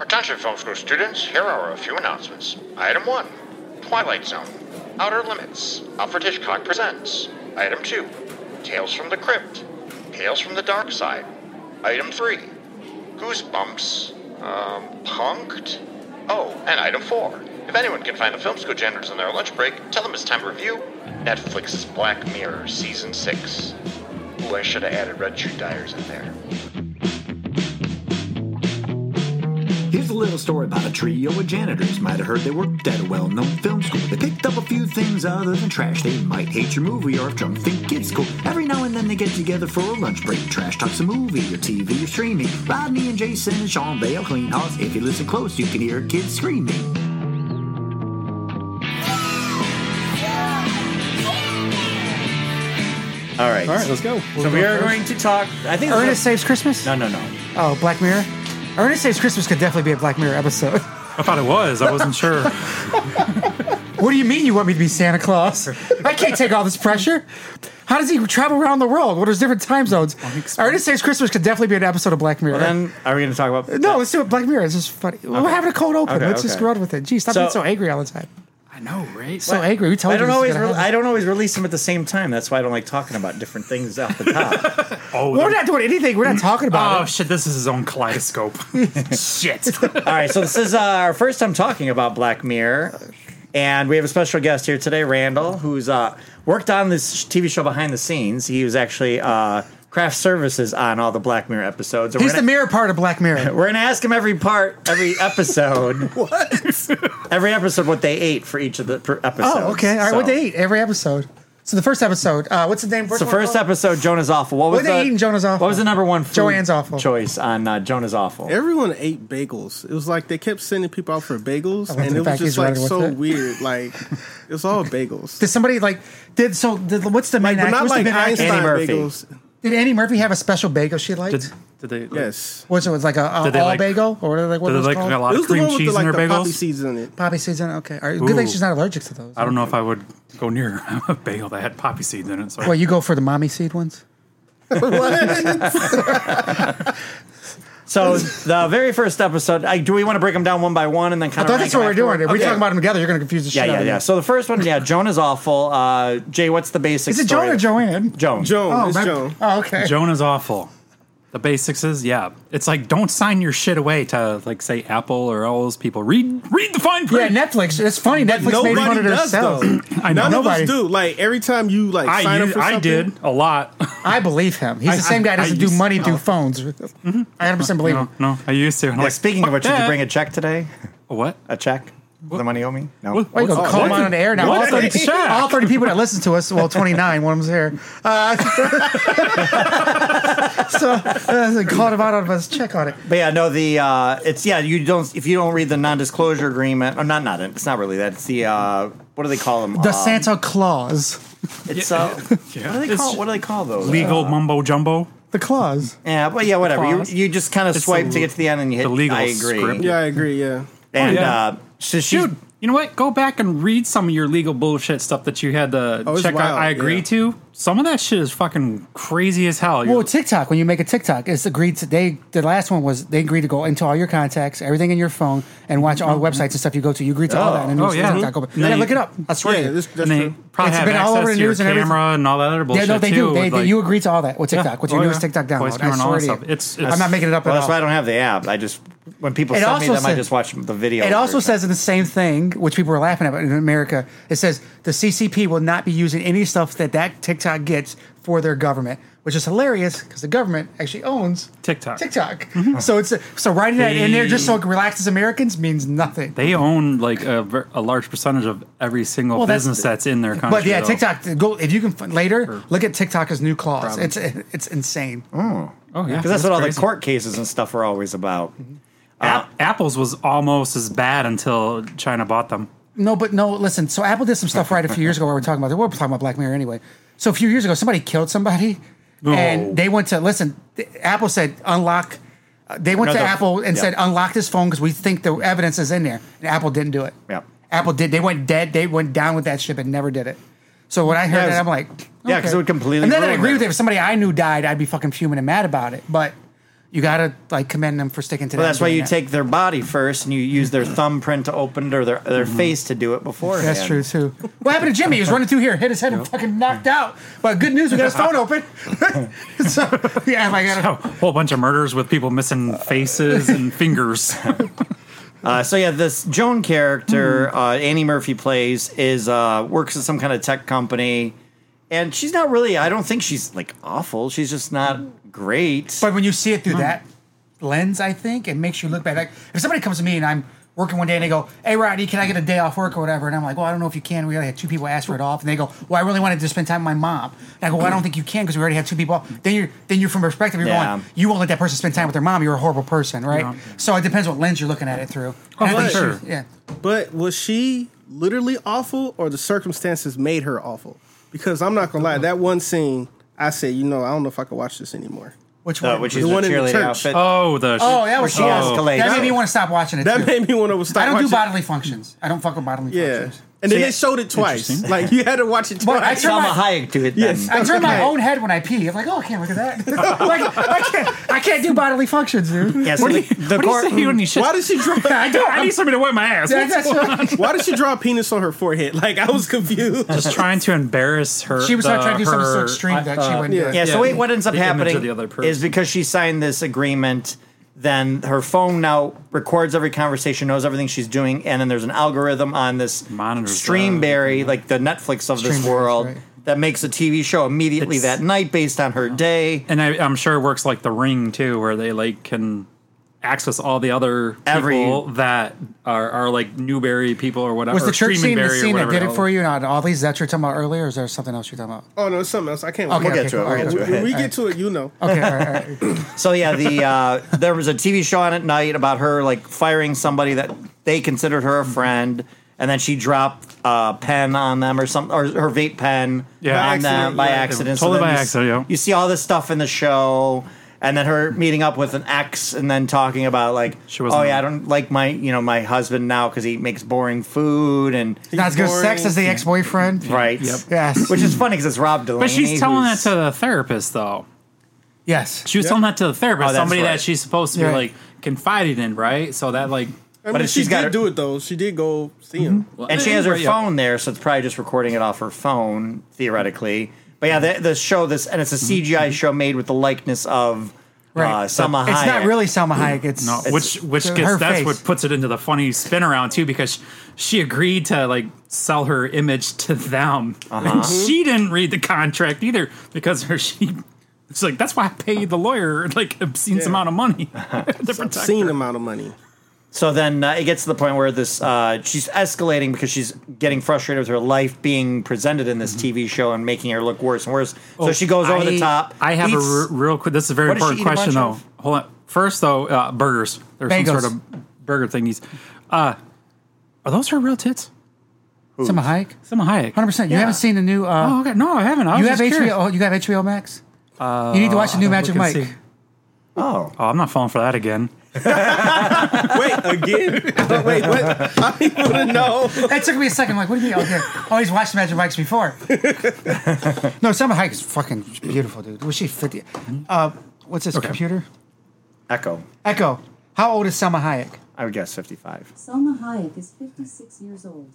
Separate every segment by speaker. Speaker 1: Attention, film school students, here are a few announcements. Item 1 Twilight Zone, Outer Limits, Alfred Hitchcock Presents. Item 2 Tales from the Crypt, Tales from the Dark Side. Item 3 Goosebumps, um, Punked? Oh, and item 4 If anyone can find the film school janitors on their lunch break, tell them it's time to review Netflix's Black Mirror Season 6. Ooh, I should have added Red Shoe Dyers in there.
Speaker 2: Here's a little story about a trio of janitors. Might have heard they worked at a well known film school. They picked up a few things other than trash. They might hate your movie or if drunk think kids cool. Every now and then they get together for a lunch break. Trash talks a movie or TV or streaming. Rodney and Jason and Sean, they'll clean house. If you listen close, you can hear kids screaming.
Speaker 3: All right.
Speaker 4: All right, let's go.
Speaker 3: So we are going to talk. I think.
Speaker 5: Ernest Saves Christmas?
Speaker 3: No, no, no.
Speaker 5: Oh, Black Mirror? Ernest Saves Christmas could definitely be a Black Mirror episode.
Speaker 4: I thought it was. I wasn't sure.
Speaker 5: What do you mean you want me to be Santa Claus? I can't take all this pressure. How does he travel around the world? What are his different time zones? Ernest Saves Christmas could definitely be an episode of Black Mirror.
Speaker 3: Then are we going to talk about?
Speaker 5: no, let's do it. Black Mirror is just funny. We're having a cold open.
Speaker 3: Okay,
Speaker 5: let's just
Speaker 3: okay.
Speaker 5: run with it. Geez, stop
Speaker 3: So-
Speaker 5: being so angry all the time.
Speaker 4: I know, right?
Speaker 5: So angry. We told
Speaker 3: I don't
Speaker 5: you this is
Speaker 3: always.
Speaker 5: gonna
Speaker 3: Re-
Speaker 5: happen.
Speaker 3: I don't always release them at the same time. That's why I don't like talking about different things off the top.
Speaker 4: oh,
Speaker 5: We're
Speaker 4: there-
Speaker 5: not doing anything. We're not talking about
Speaker 4: oh
Speaker 5: it.
Speaker 4: shit! This is his own kaleidoscope. shit.
Speaker 3: All right. So this is uh, our first time talking about Black Mirror, and we have a special guest here today, Randall, who's uh, worked on this TV show behind the scenes. He was actually uh, craft services on all the Black Mirror episodes. And
Speaker 5: He's
Speaker 3: we're
Speaker 5: the
Speaker 3: gonna-
Speaker 5: mirror part of Black Mirror.
Speaker 3: We're gonna ask him every part, every episode. what? every episode, what they ate for each of the per episodes.
Speaker 5: Oh, okay. All right.
Speaker 3: So-
Speaker 5: What they eat every episode. So the first episode. Uh, what's the name?
Speaker 3: So first episode, Jonah's awful. What was
Speaker 5: What they
Speaker 3: the,
Speaker 5: eat in Jonah's Awful?
Speaker 3: What was the number one food
Speaker 5: Joanne's Awful.
Speaker 3: choice on uh, Jonah's awful?
Speaker 6: Everyone ate bagels. It was like they kept sending people out for bagels,
Speaker 5: went to the
Speaker 6: and it was just
Speaker 5: package
Speaker 6: like
Speaker 5: right with
Speaker 6: so
Speaker 5: it.
Speaker 6: weird. Like it was all bagels,
Speaker 5: Did somebody like did so? Did, what's the main?
Speaker 6: but
Speaker 5: act-
Speaker 6: not
Speaker 5: what's the
Speaker 6: like
Speaker 5: main act-
Speaker 6: Einstein
Speaker 3: Annie Murphy.
Speaker 6: bagels.
Speaker 5: Did Annie Murphy have a special bagel she liked?
Speaker 4: Did, did they?
Speaker 6: Yes,
Speaker 5: Was it was like a, a all
Speaker 4: Did they like-
Speaker 5: bagel or whatever, like what
Speaker 4: Did
Speaker 5: it
Speaker 4: they
Speaker 5: was
Speaker 4: like
Speaker 5: called?
Speaker 4: a lot
Speaker 6: it
Speaker 4: of
Speaker 6: was the
Speaker 4: cream
Speaker 6: one with
Speaker 4: cheese
Speaker 6: the,
Speaker 4: in
Speaker 6: like
Speaker 4: her
Speaker 6: the poppy
Speaker 4: bagels?
Speaker 6: seeds in it.
Speaker 5: Poppy seeds in it. Okay, All right. good thing
Speaker 4: Ooh.
Speaker 5: she's not allergic to those.
Speaker 4: I don't know if I would go near a bagel that had poppy seeds in it. So I-
Speaker 5: Well, you go for the mommy seed ones.
Speaker 3: So the very first episode. I, do we want to break them down one by one and then
Speaker 5: I
Speaker 3: kind
Speaker 5: thought
Speaker 3: of?
Speaker 5: that's what we're doing. If we talk about them together, you're going to confuse the
Speaker 3: Yeah,
Speaker 5: shit.
Speaker 3: yeah,
Speaker 5: out of
Speaker 3: yeah.
Speaker 5: me.
Speaker 3: So the first one, yeah, Jonah's awful. Uh, Jay, what's the basic?
Speaker 5: Is it
Speaker 3: story
Speaker 5: Joan or
Speaker 3: of-
Speaker 5: Joanne?
Speaker 3: Joan.
Speaker 6: Joan, it's
Speaker 5: my-
Speaker 6: Joan.
Speaker 5: Oh, okay.
Speaker 4: Jonah's awful. The basics is yeah. It's like don't sign your shit away to like say Apple or all those people. Read read the fine
Speaker 5: Yeah,
Speaker 4: print.
Speaker 5: Netflix. It's funny. Netflix made fun
Speaker 6: Nobody
Speaker 5: of
Speaker 6: does
Speaker 5: herself.
Speaker 6: though.
Speaker 4: I know.
Speaker 6: None
Speaker 5: Nobody.
Speaker 6: of us do. Like every time you like
Speaker 4: I
Speaker 6: sign
Speaker 4: use-
Speaker 6: up for something,
Speaker 4: I did a lot.
Speaker 5: I believe him. He's
Speaker 4: I-
Speaker 5: the same guy
Speaker 4: I-
Speaker 5: that doesn't
Speaker 4: I
Speaker 5: do
Speaker 4: used- Mm-hmm.
Speaker 5: money through phones. I 100% believe him.
Speaker 4: no, no, I used to.
Speaker 3: Yeah, speaking of which, did you bring a check today?
Speaker 4: what?
Speaker 3: A check? The money you owe me? No.
Speaker 4: What-
Speaker 5: Why you gonna
Speaker 4: what's-
Speaker 5: call
Speaker 4: Oh, what?
Speaker 5: him out on the air now?
Speaker 4: What?
Speaker 5: All 30,
Speaker 4: Shaq.
Speaker 5: all 30 people that listen to us, well, 29, one of them's here. Uh, so, uh, called him out on us. Check on it.
Speaker 3: But yeah, no, the uh, it's yeah, you don't if you don't read the non-disclosure agreement. Or not, not it's not really that. It's the uh, what do they call them?
Speaker 5: The
Speaker 4: Um,
Speaker 3: uh,
Speaker 5: Santa Claus.
Speaker 3: It's uh, what do they
Speaker 4: It's
Speaker 3: call? What do they call those?
Speaker 4: legal mumbo jumbo.
Speaker 5: The Claus.
Speaker 3: Yeah, but yeah, whatever. You
Speaker 4: Clause.
Speaker 3: you just kind of
Speaker 4: It's
Speaker 3: swipe
Speaker 4: the-
Speaker 3: to get to the end and you hit.
Speaker 4: the legal
Speaker 3: I agree.
Speaker 4: script.
Speaker 6: Yeah, I agree. Yeah,
Speaker 3: And
Speaker 4: Oh, yeah.
Speaker 3: uh, so she
Speaker 4: Dude, you know what? Go back and read some of your legal bullshit stuff that you had to
Speaker 6: Oh, it's
Speaker 4: check out.
Speaker 6: wild,
Speaker 4: I agree
Speaker 6: yeah.
Speaker 4: to. Some of that shit is fucking crazy as hell. You're-
Speaker 5: Well, TikTok, when you make a TikTok, it's agreed to. They The last one was they agreed to go into all your contacts, everything in your phone, and watch all the websites and stuff you go to. You agree to all that. And then
Speaker 4: Mm-hmm. Oh,
Speaker 5: it's
Speaker 4: yeah.
Speaker 5: TikTok open.
Speaker 4: Mhm.
Speaker 5: Yeah,
Speaker 4: Now
Speaker 5: look
Speaker 4: you-
Speaker 5: it up. I swear
Speaker 6: yeah.
Speaker 5: to you.
Speaker 6: This, that's
Speaker 4: and they
Speaker 6: true.
Speaker 4: probably
Speaker 5: It's
Speaker 4: have
Speaker 5: been all
Speaker 4: access
Speaker 5: over the
Speaker 4: to your
Speaker 5: news and everything.
Speaker 4: camera and all that other
Speaker 5: Yeah,
Speaker 4: bullshit
Speaker 5: no, they
Speaker 4: too.
Speaker 5: do. They,
Speaker 4: with,
Speaker 5: they,
Speaker 4: like-
Speaker 5: you agree to all that with
Speaker 4: Yeah.
Speaker 5: TikTok, with your
Speaker 4: Oh,
Speaker 5: newest
Speaker 4: yeah.
Speaker 5: TikTok
Speaker 4: Voice
Speaker 5: download.
Speaker 4: camera
Speaker 5: I
Speaker 4: and all
Speaker 5: swear
Speaker 4: that
Speaker 5: to you.
Speaker 4: stuff. It's-
Speaker 5: I'm
Speaker 4: it's-
Speaker 5: not making it up
Speaker 3: Well,
Speaker 5: at
Speaker 3: that's
Speaker 5: all.
Speaker 3: why I don't have the app. I just when people
Speaker 5: It
Speaker 3: send me
Speaker 5: also
Speaker 3: them, I
Speaker 5: said-
Speaker 3: just watch the video.
Speaker 5: It also
Speaker 3: version.
Speaker 5: says in the same thing, which people were laughing at in America. It says the CCP will not be using any stuff that that TikTok gets for their government, which is hilarious because the government actually owns
Speaker 4: TikTok. Mm-hmm.
Speaker 5: TikTok. So it's so writing that in there just so it relaxes Americans means nothing.
Speaker 4: They own like a, ver- a large percentage of every single
Speaker 5: Well, that's-
Speaker 4: business that's, in their country.
Speaker 5: but yeah,
Speaker 4: though.
Speaker 5: TikTok. Go if you can find, later look at TikTok's new clause. It's it's insane.
Speaker 4: Oh yeah,
Speaker 3: because that's, what all the
Speaker 4: crazy.
Speaker 3: court cases and stuff are always about.
Speaker 5: Uh,
Speaker 4: App- Apple's was almost as bad until China bought them.
Speaker 5: No, but no, listen. So Apple did some stuff right a few years ago where we're talking about. We're talking about Black Mirror anyway. So a few years ago, somebody killed somebody,
Speaker 4: No.
Speaker 5: and they went to listen. th- Apple said unlock. uh, They went to
Speaker 3: Another-
Speaker 5: Apple and
Speaker 3: yeah.
Speaker 5: said unlock this phone because we think the evidence is in there. And Apple didn't do it.
Speaker 3: Yeah.
Speaker 5: Apple did. They went dead. They went down with that ship and never did it. So when I heard
Speaker 3: Yeah,
Speaker 5: that,
Speaker 3: it's-
Speaker 5: I'm like,
Speaker 3: yeah, 'cause
Speaker 5: okay.
Speaker 3: it would completely
Speaker 5: And then I
Speaker 3: ruin
Speaker 5: agree with
Speaker 3: it.
Speaker 5: it. If somebody I knew died, I'd be fucking fuming and mad about it. But you gotta like commend them for sticking to that.
Speaker 3: Well, that's
Speaker 5: and
Speaker 3: why
Speaker 5: doing
Speaker 3: you
Speaker 5: it.
Speaker 3: take their body first, and you use their thumbprint to open it or their their face to do it beforehand.
Speaker 5: Mm-hmm. That's true too. What happened to Jimmy? He was running through here, hit his head, and fucking knocked out. But good news, we got his phone open. so yeah, I got
Speaker 4: Oh, A whole bunch of murders with people missing faces and fingers.
Speaker 3: Uh, so yeah, this Joan character,
Speaker 5: Mm-hmm.
Speaker 3: uh, Annie Murphy plays, is uh, works at some kind of tech company, and she's not really. I don't think she's like awful. She's just not great.
Speaker 5: But when you see it through that lens, I think it makes you look bad. Like if somebody comes to me and I'm working one day and they go, "Hey, Rodney, can I get a day off work or whatever?" and I'm like, "Well, I don't know if you can. We already had two people ask for it off." And they go, "Well, I really wanted to spend time with my mom." And I go, "Well, I don't think you can because we already had two people." off." Then you're then you're from a perspective. You're
Speaker 3: Yeah.
Speaker 5: going, "You won't let that person spend time with their mom. You're a horrible person, right?"
Speaker 4: Yeah.
Speaker 5: So it depends what lens you're looking at it through.
Speaker 3: Oh,
Speaker 5: And I
Speaker 6: for
Speaker 5: think she-
Speaker 4: sure.
Speaker 5: Yeah.
Speaker 6: But was she literally awful, or the circumstances made her awful? Because I'm not gonna lie, that one scene, I said, you know, I don't know if I could watch this anymore.
Speaker 5: Which
Speaker 3: Uh,
Speaker 5: one?
Speaker 3: which is
Speaker 6: The
Speaker 3: the
Speaker 6: one in the
Speaker 3: cheerleader
Speaker 6: church.
Speaker 3: outfit.
Speaker 4: Oh, the
Speaker 5: oh, that was she.
Speaker 3: Oh.
Speaker 5: escalated. That
Speaker 3: Escalated.
Speaker 5: made me want to stop watching it.
Speaker 6: That
Speaker 5: too.
Speaker 6: made me want to stop.
Speaker 5: I don't do
Speaker 6: watching-
Speaker 5: bodily functions. I don't fuck with bodily
Speaker 6: Yeah,
Speaker 5: functions.
Speaker 6: and then
Speaker 3: See,
Speaker 6: they showed it twice.
Speaker 4: Interesting.
Speaker 6: Like you had to watch it
Speaker 5: But I
Speaker 6: twice.
Speaker 5: turned
Speaker 3: Salma
Speaker 5: my-
Speaker 3: Hayek do it. Then.
Speaker 6: Yes.
Speaker 5: I turn my
Speaker 6: Okay.
Speaker 5: own head when I pee. I'm like, oh, I can't look at that. like, I can't, I can't do bodily functions, dude.
Speaker 3: Yeah, so the, the
Speaker 4: what do you
Speaker 3: court- Mm,
Speaker 4: say when you shit?
Speaker 6: Why did she draw?
Speaker 5: I don't.
Speaker 4: I need somebody to wipe my ass.
Speaker 5: That- that's what-
Speaker 6: Why did she draw a penis on her forehead? Like I was confused.
Speaker 4: Just trying to embarrass her.
Speaker 5: she was
Speaker 4: the,
Speaker 5: not trying to do something so
Speaker 4: her- uh,
Speaker 5: extreme that she wouldn't do.
Speaker 3: Yeah,
Speaker 5: it.
Speaker 3: so wait, what ends up
Speaker 4: The image
Speaker 3: happening
Speaker 4: of the other person.
Speaker 3: is because she signed this agreement, then her phone now records every conversation, knows everything she's doing, and then there's an algorithm on this
Speaker 4: Monitors
Speaker 3: Streamberry, like the Netflix of this
Speaker 5: Streamberry,
Speaker 3: world,
Speaker 5: right.
Speaker 3: that makes a TV show immediately
Speaker 4: It's-
Speaker 3: that night based on her day.
Speaker 4: and I, I'm sure it works like the ring too, where they like can access all the other people
Speaker 3: Every-
Speaker 4: that are, are like Newberry people or whatever.
Speaker 5: Was the church scene the
Speaker 4: Streemanberry or
Speaker 5: scene that
Speaker 4: whatever
Speaker 5: did it
Speaker 4: hell.
Speaker 5: for you? Not all these that you're talking about earlier, or is there something else you're talking about?
Speaker 6: Oh no, it's something else. I can't.
Speaker 5: Okay,
Speaker 6: We'll
Speaker 5: okay,
Speaker 6: get-
Speaker 3: get to it,
Speaker 5: cool.
Speaker 3: we'll get to
Speaker 5: All
Speaker 3: it.
Speaker 5: right.
Speaker 6: When we get to it, you know.
Speaker 5: Okay, all right, all right.
Speaker 3: So yeah, the uh, there was a TV show on at night about her like firing somebody that they considered her a friend, and then she dropped a pen on them or some or her vape pen
Speaker 4: Yeah. By
Speaker 3: on them
Speaker 6: accident,
Speaker 3: by
Speaker 6: yeah.
Speaker 3: accident.
Speaker 4: Totally
Speaker 3: then
Speaker 4: by
Speaker 3: you s-
Speaker 4: accident, yeah.
Speaker 3: You see all this stuff in the show. And then her meeting up with an ex, and then talking about like,
Speaker 4: She wasn't-
Speaker 3: oh yeah, I don't like my you know my husband now because he makes boring food and
Speaker 5: Not as good
Speaker 6: boring.
Speaker 5: sex as the ex-boyfriend.
Speaker 3: right,
Speaker 5: Yes.
Speaker 3: which is funny because it's Rob Delaney.
Speaker 4: Hmm. But she's telling that
Speaker 3: who's-
Speaker 4: to the therapist though.
Speaker 5: Yes.
Speaker 4: She was telling that to the therapist,
Speaker 3: Oh, that's
Speaker 4: somebody
Speaker 3: right.
Speaker 4: that she's supposed to
Speaker 5: Yeah.
Speaker 4: be like confiding in, right? So that like
Speaker 6: I
Speaker 3: But
Speaker 6: mean,
Speaker 3: if
Speaker 6: she
Speaker 3: she's got
Speaker 6: did
Speaker 3: her- Mm-hmm.
Speaker 6: do it though. She did go see him.
Speaker 3: and she has her
Speaker 4: Right, yeah.
Speaker 3: phone there, so it's probably just recording it off her phone theoretically. But yeah, the, the show this, and it's a
Speaker 4: Mm-hmm.
Speaker 3: CGI show made with the likeness of uh,
Speaker 5: Right.
Speaker 3: Selma Hayek.
Speaker 5: It's not really Selma Hayek. It's
Speaker 4: No,
Speaker 5: it's
Speaker 4: which which
Speaker 5: her
Speaker 4: gets that's
Speaker 5: face.
Speaker 4: what puts it into the funny spin around too because she agreed to like sell her image to them
Speaker 3: Uh-huh.
Speaker 4: and she didn't read the contract either because her she it's like that's why I paid the lawyer like obscene
Speaker 6: Yeah.
Speaker 4: amount of money to protect
Speaker 6: Obscene
Speaker 4: her.
Speaker 6: amount of money.
Speaker 3: So then uh, it gets to the point where this uh, she's escalating because she's getting frustrated with her life being presented in this TV show and making her look worse and worse. so she goes over the
Speaker 4: Mm-hmm. Oh, I-
Speaker 3: top.
Speaker 4: I have
Speaker 3: eats-
Speaker 4: a re- real quick. This is a very
Speaker 3: What does she
Speaker 4: important
Speaker 3: eat a
Speaker 4: question though.
Speaker 3: bunch
Speaker 4: Hold on. First though, uh, burgers. There's
Speaker 5: Bagels.
Speaker 4: some sort of burger thingies. Uh, are those her real tits?
Speaker 5: Selma Hayek.
Speaker 4: Selma Hayek.
Speaker 5: Hundred percent. You haven't seen the new. Uh,
Speaker 4: Oh, okay. No, I haven't. I was
Speaker 5: you have
Speaker 4: just curious.
Speaker 5: HBO. oh, You got HBO Max. you need to watch the new
Speaker 4: I'll
Speaker 5: Magic
Speaker 4: look
Speaker 5: Mike.
Speaker 4: and see. Oh, I'm not falling for that again.
Speaker 6: Wait again? Wait, what? I don't even know.
Speaker 5: That took me a second. I'm like, what do you mean? Okay. Oh, he's watched Magic Mike's before. no, Selma Hayek is fucking beautiful, dude. Was she 50?
Speaker 4: Hmm?
Speaker 5: Uh, what's this computer?
Speaker 3: Echo.
Speaker 5: Echo. How old is Selma Hayek?
Speaker 3: I would guess fifty-five.
Speaker 7: Selma Hayek is 56 years old.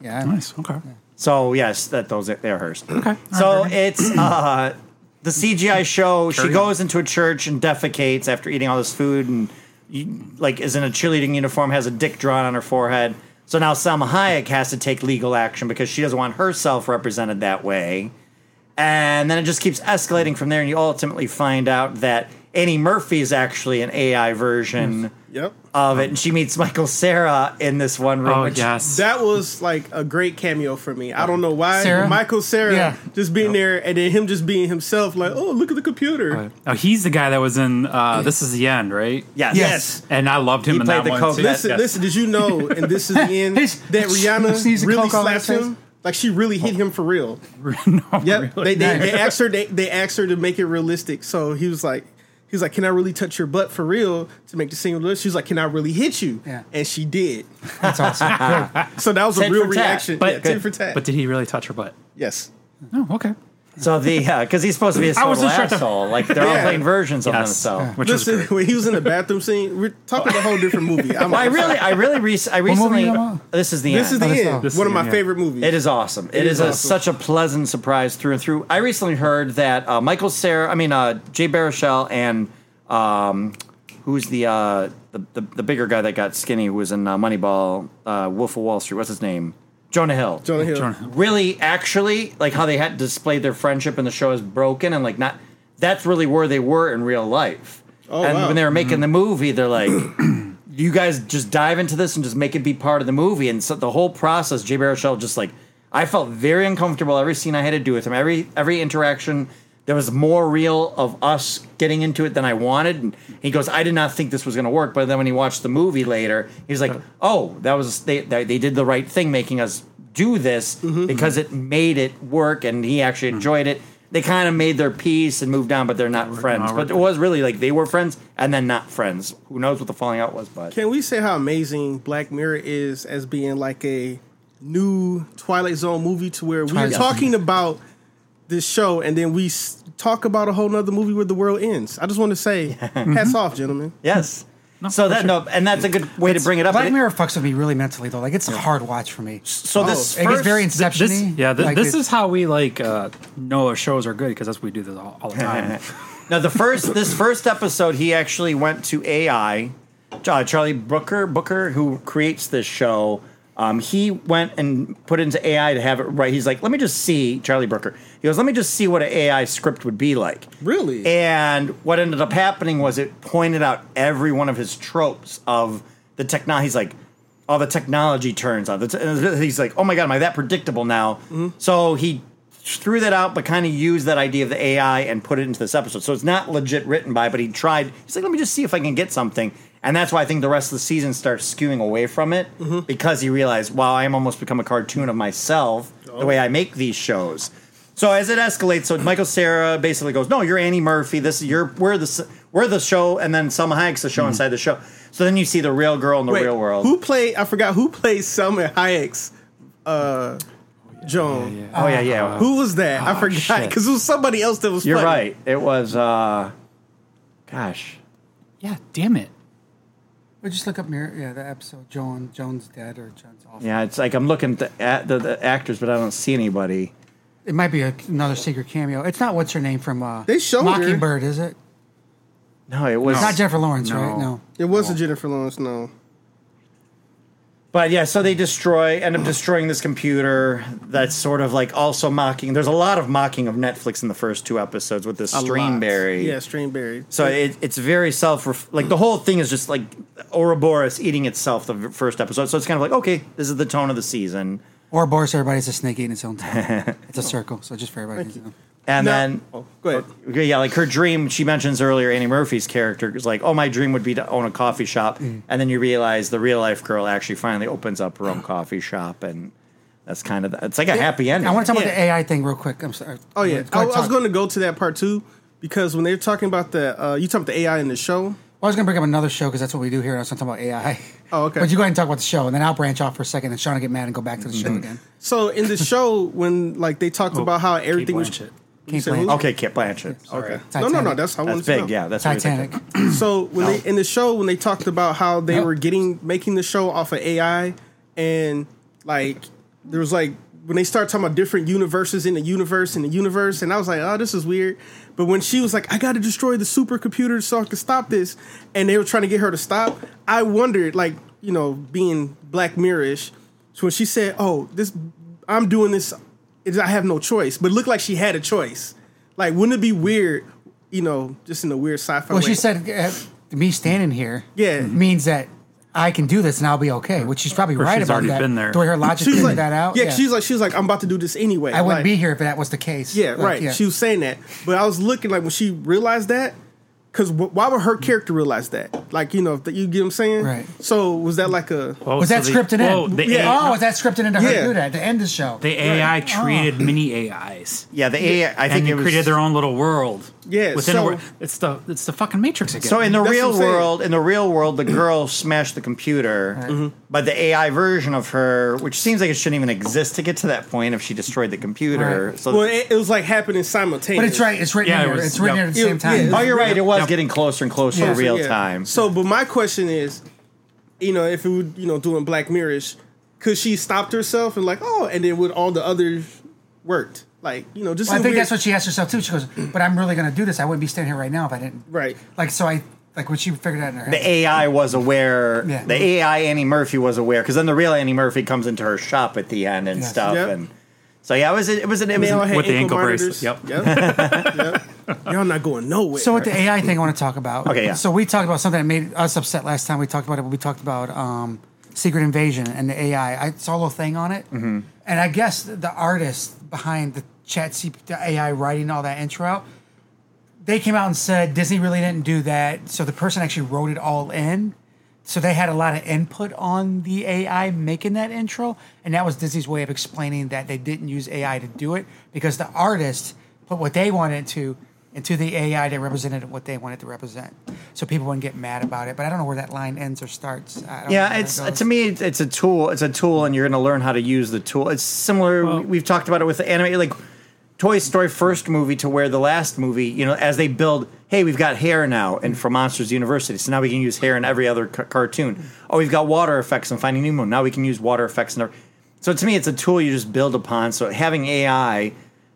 Speaker 5: Yeah.
Speaker 4: Nice. Okay.
Speaker 3: So yes, that those they're hers. Okay.
Speaker 4: All
Speaker 3: So
Speaker 4: right.
Speaker 3: it's uh, the CGI show. She
Speaker 4: Carry
Speaker 3: goes into a church and defecates after eating all this food and you, like is in a cheerleading uniform, has a dick drawn on her forehead. So now Selma Hayek has to take legal action because she doesn't want herself represented that way. And then it just keeps escalating from there, and you ultimately find out that Annie Murphy is actually an AI version
Speaker 6: Yep.
Speaker 3: of it, and she meets Michael Sarah in this one room.
Speaker 4: Oh
Speaker 3: which-
Speaker 4: yes.
Speaker 6: That was like a great cameo for me. I don't know why.
Speaker 5: Sarah?
Speaker 6: Michael Sarah
Speaker 5: Yeah.
Speaker 6: just being there and then him just being himself, like, oh, look at the computer.
Speaker 4: oh, he's the guy that was in uh, This Is the End, right?
Speaker 3: Yes.
Speaker 5: Yes.
Speaker 4: And I loved him
Speaker 3: He
Speaker 4: in
Speaker 3: played
Speaker 4: that
Speaker 3: the
Speaker 4: one
Speaker 3: coke
Speaker 4: too.
Speaker 3: that-
Speaker 6: Listen,
Speaker 4: Yes.
Speaker 6: listen, did you know, and this is the end,
Speaker 5: He's-
Speaker 6: that
Speaker 5: he's
Speaker 6: Rihanna
Speaker 5: a
Speaker 6: really
Speaker 5: coke on his
Speaker 6: slapped
Speaker 5: face.
Speaker 6: him? Like, she really hit him for real.
Speaker 4: no,
Speaker 6: Yep. They,
Speaker 4: really.
Speaker 6: they,
Speaker 5: Nice.
Speaker 6: they asked her. They, they asked her to make it realistic. So he was like, he was like, "Can I really touch your butt for real to make the scene realistic?" She was like, "Can I really hit you?"
Speaker 5: Yeah.
Speaker 6: And she did.
Speaker 5: That's awesome. Good.
Speaker 6: So that was a
Speaker 3: Tit
Speaker 6: real
Speaker 3: for tat.
Speaker 6: reaction.
Speaker 4: But-
Speaker 6: yeah, tit for tat.
Speaker 4: But did he really touch her butt?
Speaker 6: yes.
Speaker 4: No. Okay.
Speaker 3: So the because he's supposed to be a
Speaker 4: I was
Speaker 3: total
Speaker 4: just trying to-
Speaker 3: asshole. Like they're all
Speaker 6: Yeah.
Speaker 3: playing versions of
Speaker 4: Yes.
Speaker 3: themselves.
Speaker 4: Which was
Speaker 6: Listen,
Speaker 4: great.
Speaker 6: when he was in the bathroom scene, we're talking a whole different movie. I'm
Speaker 3: I really, I really, rec- I
Speaker 5: movie you
Speaker 3: recently.
Speaker 5: talking about?
Speaker 3: This is the
Speaker 6: this
Speaker 3: end.
Speaker 6: is the end.
Speaker 4: This
Speaker 6: One of
Speaker 4: is-
Speaker 6: my
Speaker 4: yeah.
Speaker 6: favorite movies.
Speaker 3: It is awesome. it
Speaker 6: is
Speaker 3: is, a,
Speaker 6: awesome.
Speaker 3: such a pleasant surprise through and through. I recently heard that uh, Michael Sarah, I mean uh, Jay Baruchel, and um, who's the, uh, the the the bigger guy that got skinny who was in uh, Moneyball, uh, Wolf of Wall Street. What's his name? Jonah Hill.
Speaker 6: Jonah Hill.
Speaker 4: Jonah-
Speaker 3: Really, actually, like how they had displayed their friendship in the show as broken and like not. That's really where they were in real life.
Speaker 6: Oh,
Speaker 3: and
Speaker 6: wow.
Speaker 3: when they were making the movie, they're like, you guys just dive into this and just make it be part of the movie. And so the whole process, Jay Baruchel just like I felt very uncomfortable every scene I had to do with him. Every every interaction, there was more real of us getting into it than I wanted. And he goes, I did not think this was going to work. But then when he watched the movie later, he was like, Oh, that was they they, they did the right thing making us do this because it made it work, and he actually enjoyed it. They kind of made their peace and moved on, but they're Mm. not friends.
Speaker 4: out,
Speaker 3: But it was really like they were friends and then not friends. Who knows what the falling out was? But
Speaker 6: Can we say how amazing Black Mirror is as being like a new Twilight Zone movie to where we're
Speaker 5: Twilight Zone.
Speaker 6: talking about this show and then we s- talk about a whole nother movie where the world ends? I just want to say, hats off, gentlemen.
Speaker 3: Yes. so that no, and that's a good way to bring it up.
Speaker 5: Black
Speaker 3: It-
Speaker 5: Mirror fucks with me really mentally though. Like it's a hard watch for me.
Speaker 3: So this
Speaker 5: it gets
Speaker 3: first,
Speaker 5: very inception
Speaker 4: This, yeah, th-
Speaker 5: like
Speaker 4: this
Speaker 5: it-
Speaker 4: is how we like uh, know shows are good because that's what we do this all, all the time.
Speaker 3: now the first this first episode he actually went to AI. Uh, Charlie Booker Booker who creates this show. Um, he went and put into AI to have it right. He's like, let me just see Charlie Brooker. He goes, let me just see what an AI script would be like.
Speaker 6: Really?
Speaker 3: And what ended up happening was it pointed out every one of his tropes of the technology. He's like, all the technology turns on. The te- and he's like, oh my god, am I that predictable now? So he threw that out, but kind of used that idea of the AI and put it into this episode. So it's not legit written by, but he tried. He's like, let me just see if I can get something. And that's why I think the rest of the season starts skewing away from it because he realized, wow, I am almost become a cartoon of myself the way I make these shows. So as it escalates, so Michael Sarah basically goes, "No, you're Annie Murphy. This is you're we're the we're the show," and then Selma Hayek's the show inside the show. So then you see the real girl in the
Speaker 6: Mm-hmm. Wait,
Speaker 3: real world.
Speaker 6: Who played, I forgot, who played Selma Hayek's uh, Joan? Uh,
Speaker 3: oh yeah, yeah.
Speaker 6: Who was that? I forgot
Speaker 3: shit.
Speaker 6: because it was somebody else that was.
Speaker 3: You're
Speaker 6: playing.
Speaker 3: right. It was uh gosh.
Speaker 4: Yeah, damn it.
Speaker 5: But just look up Mirror. Yeah, the episode. Joan Joan's dead or Joan's off.
Speaker 3: Yeah, it's like I'm looking th- at the, the actors but I don't see anybody.
Speaker 5: It might be a, another secret cameo. It's not what's her name from uh,
Speaker 6: They showed her.
Speaker 5: Mockingbird, is it?
Speaker 3: No, it was
Speaker 5: It's not Jennifer Lawrence, right?
Speaker 4: No.
Speaker 5: No.
Speaker 6: It
Speaker 3: Oh.
Speaker 6: wasn't Jennifer Lawrence. No,
Speaker 3: But yeah, so they destroy, end up destroying this computer. That's sort of like also mocking. There's a lot of mocking of Netflix in the first two episodes with this
Speaker 6: A lot.
Speaker 3: Streamberry.
Speaker 6: Yeah, Streamberry.
Speaker 3: So it, it's very self like the whole thing is just like Ouroboros eating itself the v- first episode. So it's kind of like okay, this is the tone of the season,
Speaker 5: Or Boris, everybody's a snake eating its own tail. it's a circle, so just for everybody to know.
Speaker 3: and
Speaker 6: No.
Speaker 3: then
Speaker 6: Oh, go ahead.
Speaker 3: okay, yeah, like her dream she mentions earlier. Annie Murphy's character is like, oh, my dream would be to own a coffee shop,
Speaker 5: Mm.
Speaker 3: and then you realize the real life girl actually finally opens up her own coffee shop, and that's kind of it's like a happy ending.
Speaker 5: I want to talk about the
Speaker 6: Yeah.
Speaker 5: AI thing real quick. I'm sorry.
Speaker 6: Oh yeah,
Speaker 5: Go
Speaker 6: I, I
Speaker 5: ahead,
Speaker 6: was
Speaker 5: talk.
Speaker 6: going to go to that part too because when they're talking about the uh, you talking about the AI in the show.
Speaker 5: Well, I was going to bring up another show because that's what we do here. I was going to talk about AI.
Speaker 6: Oh, okay.
Speaker 5: But you go ahead and talk about the show, and then I'll branch off for a second, and Sean will get mad and go back to the
Speaker 6: Mm-hmm.
Speaker 5: show again.
Speaker 6: So in the show when like they talked about how everything was.
Speaker 4: Blanchett.
Speaker 6: You
Speaker 5: Kate
Speaker 6: said who?
Speaker 5: Blanchett.
Speaker 3: okay, Kit Blanchett.
Speaker 6: Okay.
Speaker 5: Sorry.
Speaker 6: No, no, no.
Speaker 5: Titanic.
Speaker 6: That's how I
Speaker 3: That's
Speaker 6: wanted to
Speaker 3: big,
Speaker 6: know.
Speaker 3: yeah. That's what we think.
Speaker 5: Titanic.
Speaker 6: So when they in the show when they talked about how they
Speaker 5: No.
Speaker 6: were getting making the show off of AI and like there was like when they started talking about different universes in the universe in the universe and I was like oh this is weird but when she was like I got to destroy the supercomputer so I can stop this and they were trying to get her to stop I wondered like you know being Black Mirror-ish so when she said oh this I'm doing this it's- I have no choice but it looked like she had a choice like wouldn't it be weird you know just in a weird sci-fi
Speaker 5: Well,
Speaker 6: way.
Speaker 5: she said, uh, "Me standing here,
Speaker 6: Yeah.
Speaker 5: means that I can do this and I'll be okay." Which she's probably
Speaker 4: Or
Speaker 5: right
Speaker 4: she's
Speaker 5: about
Speaker 4: already
Speaker 5: that.
Speaker 4: been there.
Speaker 5: The way her logic
Speaker 6: She was
Speaker 5: figured
Speaker 6: like
Speaker 5: that out.
Speaker 6: Yeah, she's like she was like I'm about to do this anyway.
Speaker 5: I wouldn't
Speaker 6: Like,
Speaker 5: be here if that was the case.
Speaker 6: Yeah,
Speaker 5: Like,
Speaker 6: right.
Speaker 5: yeah.
Speaker 6: She was saying that, but I was looking like when she realized that, Because wh- why would her character realize that? Like, you know, that you get what I'm saying?
Speaker 5: Right.
Speaker 6: So was that like a.
Speaker 4: Oh,
Speaker 5: Was that scripted in?
Speaker 4: Whoa, the,
Speaker 6: Yeah.
Speaker 4: AI,
Speaker 5: Oh, was that scripted into her
Speaker 6: Yeah.
Speaker 5: to do that to end the show?
Speaker 4: the AI created mini AIs.
Speaker 3: Yeah, the AI. I think
Speaker 4: and
Speaker 3: it
Speaker 4: they
Speaker 3: was
Speaker 4: created their own little world.
Speaker 6: Yeah,
Speaker 4: within
Speaker 6: so-
Speaker 4: a, wor- it's the it's the fucking Matrix again.
Speaker 3: So in the
Speaker 6: That's
Speaker 3: real
Speaker 6: what I'm saying.
Speaker 3: world, in the real world, the girl smashed the computer,
Speaker 6: Mm-hmm.
Speaker 3: but the AI version of her, which seems like it shouldn't even exist to get to that point, if she destroyed the computer.
Speaker 5: Right.
Speaker 3: So,
Speaker 6: Well, it, it was like happening
Speaker 5: But
Speaker 6: simultaneously.
Speaker 5: it's right. It's written
Speaker 4: Yeah,
Speaker 5: in
Speaker 4: it
Speaker 5: here.
Speaker 4: was-
Speaker 5: It's written
Speaker 4: yeah.
Speaker 5: here at the same
Speaker 6: It-
Speaker 5: time.
Speaker 6: yeah.
Speaker 3: oh, you're right. It was
Speaker 4: Yep.
Speaker 3: getting closer and closer
Speaker 5: Yeah.
Speaker 3: to real
Speaker 6: Yeah.
Speaker 3: time.
Speaker 6: So, but my question is, you know, if it would, you know, doing Black Mirrorish, could she stopped herself and like, oh, and then would all the others worked? Like, you know, just
Speaker 5: Well, I
Speaker 6: a
Speaker 5: think
Speaker 6: weird-
Speaker 5: that's what she asked herself too. She goes, "But I'm really going to do this. I wouldn't be standing here right now if I didn't."
Speaker 6: Right.
Speaker 5: Like so, I like what she figured out in her head.
Speaker 3: the AI was aware.
Speaker 5: Yeah.
Speaker 3: The AI Annie Murphy was aware because then the real Annie Murphy comes into her shop at the end and
Speaker 5: Yes.
Speaker 3: stuff.
Speaker 6: Yep.
Speaker 3: And so yeah, it was it was an it was
Speaker 6: They all
Speaker 3: an,
Speaker 6: had
Speaker 4: With the ankle
Speaker 6: monitors.
Speaker 4: bracelet,
Speaker 6: Yep. Yep. Y'all not going nowhere.
Speaker 5: So with the AI thing, I want to talk about.
Speaker 3: Okay, yeah.
Speaker 5: So we talked about something that made us upset last time. We talked about it, but we talked about um, Secret Invasion and the AI. I saw a little thing on it, and I guess the artist behind the Chat C- the AI writing all that intro out, they came out and said Disney really didn't do that. So the person actually wrote it all in. So they had a lot of input on the AI making that intro, and that was Disney's way of explaining that they didn't use AI to do it because the artist put what they wanted to into the AI that represented what they wanted to represent. So people wouldn't get mad about it. But I don't know where that line ends or starts. I don't know
Speaker 3: Yeah,
Speaker 5: where
Speaker 3: it's
Speaker 5: it goes.
Speaker 3: to me, it's, it's a tool. It's a tool, and you're going to learn how to use the tool. It's similar. we've talked about it with the anime, like Toy Story first movie to where the last movie. You know, as they build, hey, we've got hair now, and from Monsters University, so now we can use hair in every other ca- cartoon. Oh, we've got water effects in Finding Nemo. Now we can use water effects in. Every- so to me, it's a tool you just build upon. So having AI.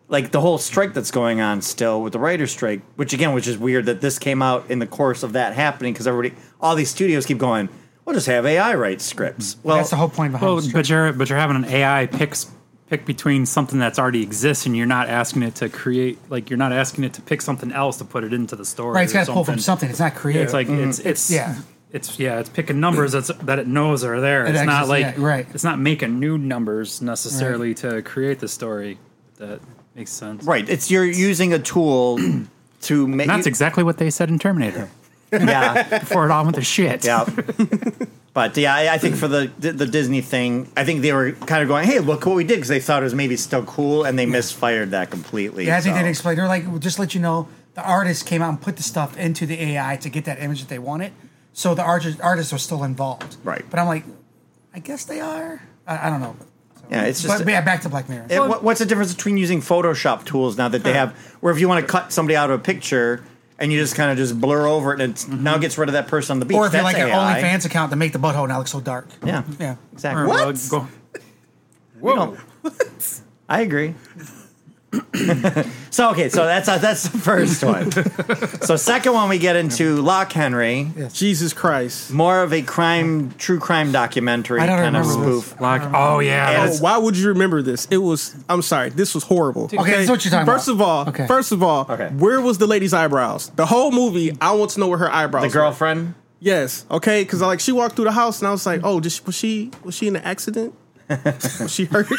Speaker 3: Like the whole strike that's going on still with the writer's strike, which again, which is weird that this came out in the course of that happening because everybody, all these studios keep going, we'll just have AI write scripts. Well,
Speaker 5: Mm-hmm. that's the whole point behind
Speaker 4: Well,
Speaker 5: the story.
Speaker 4: but you're but you're having an AI picks pick between something that's already exists, and you're not asking it to create like you're not asking it to pick something else to put it into the story.
Speaker 5: Right, it's
Speaker 4: or
Speaker 5: got to pull from something. It's not creative.
Speaker 4: It's like it's it's
Speaker 5: yeah.
Speaker 4: yeah. It's yeah, it's picking numbers that's, that it knows are there.
Speaker 5: It
Speaker 4: It's not
Speaker 5: exists,
Speaker 4: like
Speaker 5: yeah, right.
Speaker 4: It's not making new numbers necessarily to create the story. That makes sense.
Speaker 3: right. It's you're using a tool to make.
Speaker 4: And that's exactly what they said in Terminator.
Speaker 3: Yeah,
Speaker 4: Before it all went to shit.
Speaker 3: yeah. But yeah, I, I think for the the Disney thing, I think they were kind of going, "Hey, look what we did," because they thought it was maybe still cool, and they misfired that completely.
Speaker 5: Yeah, I think
Speaker 3: so.
Speaker 5: they'd explain. They're like, "We'll just let you know, the artist came out and put the stuff into the AI to get that image that they wanted. So the artist artists are still involved.
Speaker 3: Right.
Speaker 5: But I'm like, I guess they are. I, I don't know. So-
Speaker 3: Yeah, it's just-
Speaker 5: But, yeah, back to Black Mirror.
Speaker 3: It- what- what's the difference between using Photoshop tools now that they have, where if you want to cut somebody out of a picture and you just kind of just blur over it, and it's, now it gets rid of that person on the beach.
Speaker 5: Mm-hmm. or if you're
Speaker 3: That's
Speaker 5: like an
Speaker 3: AI.
Speaker 5: OnlyFans account to make the butthole now look so dark.
Speaker 3: Yeah,
Speaker 5: Yeah.
Speaker 3: exactly.
Speaker 4: Or, uh, go-
Speaker 3: Whoa. I agree. so okay, so that's uh, that's the first one. so second one we get into Lock Henry,
Speaker 6: Jesus Christ.
Speaker 3: more of a crime, true crime documentary
Speaker 5: I don't
Speaker 3: kind of
Speaker 5: remember
Speaker 3: spoof.
Speaker 5: this.
Speaker 4: Like, oh yeah,
Speaker 3: Yeah,
Speaker 4: that's-
Speaker 3: it's-
Speaker 6: Why would you remember this? It was. I'm sorry. This was horrible.
Speaker 5: Okay, this is what you're talking
Speaker 6: first
Speaker 5: about.
Speaker 6: Of all,
Speaker 5: Okay.
Speaker 6: First of all,
Speaker 3: Okay.
Speaker 6: where was the lady's eyebrows? The whole movie, I want to know where her eyebrows.
Speaker 3: The
Speaker 6: were.
Speaker 3: girlfriend.
Speaker 6: Yes. Okay. Because like she walked through the house and I was like, oh, did she, was she was she in an accident? was she hurt?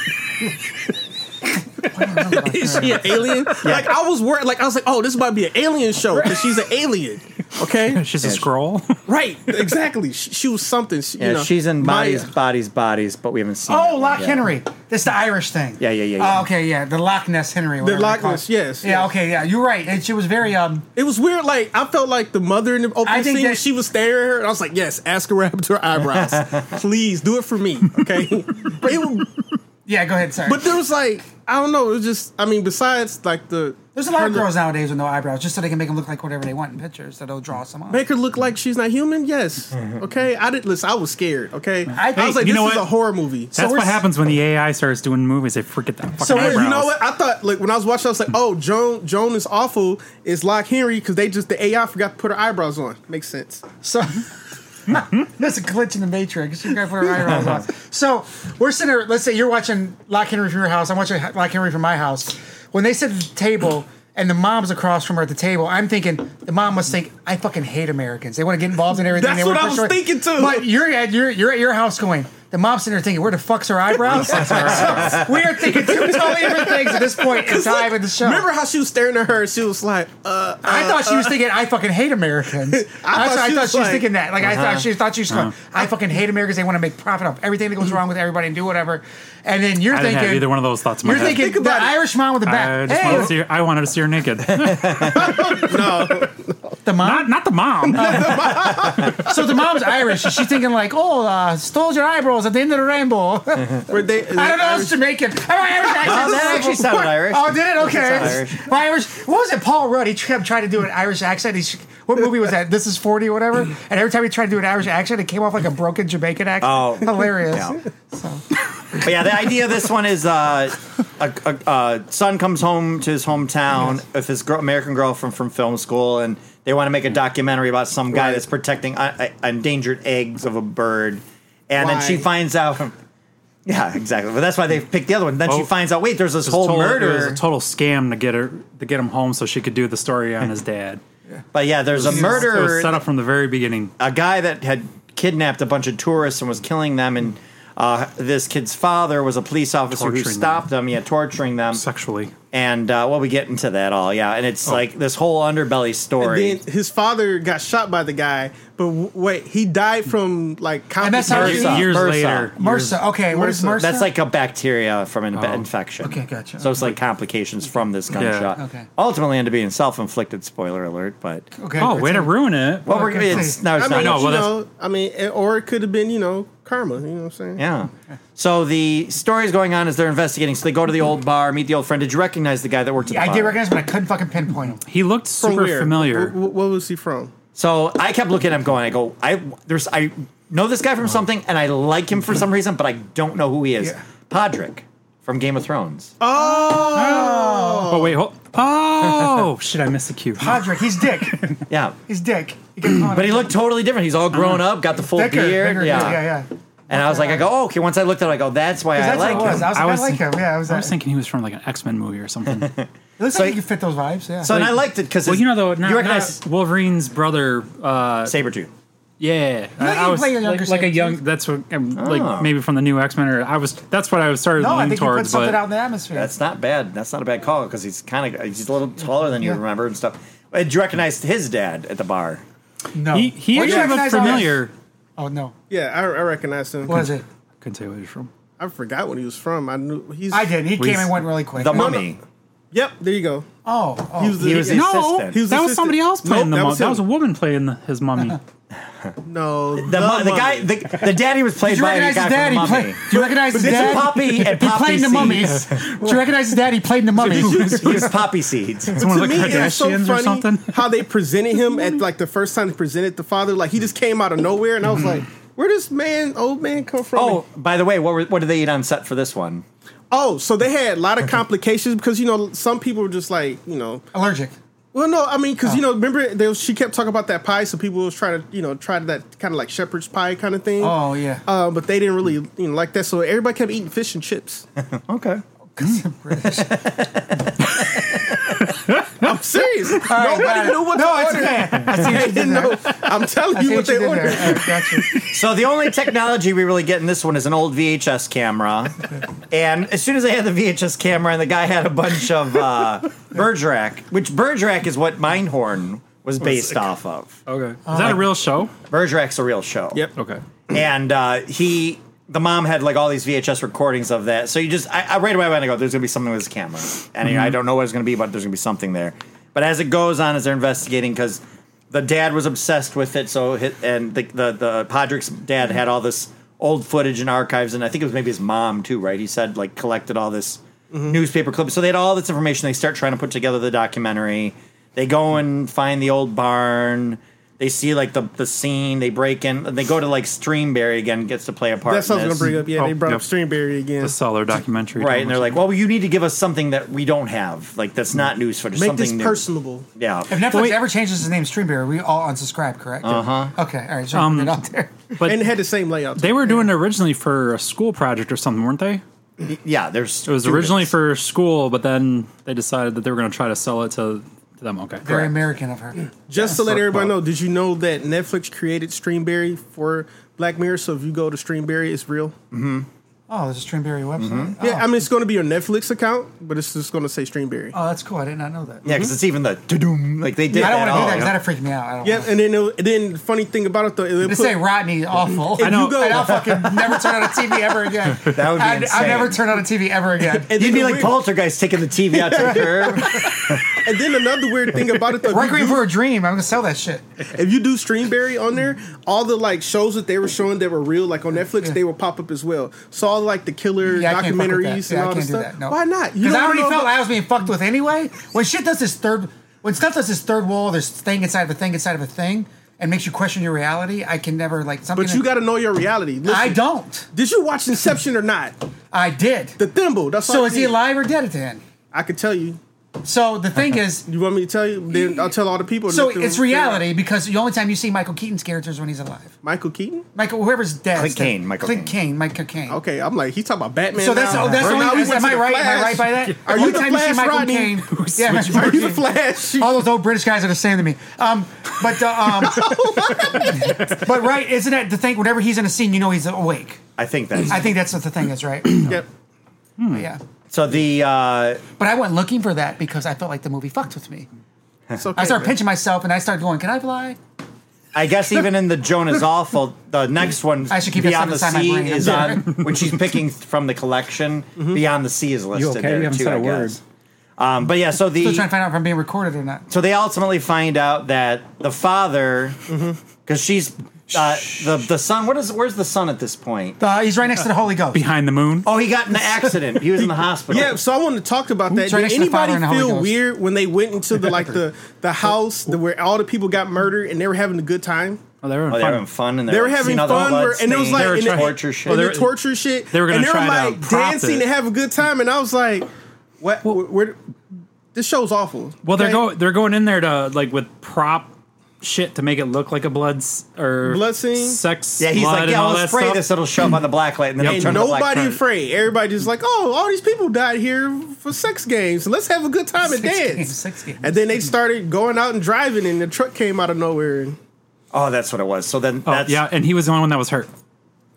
Speaker 6: Is she an alien? Like I was worried. Like I was like, oh, this might be an alien show because she's an alien. Okay.
Speaker 4: she's a scroll.
Speaker 6: right. Exactly. She, she was something. She,
Speaker 3: Yeah,
Speaker 6: you know,
Speaker 3: she's in
Speaker 6: Maya.
Speaker 3: bodies, bodies, bodies, but we haven't seen. that
Speaker 5: Oh,
Speaker 3: one
Speaker 5: Loch
Speaker 3: yet.
Speaker 5: Henry. That's the Irish thing.
Speaker 3: Yeah, yeah, yeah, yeah.
Speaker 5: Oh, okay, yeah. The Loch Ness Henry. whatever they
Speaker 6: Loch
Speaker 5: call it.
Speaker 6: Ness, yes,
Speaker 5: Yeah,
Speaker 6: yes.
Speaker 5: okay, yeah. You're right. And she was very um
Speaker 6: It was weird. Like I felt like the mother in the
Speaker 5: I
Speaker 6: opening
Speaker 5: think
Speaker 6: scene.
Speaker 5: that-
Speaker 6: she was staring at her, and I was like, "Yes, ask her what happened to her eyebrows. Please do it for me, okay?" but it, was-
Speaker 5: yeah, go ahead, sorry.
Speaker 6: but there was like I don't know. It was just I mean, besides like the
Speaker 5: There's a lot of
Speaker 6: her-
Speaker 5: girls nowadays with no eyebrows, just so they can make them look like whatever they want in pictures, so they'll draw some on.
Speaker 6: Make her look like she's not human. Yes, okay. I didn't listen. I was scared. Okay, I,
Speaker 5: Hey,
Speaker 6: was like,
Speaker 4: you
Speaker 6: "This
Speaker 4: know
Speaker 6: is
Speaker 4: what?
Speaker 6: a horror movie."
Speaker 4: That's
Speaker 5: we're
Speaker 4: what
Speaker 5: s-
Speaker 4: happens when the AI starts doing movies. They forget that fucking
Speaker 6: So
Speaker 4: eyebrows.
Speaker 6: you know what? I thought like when I was watching, I was like, "Oh, Joan, Joan is awful." Is Lock Henry because they just the AI forgot to put her eyebrows on. Makes sense.
Speaker 5: So that's a glitch in the matrix. You gotta put our eyebrows on. So we're sitting there. Let's say you're watching Lock Henry from your house. I'm watching Lock Henry from my house. When they sit at the table and the mom's across from her at the table, I'm thinking the mom must think I fucking hate Americans. They want to get involved in everything.
Speaker 6: That's
Speaker 5: They wanna
Speaker 6: what I
Speaker 5: push
Speaker 6: was
Speaker 5: away."
Speaker 6: thinking too.
Speaker 5: But you're at your you're at your house going. The The mom's sitting there thinking, where the fuck's her eyebrows? So we are thinking two totally different things at this point in time in the show.
Speaker 6: Remember how she was staring at her? and She was like, uh,
Speaker 5: I thought she was thinking, I fucking hate Americans. I
Speaker 6: thought
Speaker 5: thought, I
Speaker 6: she
Speaker 5: thought
Speaker 6: was
Speaker 5: she was
Speaker 6: like- uh-huh.
Speaker 5: thinking that. Like, I thought she thought she was going, I fucking hate Americans. They want to make profit off everything that goes wrong with everybody and do whatever. And then you're
Speaker 4: I didn't
Speaker 5: thinking,
Speaker 4: have either one of those thoughts. In my
Speaker 5: you're
Speaker 4: head.
Speaker 5: thinking
Speaker 6: Think
Speaker 5: the
Speaker 6: about it.
Speaker 5: Irish mom with the
Speaker 4: I
Speaker 5: back.
Speaker 4: just wanted to see
Speaker 5: Hey,
Speaker 4: her. I wanted to see her naked.
Speaker 6: no.
Speaker 5: the mom.
Speaker 4: not, not the mom.
Speaker 5: So the mom's Irish. Is she thinking like, oh, uh, stole your eyebrows at the end of the rainbow?
Speaker 6: Were they?
Speaker 5: I don't know. It's Jamaican. Am I Irish?
Speaker 3: Oh, that actually sounded Irish.
Speaker 5: Oh, did it? Okay.
Speaker 3: sounded Irish.
Speaker 5: My Irish. What was it? Paul Rudd. He kept trying to do an Irish accent. He's, what movie was that? This is 40 or whatever. And every time he tried to do an Irish accent, it came off like a broken Jamaican accent.
Speaker 3: Oh.
Speaker 5: Hilarious.
Speaker 3: Yeah. But yeah, the idea of this one is uh, a, a, a son comes home to his hometown with his girl, American girlfriend from film school, and they want to make a documentary about some guy
Speaker 6: Right.
Speaker 3: that's protecting uh, uh, endangered eggs of a bird. And then she
Speaker 6: Why?
Speaker 3: finds out. Yeah, exactly. But that's why they picked the other one. Then she
Speaker 4: Oh.
Speaker 3: finds out. Wait, there's this
Speaker 4: It was
Speaker 3: whole
Speaker 4: total- It was
Speaker 3: murder.
Speaker 4: a total scam to get her to get him home so she could do the story on his dad.
Speaker 3: but yeah, there's a
Speaker 4: It was
Speaker 3: murder.
Speaker 4: set up from the very beginning.
Speaker 3: a guy that had kidnapped a bunch of tourists and was killing them and uh, this kid's father was a police officer who
Speaker 4: Torturing
Speaker 3: stopped them. yeah torturing them
Speaker 4: Sexually,
Speaker 3: and uh, well we get into that all yeah and
Speaker 5: Oh.
Speaker 3: it's like this whole underbelly story
Speaker 6: Then his father got shot by the guy, but w- wait, he died from like
Speaker 5: And that's how
Speaker 6: complications.
Speaker 5: Bursa.
Speaker 4: years
Speaker 3: Bursa.
Speaker 4: later, years-
Speaker 5: MRSA. Okay. What is
Speaker 6: MRSA.
Speaker 5: MRSA?
Speaker 3: that's like a bacteria from an infection
Speaker 5: Oh. Okay, gotcha.
Speaker 3: so it's like complications from this gunshot
Speaker 5: Okay.
Speaker 3: ultimately ended up being self-inflicted spoiler alert but
Speaker 5: Okay.
Speaker 4: Oh, way to ruin it!
Speaker 3: well we're
Speaker 5: Okay.
Speaker 3: it's no it's
Speaker 6: I mean,
Speaker 3: not
Speaker 4: no,
Speaker 6: you
Speaker 4: well, that's-
Speaker 6: know, I mean, eh, or it could have been, you know, karma. You know what I'm saying?
Speaker 3: Yeah. So the story's going on as they're investigating. So they go to the old bar, meet the old friend. Did you recognize the guy that worked at the
Speaker 5: I
Speaker 3: bar?
Speaker 5: did recognize, him, but I couldn't fucking pinpoint him.
Speaker 4: He looked
Speaker 6: From
Speaker 4: super
Speaker 6: where?
Speaker 4: familiar.
Speaker 6: Wh- wh- what was he from?
Speaker 3: So I kept looking at him going, I go, I there's I know this guy from something and I like him for some reason, but I don't know who he is.
Speaker 5: Oh. Yeah.
Speaker 3: Podrick from Game of Thrones.
Speaker 6: Oh,
Speaker 4: Oh wait, hold. Oh shit! I missed the cue.
Speaker 5: Podrick, he's dick.
Speaker 3: Yeah.
Speaker 5: He's dick. You can call him
Speaker 3: But he looked totally different. He's all grown up, got the full
Speaker 5: thicker,
Speaker 3: beard.
Speaker 5: bigger,
Speaker 3: yeah.
Speaker 5: Uh-huh. yeah, yeah.
Speaker 3: And I was like, I go, oh, okay. Once I looked at it, I go, that's why I
Speaker 5: That's
Speaker 3: like
Speaker 5: what it was.
Speaker 3: him.
Speaker 5: I was like, I, like
Speaker 4: think-
Speaker 5: him. Yeah, I was,
Speaker 4: I was thinking he was from like an X Men movie or something.
Speaker 5: It looks
Speaker 3: So
Speaker 5: like
Speaker 3: he-
Speaker 5: you could fit those vibes. Yeah.
Speaker 3: so and I liked it because
Speaker 4: well, you know though, not,
Speaker 3: you recognize
Speaker 4: not Wolverine's brother. Uh,
Speaker 3: Sabretooth.
Speaker 4: yeah, I,
Speaker 5: you
Speaker 4: I was
Speaker 5: play a younger
Speaker 4: like, like a
Speaker 5: Sabretooth.
Speaker 4: young. That's what um,
Speaker 3: Oh.
Speaker 4: like maybe from the new X Men or I was. That's what I was started
Speaker 5: no, I
Speaker 4: leaning
Speaker 5: think you put
Speaker 4: towards.
Speaker 5: something
Speaker 4: But
Speaker 5: out in the atmosphere.
Speaker 3: That's not bad. That's not a bad call because he's kind of he's a little taller than you
Speaker 5: Yeah.
Speaker 3: remember and stuff. And you recognized his dad at the bar.
Speaker 5: no.
Speaker 4: he he
Speaker 5: Well, you
Speaker 4: actually looked
Speaker 5: recognize all that.
Speaker 4: familiar.
Speaker 5: Oh no.
Speaker 6: yeah, I, I recognize him.
Speaker 5: What is it?
Speaker 4: Couldn't tell you where he's from.
Speaker 6: I forgot what he was from. I knew he's.
Speaker 5: I e- did. He
Speaker 4: We-
Speaker 5: came and went really quick.
Speaker 3: The
Speaker 5: No, no.
Speaker 3: mummy.
Speaker 6: Yep, there you go.
Speaker 5: Oh, oh.
Speaker 6: He was the,
Speaker 3: He was the
Speaker 4: No,
Speaker 3: assistant.
Speaker 6: He was
Speaker 4: that
Speaker 6: the
Speaker 4: was somebody
Speaker 6: assistant.
Speaker 4: else
Speaker 6: Nope,
Speaker 4: playing the
Speaker 6: that
Speaker 4: mummy.
Speaker 6: was
Speaker 4: That was a
Speaker 6: him.
Speaker 4: woman playing the, his mummy.
Speaker 6: no,
Speaker 3: The, mu- the
Speaker 6: mummy.
Speaker 3: guy, the, the daddy was played
Speaker 5: Did you
Speaker 3: by the
Speaker 5: recognize
Speaker 3: guy from
Speaker 5: his dad?
Speaker 3: the
Speaker 5: He
Speaker 3: mummy.
Speaker 5: played. Do you recognize his
Speaker 3: But this is
Speaker 5: dad?
Speaker 3: Poppy and
Speaker 5: He
Speaker 3: Poppy
Speaker 5: played in the
Speaker 3: seeds.
Speaker 5: mummies. Do you recognize his dad? He played in the mummies.
Speaker 3: He was poppy seeds.
Speaker 4: It's one
Speaker 6: to
Speaker 4: of the
Speaker 6: me, it's so
Speaker 4: Kardashians or
Speaker 6: funny
Speaker 4: something.
Speaker 6: how they presented him at like the first time they presented the father. Like he just came out of nowhere, and I was like, "Where does man, old man, come from?"
Speaker 3: Oh, by the way, what were, what did they eat on set for this one?
Speaker 6: Oh, so they had a lot of complications because you know some people were just like you know.
Speaker 5: Allergic.
Speaker 6: Well, no, I mean because
Speaker 5: Oh.
Speaker 6: you know remember they, she kept talking about that pie, so people was trying to you know try that kind of like shepherd's pie kind of thing.
Speaker 5: Oh, yeah.
Speaker 6: uh, but they didn't really you know like that, so everybody kept eating fish and chips.
Speaker 3: Okay.
Speaker 6: I'm serious. Nobody knew what
Speaker 5: No,
Speaker 6: to
Speaker 5: it's
Speaker 6: order.
Speaker 5: okay. I see
Speaker 6: They
Speaker 5: what you did
Speaker 6: didn't
Speaker 5: there.
Speaker 6: know. I'm telling
Speaker 5: I
Speaker 6: you
Speaker 5: see
Speaker 6: what
Speaker 5: what you
Speaker 6: they
Speaker 5: did
Speaker 6: ordered.
Speaker 5: there. I got you.
Speaker 3: So the only technology we really get in this one is an old VHS camera. And as soon as they had the VHS camera and the guy had a bunch of uh, Bergerac, which Bergerac is what Mindhorn was based off of.
Speaker 4: Okay, is that a real show?
Speaker 3: Bergerac's a real show.
Speaker 6: Yep.
Speaker 4: Okay.
Speaker 3: and uh, he the mom had like all these VHS recordings of that. So you just I, I right away went to go. There's gonna be something with this camera, and I don't know what it's gonna be, but there's gonna be something there. But as it goes on, as they're investigating, because the dad was obsessed with it, so hit, and the, the the Podrick's dad had all this old footage and archives, and I think it was maybe his mom too, right? He said like collected all this newspaper clips. So they had all this information. They start trying to put together the documentary. They go and find the old barn. They see like the, the scene. They break in. They go to like Streamberry again. Gets to play a part.
Speaker 6: That's what I
Speaker 3: in
Speaker 6: was gonna
Speaker 3: this.
Speaker 6: bring up. Yeah,
Speaker 4: Oh,
Speaker 6: they brought
Speaker 4: yep.
Speaker 6: up Streamberry again.
Speaker 4: The Solar documentary,
Speaker 3: Right, and they're like, "Well, you need to give us something that we don't have. Like that's not news footage.
Speaker 6: Make
Speaker 3: something
Speaker 6: this
Speaker 3: new."
Speaker 6: personable.
Speaker 3: Yeah,
Speaker 5: If Netflix ever changes his name Streambear, we all unsubscribe, correct? Uh huh. Okay, all right. So um,
Speaker 4: Um,
Speaker 5: it out there.
Speaker 4: but
Speaker 6: And it had the same layout.
Speaker 4: they were doing it originally for a school project or something, weren't they?
Speaker 3: yeah. There's
Speaker 4: It was originally for school, but then they decided that they were going to try to sell it to, to them. Okay,
Speaker 5: Very American of her.
Speaker 6: Just to let
Speaker 4: so-
Speaker 6: everybody
Speaker 4: well-
Speaker 6: know, did you know that Netflix created Streamberry for Black Mirror. So if you go to Streamberry, it's real.
Speaker 5: Oh, there's a Trimberry website. Oh.
Speaker 6: Mm-hmm. Yeah, I mean it's going to be your Netflix account, but it's just going to say Streamberry.
Speaker 5: oh, that's cool. I did not know that.
Speaker 3: Yeah, because it's even the doom. Like they did.
Speaker 5: I don't want to do that
Speaker 3: all,
Speaker 5: because
Speaker 3: you know?
Speaker 5: that'll freak me out. I don't
Speaker 6: yeah,
Speaker 5: wanna-
Speaker 6: and then it'll, and then the funny thing about it though, it'll
Speaker 5: They
Speaker 6: put,
Speaker 5: say Rodney awful.
Speaker 6: I know. you go-
Speaker 5: And I'll fucking never turn on a TV ever again.
Speaker 3: That would be
Speaker 5: I'd, I'd
Speaker 3: insane.
Speaker 5: never turn on a TV ever again.
Speaker 6: and
Speaker 3: You'd
Speaker 6: then
Speaker 3: be
Speaker 6: the
Speaker 3: like
Speaker 6: weird-
Speaker 3: Poltergeist taking the TV out to the curb.
Speaker 6: And then another weird thing about it though, if you,
Speaker 5: Requiem
Speaker 6: do,
Speaker 5: for a Dream. I'm gonna sell that shit.
Speaker 6: if you do Streamberry on there, all the like shows that they were showing that were real, like on Netflix, they will pop up as well. So all like the killer
Speaker 5: Yeah, I can't fuck with that.
Speaker 6: documentaries
Speaker 5: Yeah,
Speaker 6: and
Speaker 5: I
Speaker 6: all
Speaker 5: can't
Speaker 6: that
Speaker 5: do
Speaker 6: stuff.
Speaker 5: that. No.
Speaker 6: Why not?
Speaker 5: Because I
Speaker 6: don't
Speaker 5: already
Speaker 6: know
Speaker 5: felt
Speaker 6: about-
Speaker 5: I was being fucked with anyway. When shit does this third, when stuff does this third wall, there's thing inside of a thing inside of a thing, and makes you question your reality. I can never like something.
Speaker 6: But you got to know your reality. Listen,
Speaker 5: I don't.
Speaker 6: Did you watch Inception or not?
Speaker 5: I did.
Speaker 6: The thimble. That's all
Speaker 5: So
Speaker 6: I
Speaker 5: is he
Speaker 6: need.
Speaker 5: alive or dead at the end?
Speaker 6: I could tell you.
Speaker 5: So the thing is,
Speaker 6: You want me to tell you? Then I'll tell all the people.
Speaker 5: so
Speaker 6: Let them
Speaker 5: it's
Speaker 6: figure out.
Speaker 5: reality because the only time you see Michael Keaton's character is when he's alive.
Speaker 6: Michael Keaton.
Speaker 5: Michael, whoever's dead.
Speaker 3: Clint
Speaker 5: is dead.
Speaker 3: Kane, Michael
Speaker 5: Clint
Speaker 3: Kane.
Speaker 5: Kane. Michael Kane.
Speaker 6: Okay, I'm like he's talking about Batman.
Speaker 5: So that's
Speaker 6: now.
Speaker 5: oh, that's
Speaker 6: Right
Speaker 5: the
Speaker 6: now
Speaker 5: only.
Speaker 6: we
Speaker 5: is-
Speaker 6: went
Speaker 5: am
Speaker 6: to
Speaker 5: I
Speaker 6: the
Speaker 5: right? Am I right
Speaker 6: Flash.
Speaker 5: by that?
Speaker 6: Are
Speaker 5: Only
Speaker 6: you the
Speaker 5: time see
Speaker 6: Flash,
Speaker 5: Michael
Speaker 6: Rodney?
Speaker 5: Caine- Yeah,
Speaker 4: Which-
Speaker 5: Michael
Speaker 6: Are you the
Speaker 5: Caine.
Speaker 6: Flash?
Speaker 5: All those old British guys are the same to me. Um, but uh,
Speaker 6: Oh
Speaker 5: um, but right, isn't that the thing? Whenever he's in a scene, you know he's awake.
Speaker 3: I think that's
Speaker 5: I think that's what the thing is, right?
Speaker 6: Yep.
Speaker 5: Yeah.
Speaker 3: so. The uh,
Speaker 5: But I went looking for that because I felt like the movie fucked with me.
Speaker 6: It's okay,
Speaker 5: I started
Speaker 6: man.
Speaker 5: pinching myself and I started going, "Can I fly?"
Speaker 3: I guess even in the Joan is awful, the next one
Speaker 5: I should keep that
Speaker 3: Beyond the
Speaker 5: stuff inside my
Speaker 3: Sea
Speaker 5: brain.
Speaker 3: is
Speaker 5: Yeah.
Speaker 3: on when she's picking from the collection. Beyond the Sea is listed
Speaker 8: okay?
Speaker 3: there
Speaker 8: You haven't
Speaker 3: too.
Speaker 8: said
Speaker 3: I
Speaker 8: a word.
Speaker 3: guess. Um, but yeah, so the
Speaker 5: Still trying to find out if I'm being recorded or not.
Speaker 3: so they ultimately find out that the father, because she's uh, the the son. What is where's the son at this point?
Speaker 5: Uh, he's right next to the Holy Ghost.
Speaker 4: behind the moon.
Speaker 3: Oh, he got in the accident. He was in the hospital.
Speaker 6: Yeah, so I want to talk about that.
Speaker 5: Tradition
Speaker 6: Did
Speaker 5: of Father
Speaker 6: anybody
Speaker 5: and the Holy
Speaker 6: feel
Speaker 5: Ghost.
Speaker 6: weird when they went into the like the the house the, where all the people got murdered and they were having a good time?
Speaker 4: Oh, they were,
Speaker 3: Oh, they were having
Speaker 4: fun.
Speaker 3: fun and
Speaker 6: They were having
Speaker 3: seeing all the
Speaker 6: fun,
Speaker 3: blood
Speaker 6: were- and it was
Speaker 3: stains.
Speaker 6: like
Speaker 4: They were
Speaker 6: and
Speaker 4: trying-
Speaker 3: torture shit.
Speaker 6: and
Speaker 4: they
Speaker 6: the
Speaker 4: were-
Speaker 6: torture shit.
Speaker 4: they were gonna
Speaker 6: and they were
Speaker 4: try to
Speaker 6: like
Speaker 4: prop
Speaker 6: dancing
Speaker 4: it.
Speaker 6: and have a good time, and I was like, "What? Where, where- this show's awful."
Speaker 4: Well, they're
Speaker 6: okay?
Speaker 4: going. They're going in there to like with prop shit to make it look like a blood s- or
Speaker 6: Blood scene?
Speaker 4: sex.
Speaker 3: yeah, he's
Speaker 4: blood
Speaker 3: like,
Speaker 4: and
Speaker 3: yeah,
Speaker 4: all
Speaker 3: let's
Speaker 4: that
Speaker 3: spray
Speaker 4: stuff.
Speaker 3: this. It'll show up on the black light, and then
Speaker 4: Yep.
Speaker 3: it'll turn
Speaker 6: And
Speaker 3: to black
Speaker 6: nobody
Speaker 3: curtain.
Speaker 6: afraid. Everybody's like, "Oh, all these people died here for sex games. Let's have a good time and
Speaker 5: Sex
Speaker 6: dance."
Speaker 5: games, sex games.
Speaker 6: And then they started going out and driving, and the truck came out of nowhere. And
Speaker 3: Oh, that's what it was. So then,
Speaker 4: Oh,
Speaker 3: that's,
Speaker 4: yeah, and he was the only one that was hurt.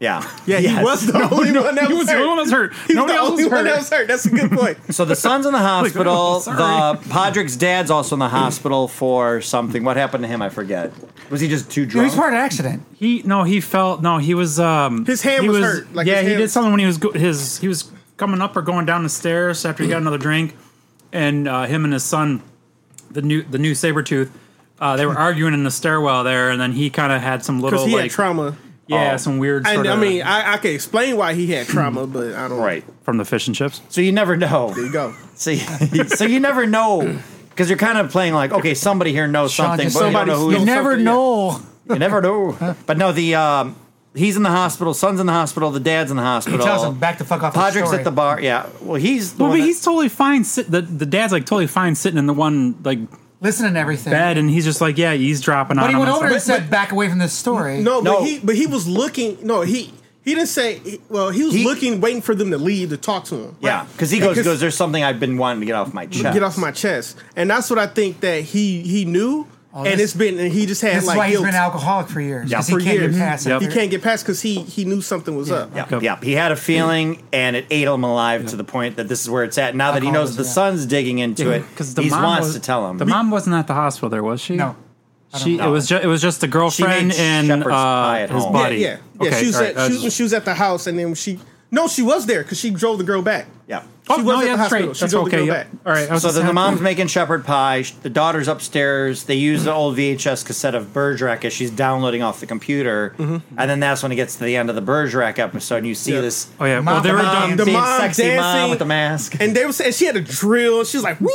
Speaker 3: yeah,
Speaker 6: yeah, he was the only one that
Speaker 4: He
Speaker 6: was
Speaker 4: was the only one that
Speaker 6: hurt.
Speaker 4: was hurt.
Speaker 6: He was
Speaker 4: Nobody
Speaker 6: the
Speaker 4: else
Speaker 6: only
Speaker 4: was
Speaker 6: one
Speaker 4: hurt.
Speaker 6: that was hurt. That's a good point.
Speaker 3: So the son's in the hospital.
Speaker 4: sorry.
Speaker 3: the Podrick's dad's also in the hospital for something. What happened to him? I forget. Was he just too
Speaker 5: He
Speaker 3: drunk?
Speaker 5: was part of an accident.
Speaker 4: He no, he felt no. He was um.
Speaker 6: His hand
Speaker 4: he
Speaker 6: was hurt, like
Speaker 4: yeah,
Speaker 6: his
Speaker 4: he
Speaker 6: hand-
Speaker 4: did something when he was go- his he was coming up or going down the stairs after he got another drink, and uh, him and his son, the new the new saber tooth, uh, they were arguing in the stairwell there, and then he kind of had some
Speaker 6: Because
Speaker 4: little
Speaker 6: he
Speaker 4: like
Speaker 6: had trauma.
Speaker 3: Oh.
Speaker 4: yeah, some weird.
Speaker 6: And
Speaker 4: Sort
Speaker 6: I
Speaker 4: of,
Speaker 6: mean, I, I can explain why he had trauma, but I don't.
Speaker 3: right.
Speaker 4: from the fish and chips.
Speaker 3: So you never know.
Speaker 6: There you go.
Speaker 3: So you, so you never know because you're kind of playing like, okay, somebody here knows
Speaker 5: Sean,
Speaker 3: something,
Speaker 5: just
Speaker 3: but you don't
Speaker 6: somebody
Speaker 3: know who.
Speaker 6: knows
Speaker 5: You
Speaker 3: it is.
Speaker 5: never
Speaker 6: something, yeah.
Speaker 5: know.
Speaker 3: You never know. But no, the um, he's in the hospital. Son's in the hospital. The dad's in the hospital.
Speaker 5: Tells him back the fuck off.
Speaker 3: Podrick's
Speaker 5: story.
Speaker 3: at the bar. Yeah. Well, he's the
Speaker 4: Well,
Speaker 3: one
Speaker 4: but
Speaker 3: that-
Speaker 4: he's totally fine. Sit, the the dad's like totally fine sitting in the one like
Speaker 5: listening to everything.
Speaker 4: bed, and he's just like yeah, eavesdropping on.
Speaker 5: But he
Speaker 4: him
Speaker 5: went
Speaker 4: and
Speaker 5: over
Speaker 4: stuff.
Speaker 5: and said, "Back away from this story."
Speaker 6: No,
Speaker 3: No.
Speaker 6: but he but he was looking. No, he he didn't say. he- Well, he was
Speaker 3: He-
Speaker 6: looking, waiting for them to leave to talk to him.
Speaker 3: yeah, because he goes, goes. There's something I've been wanting to get off my chest.
Speaker 6: Get off my chest, and that's what I think that he he knew, and
Speaker 5: Oh, this-
Speaker 6: it's been and he just had
Speaker 5: This
Speaker 6: like
Speaker 5: is why he's
Speaker 6: guilt.
Speaker 5: been an alcoholic for years.
Speaker 3: Yeah,
Speaker 5: 'cause
Speaker 6: for
Speaker 5: he can't
Speaker 6: years.
Speaker 5: get past
Speaker 4: Yep.
Speaker 5: it.
Speaker 6: he can't get past because he he knew something was up.
Speaker 3: Yep,
Speaker 4: Okay.
Speaker 3: yep. He had a feeling, and it ate him alive to the point that this is where it's at. Now that he knows the
Speaker 5: Alcoholism, yeah.
Speaker 3: son's digging into it,
Speaker 4: because the
Speaker 3: he
Speaker 4: mom
Speaker 3: wants
Speaker 4: was-
Speaker 3: to tell him.
Speaker 4: the mom wasn't at the hospital there, was she?
Speaker 5: No.
Speaker 4: She it was just it was just the girlfriend
Speaker 3: made
Speaker 4: and
Speaker 3: shepherd's pie
Speaker 4: uh,
Speaker 3: at
Speaker 4: his
Speaker 3: home.
Speaker 4: buddy.
Speaker 6: Yeah, yeah.
Speaker 4: Okay,
Speaker 6: she was
Speaker 4: all right,
Speaker 6: at
Speaker 4: I
Speaker 6: she,
Speaker 4: was-
Speaker 6: was, she was at the house, and then she no, she was there because she drove the girl back.
Speaker 3: yeah.
Speaker 4: Oh,
Speaker 6: She was
Speaker 4: no,
Speaker 6: at
Speaker 4: yeah,
Speaker 6: the
Speaker 4: that's
Speaker 6: hospital.
Speaker 4: right.
Speaker 6: She
Speaker 4: That's
Speaker 6: drove the
Speaker 4: okay.
Speaker 6: girl
Speaker 4: yep.
Speaker 6: back.
Speaker 4: All right. I was
Speaker 3: So
Speaker 4: just
Speaker 3: then the
Speaker 4: saying-
Speaker 3: mom's making shepherd pie. sh- The daughter's upstairs. They use
Speaker 4: Mm-hmm.
Speaker 3: the old VHS cassette of Bergerac as she's downloading off the computer, and then that's when it gets to the end of the Bergerac episode, and you see
Speaker 6: Yeah.
Speaker 3: this
Speaker 4: Oh Mm-hmm. yeah. Well,
Speaker 5: Mom,
Speaker 4: they
Speaker 5: the
Speaker 4: were
Speaker 5: mom-
Speaker 4: done.
Speaker 6: the
Speaker 3: being
Speaker 6: mom
Speaker 3: sexy mom
Speaker 6: dancing.
Speaker 3: with the mask.
Speaker 6: And they were saying she had a drill. She was like, "Woo!"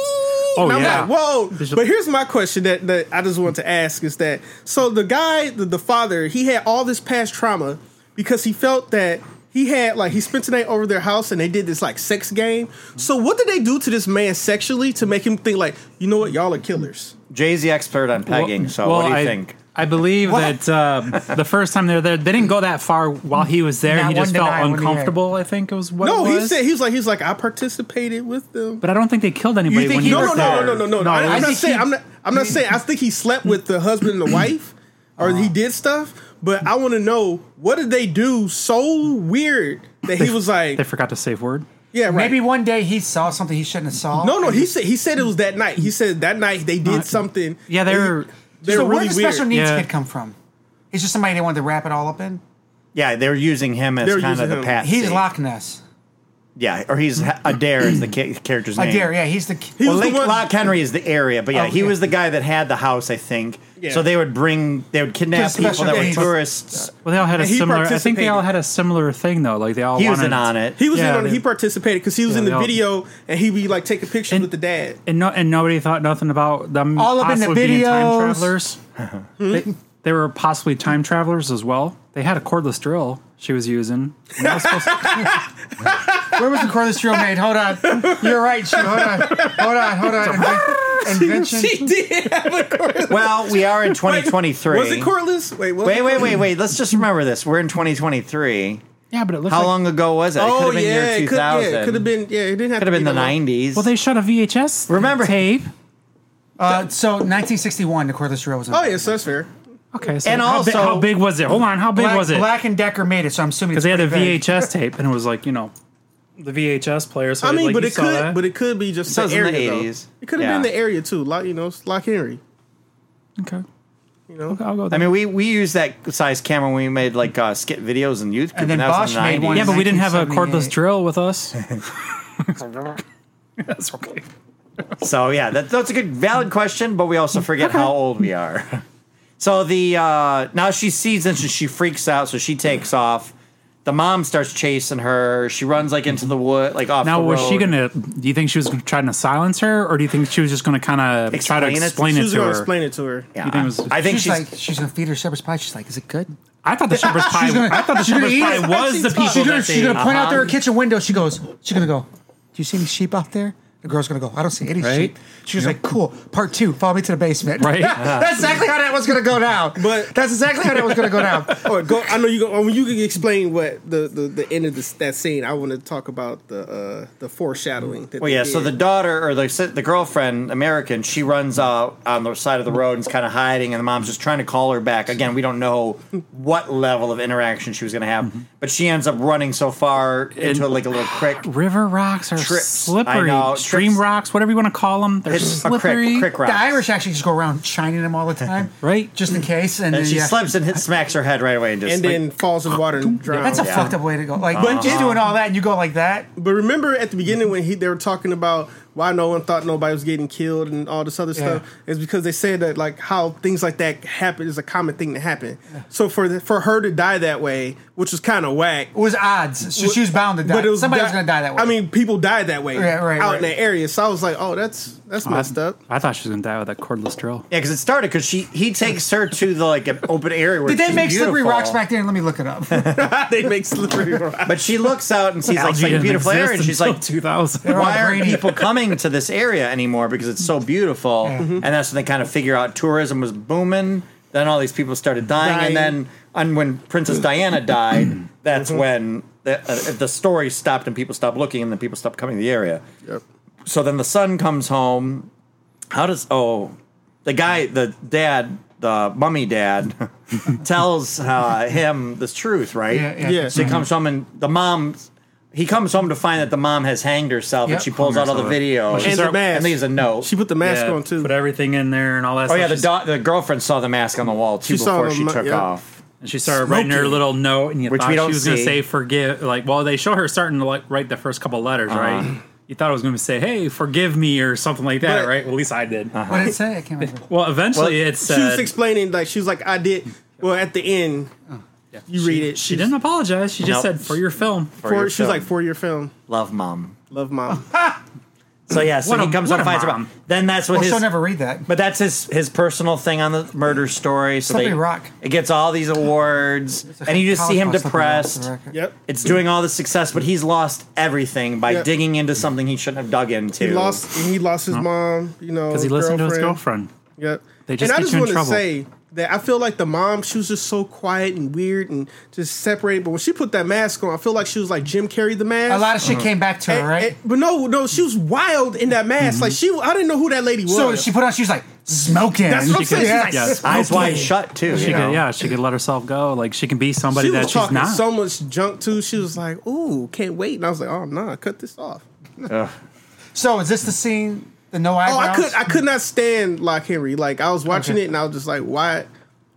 Speaker 4: Oh,
Speaker 6: and I'm
Speaker 4: yeah.
Speaker 6: like, "Whoa!"
Speaker 4: Bishop-
Speaker 6: But here's my question that, that I just want to ask is that so the guy, the, the father, he had all this past trauma because he felt that he had like he spent the night over their house and they did this like sex game. So what did they do to this man sexually to make him think like, you know what, y'all are killers?
Speaker 3: Jay's the expert on pegging, so
Speaker 4: well,
Speaker 3: what do you
Speaker 4: I,
Speaker 3: think?
Speaker 4: I believe that uh, the first time they were there, they didn't go that far while he was there.
Speaker 5: Not
Speaker 4: he just
Speaker 5: one
Speaker 4: felt
Speaker 5: denial when he had-
Speaker 4: uncomfortable. I think it was what.
Speaker 6: no,
Speaker 4: it was.
Speaker 6: he said he was like he's like I participated with them.
Speaker 4: But I don't think they killed anybody.
Speaker 5: You think
Speaker 4: when
Speaker 5: he
Speaker 4: he
Speaker 6: no,
Speaker 5: was
Speaker 6: no,
Speaker 4: was
Speaker 6: no,
Speaker 4: there.
Speaker 6: no, no, no, no. I, I'm
Speaker 5: I
Speaker 6: not
Speaker 5: think
Speaker 6: saying
Speaker 5: he-
Speaker 6: I'm not. I'm not saying. I think he slept with the husband and the wife, or he did stuff. But I want to know what did they do so weird that he was like,
Speaker 4: They forgot to save word.
Speaker 6: yeah, right.
Speaker 5: Maybe one day he saw something he shouldn't have saw.
Speaker 6: No, no. He said he said it was that night. He said that night they did
Speaker 4: Not-
Speaker 6: something.
Speaker 4: Yeah, they were.
Speaker 6: They
Speaker 5: so
Speaker 6: were
Speaker 5: where
Speaker 6: really
Speaker 5: did the
Speaker 6: weird.
Speaker 5: special needs
Speaker 4: Yeah.
Speaker 5: kid come from? He's just somebody they wanted to wrap it all up in.
Speaker 3: Yeah, they're using him as
Speaker 6: They're
Speaker 3: kind
Speaker 6: using
Speaker 3: of the
Speaker 6: him.
Speaker 3: patsy.
Speaker 5: He's Loch Ness.
Speaker 3: Yeah, or he's
Speaker 4: Mm-hmm.
Speaker 3: Adair is the ca- character's name.
Speaker 5: Adair, Uh, yeah, he's the.
Speaker 6: He
Speaker 3: Well,
Speaker 6: was the
Speaker 3: Lake
Speaker 6: one-
Speaker 3: Lock Henry is the area, but yeah,
Speaker 5: Oh,
Speaker 3: he
Speaker 5: yeah.
Speaker 3: was the guy that had the house, I think.
Speaker 6: Yeah.
Speaker 3: So they would bring, they would kidnap
Speaker 5: Just
Speaker 3: people
Speaker 5: special
Speaker 3: that were
Speaker 5: needs.
Speaker 3: tourists.
Speaker 4: Well, they all had a
Speaker 6: And he
Speaker 4: similar. I think they all
Speaker 6: participated.
Speaker 4: had a similar thing though. Like they all
Speaker 3: He was
Speaker 4: wanted,
Speaker 3: in on it.
Speaker 6: He was
Speaker 4: Yeah,
Speaker 6: in on.
Speaker 4: they-
Speaker 6: He participated because he was
Speaker 4: Yeah,
Speaker 6: in the
Speaker 4: they all-
Speaker 6: video and he be like taking pictures
Speaker 4: And-
Speaker 6: with the dad.
Speaker 4: and no, and nobody thought nothing about them
Speaker 5: All up in the
Speaker 4: possibly being time
Speaker 5: videos.
Speaker 4: travelers. they, they were possibly time travelers as well. They had a cordless drill she was using. And that was supposed to-
Speaker 5: Where was the cordless drill made? Hold on. You're right. Shu. Hold on. Hold on. Hold on. Inven- invention.
Speaker 6: She did have a cordless.
Speaker 3: Well, we are in 2023.
Speaker 6: Was it cordless? Wait, what
Speaker 3: Wait, wait, wait, wait. Let's just remember this. We're in 2023.
Speaker 4: yeah, but it looked
Speaker 3: How
Speaker 4: like,
Speaker 3: long ago was it? it
Speaker 6: Oh
Speaker 3: could have been
Speaker 6: yeah,
Speaker 3: year
Speaker 6: it could, yeah,
Speaker 3: 2000.
Speaker 6: it could have been. Yeah, it didn't have
Speaker 3: Could
Speaker 6: to
Speaker 3: have been
Speaker 6: be
Speaker 3: the
Speaker 6: that long.
Speaker 3: 90s.
Speaker 4: Well, they shot a VHS.
Speaker 3: Remember-
Speaker 4: tape?
Speaker 5: Uh, so 1961, the cordless drill was.
Speaker 6: Oh
Speaker 5: invented.
Speaker 6: yeah, so that's fair.
Speaker 4: Okay, so
Speaker 3: And
Speaker 4: how bi-
Speaker 3: also-
Speaker 4: how big was it? Hold on, how big
Speaker 5: Black,
Speaker 4: was it?
Speaker 5: Black and Decker made it, so I'm assuming
Speaker 4: Because
Speaker 5: it's
Speaker 4: they had a
Speaker 5: pretty big.
Speaker 4: VHS tape, and it was like you know, the VHS player. So
Speaker 6: I mean,
Speaker 4: like,
Speaker 6: but
Speaker 4: you
Speaker 6: it
Speaker 4: saw
Speaker 6: could,
Speaker 4: that.
Speaker 6: but it could be just
Speaker 3: So
Speaker 6: the
Speaker 3: it's in the
Speaker 6: area. though.
Speaker 3: 80s.
Speaker 6: It could have
Speaker 3: Yeah.
Speaker 6: been the area too. Like you know, it's Lock Henry.
Speaker 4: okay.
Speaker 6: You know,
Speaker 4: I'll go. With
Speaker 3: I
Speaker 4: that.
Speaker 3: mean, we, we used that size camera when we made like uh, skit videos in youth group.
Speaker 5: then
Speaker 3: that was in
Speaker 5: Bosch
Speaker 3: the
Speaker 5: made one.
Speaker 3: 90s.
Speaker 4: yeah, but we didn't have a cordless
Speaker 5: 1978.
Speaker 4: drill with us. That's okay.
Speaker 3: So yeah, that, that's a good valid question, but we also forget how old we are. So the uh, now she sees this and she freaks out, so she takes off. The mom starts chasing her. She runs like into the wood, like off.
Speaker 4: Now,
Speaker 3: the
Speaker 4: was she
Speaker 3: road.
Speaker 4: gonna? Do you think she was gonna try to silence her, or do you think she was just gonna kind of try to
Speaker 3: Explain it?
Speaker 4: explain
Speaker 6: she
Speaker 4: it,
Speaker 6: was
Speaker 4: to
Speaker 6: gonna
Speaker 4: her?
Speaker 6: explain it to her.
Speaker 3: Yeah,
Speaker 4: You think it was-
Speaker 3: I think
Speaker 5: She's,
Speaker 3: she's.
Speaker 5: like, she's gonna feed her shepherd's pie. She's like, is it good?
Speaker 4: I thought the shepherd's pie. I thought the
Speaker 5: she's gonna
Speaker 4: shepherd's
Speaker 5: eat
Speaker 4: pie
Speaker 5: it.
Speaker 4: was the people.
Speaker 5: She's gonna,
Speaker 4: that
Speaker 5: she's
Speaker 4: they-
Speaker 5: gonna point out
Speaker 3: uh-huh.
Speaker 5: to her kitchen window. She goes, she's gonna go, do you see any sheep out there? The girl's gonna go, I don't see any
Speaker 4: Right?
Speaker 5: sheep. She was like, cool. Part two, follow me to the basement.
Speaker 4: Right.
Speaker 5: that's exactly how that was gonna go down.
Speaker 6: But-
Speaker 5: that's exactly how that was gonna go down.
Speaker 6: Oh, go. I know you. Go, when you can explain what the, the, the end of this, that scene, I want to talk about the uh, the foreshadowing. That
Speaker 3: Well,
Speaker 6: they
Speaker 3: yeah. So the
Speaker 6: did.
Speaker 3: daughter or the si- the girlfriend, American, she runs out on the side of the road and is kind of hiding, and the mom's just trying to call her back. Again, we don't know what level of interaction she was going to have,
Speaker 4: Mm-hmm.
Speaker 3: but she ends up running so far into like a little creek.
Speaker 4: River rocks are
Speaker 3: Trips. I
Speaker 4: slippery.
Speaker 3: know,
Speaker 4: Stream
Speaker 3: trips.
Speaker 4: rocks, whatever you want to call them, they're
Speaker 3: It's a
Speaker 4: slippery.
Speaker 3: crick, crick rock.
Speaker 5: The Irish actually just go around shining them all the time,
Speaker 4: Right.
Speaker 5: Just in case.
Speaker 3: And
Speaker 5: And, then,
Speaker 3: she
Speaker 5: yeah.
Speaker 3: slips and hit, smacks her head right away and just
Speaker 6: and
Speaker 3: like-
Speaker 6: then falls in water and drowns.
Speaker 5: That's a
Speaker 3: Yeah.
Speaker 5: fucked up way to go. Like, but just doing all that and you go like that.
Speaker 6: But remember at the beginning when he they were talking about why no one thought nobody was getting killed and all this other
Speaker 5: Yeah.
Speaker 6: stuff is because they said that like how things like that happen is a common thing to happen. So for the, for her to die that way, which was kind of whack.
Speaker 5: It was odds. So she was bound to die.
Speaker 6: it was
Speaker 5: Somebody
Speaker 6: di-
Speaker 5: was gonna die that way.
Speaker 6: I mean, people died that way
Speaker 5: Yeah, right,
Speaker 6: out
Speaker 5: right.
Speaker 6: in that area. So I was like, oh, that's
Speaker 4: Um,
Speaker 6: that's messed up.
Speaker 4: I thought she was gonna die with that cordless drill.
Speaker 3: Yeah, because it started because she he takes her to the like an open area where
Speaker 5: did they
Speaker 3: she's
Speaker 5: make slippery
Speaker 3: beautiful,
Speaker 5: rocks back there? Let me look it up.
Speaker 6: they make slippery rocks.
Speaker 3: But she looks out and sees like,
Speaker 4: Algae
Speaker 3: it's, like a
Speaker 4: didn't
Speaker 3: beautiful area,
Speaker 4: exist
Speaker 3: and she's
Speaker 4: until
Speaker 3: like,
Speaker 4: 2000.
Speaker 5: all
Speaker 3: "Why aren't
Speaker 5: grainy."
Speaker 3: people coming to this area anymore? Because it's so beautiful."
Speaker 5: Mm-hmm.
Speaker 3: And that's when they kind of figure out tourism was booming. Then all these people started dying, and
Speaker 6: Dying.
Speaker 3: then and when Princess Diana died, that's
Speaker 5: Mm-hmm.
Speaker 3: when the, uh, the story stopped and people stopped looking, and then people stopped coming to the area.
Speaker 6: Yep.
Speaker 3: So then the son comes home. How does oh the guy the dad the mummy dad tells uh, him the truth right?
Speaker 5: Yeah, yeah.
Speaker 6: Yeah.
Speaker 3: So he comes home and the mom he comes home to find that the mom has hanged herself
Speaker 5: Yep.
Speaker 3: and she pulls out all the
Speaker 4: Hung
Speaker 3: video
Speaker 4: herself.
Speaker 6: And the mask.
Speaker 3: leaves a note.
Speaker 6: She put the mask
Speaker 4: Yeah,
Speaker 6: on too.
Speaker 4: Put everything in there and all that.
Speaker 3: oh
Speaker 4: stuff.
Speaker 3: yeah, the
Speaker 4: She's-
Speaker 3: da- the girlfriend saw the mask on the wall too
Speaker 6: She saw
Speaker 3: before
Speaker 6: the
Speaker 3: she
Speaker 6: mu-
Speaker 3: took
Speaker 6: yeah.
Speaker 3: off.
Speaker 4: And she started writing her
Speaker 6: Smoking.
Speaker 4: little note, and you
Speaker 3: Which
Speaker 4: thought
Speaker 3: we don't
Speaker 4: she was going
Speaker 3: see.
Speaker 4: to say forgive. Like, well, they show her starting to like write the first couple letters, right? You thought it was going to say, "Hey, forgive me" or something like that,
Speaker 6: Uh-huh. But- Uh-huh.
Speaker 4: right? Well, at least I did.
Speaker 5: what did it say? I can't remember.
Speaker 4: Well, eventually,
Speaker 3: Well,
Speaker 4: it
Speaker 6: she was
Speaker 4: said
Speaker 6: explaining like she was like, I did. Well, at the end, you read it.
Speaker 4: she didn't apologize. She just
Speaker 3: Nope.
Speaker 4: said for your film.
Speaker 3: For
Speaker 6: Four,
Speaker 3: your
Speaker 6: she
Speaker 3: film.
Speaker 6: was like four year film.
Speaker 3: love mom.
Speaker 6: Love mom.
Speaker 3: So yeah, so
Speaker 4: What a-
Speaker 3: he comes
Speaker 4: what
Speaker 3: home
Speaker 4: a
Speaker 3: finds her.
Speaker 4: mom.
Speaker 3: Then that's what
Speaker 5: Well,
Speaker 3: his
Speaker 5: she'll never read that.
Speaker 3: But that's his his personal thing on the murder story. So
Speaker 5: Slippery
Speaker 3: they,
Speaker 5: Rock.
Speaker 3: It gets all these awards, and you just see him
Speaker 5: College bus,
Speaker 3: depressed.
Speaker 5: something else, the record.
Speaker 6: yep.
Speaker 3: It's doing all the success, but he's lost everything by
Speaker 6: Yeah.
Speaker 3: digging into something he shouldn't have dug into.
Speaker 6: He lost. He lost his mom. You know,
Speaker 4: Because he listened to his girlfriend.
Speaker 6: Yep.
Speaker 4: They just
Speaker 6: and I
Speaker 4: get
Speaker 6: just
Speaker 4: you in
Speaker 6: want to
Speaker 4: trouble.
Speaker 6: say that I feel like the mom, she was just so quiet and weird and just separated. But when she put that mask on, I feel like she was like Jim Carrey the mask.
Speaker 5: A lot of
Speaker 3: Uh-huh.
Speaker 5: shit came back to her,
Speaker 6: And-
Speaker 5: right?
Speaker 6: and- Eh, but no, no, she was wild in that mask. Like she, I didn't know who that lady was.
Speaker 5: so she put on, she was like, smoking.
Speaker 6: That's what I'm saying.
Speaker 5: Yeah.
Speaker 6: She's like,
Speaker 4: Yes.
Speaker 3: Eyes wide shut too.
Speaker 4: She
Speaker 3: you know?
Speaker 4: could, yeah, she could let herself go. Like she can be somebody
Speaker 6: she
Speaker 4: that
Speaker 6: was
Speaker 4: she's
Speaker 6: talking
Speaker 4: not.
Speaker 6: so much junk too. She was like, "Ooh, can't wait," and I was like, "Oh nah, cut this off."
Speaker 5: So is this the scene, the no
Speaker 6: Oh, I
Speaker 5: eyebrows?
Speaker 6: could, I could not stand Lock Henry. Like I was watching
Speaker 5: Okay.
Speaker 6: it, and I was just like, "Why?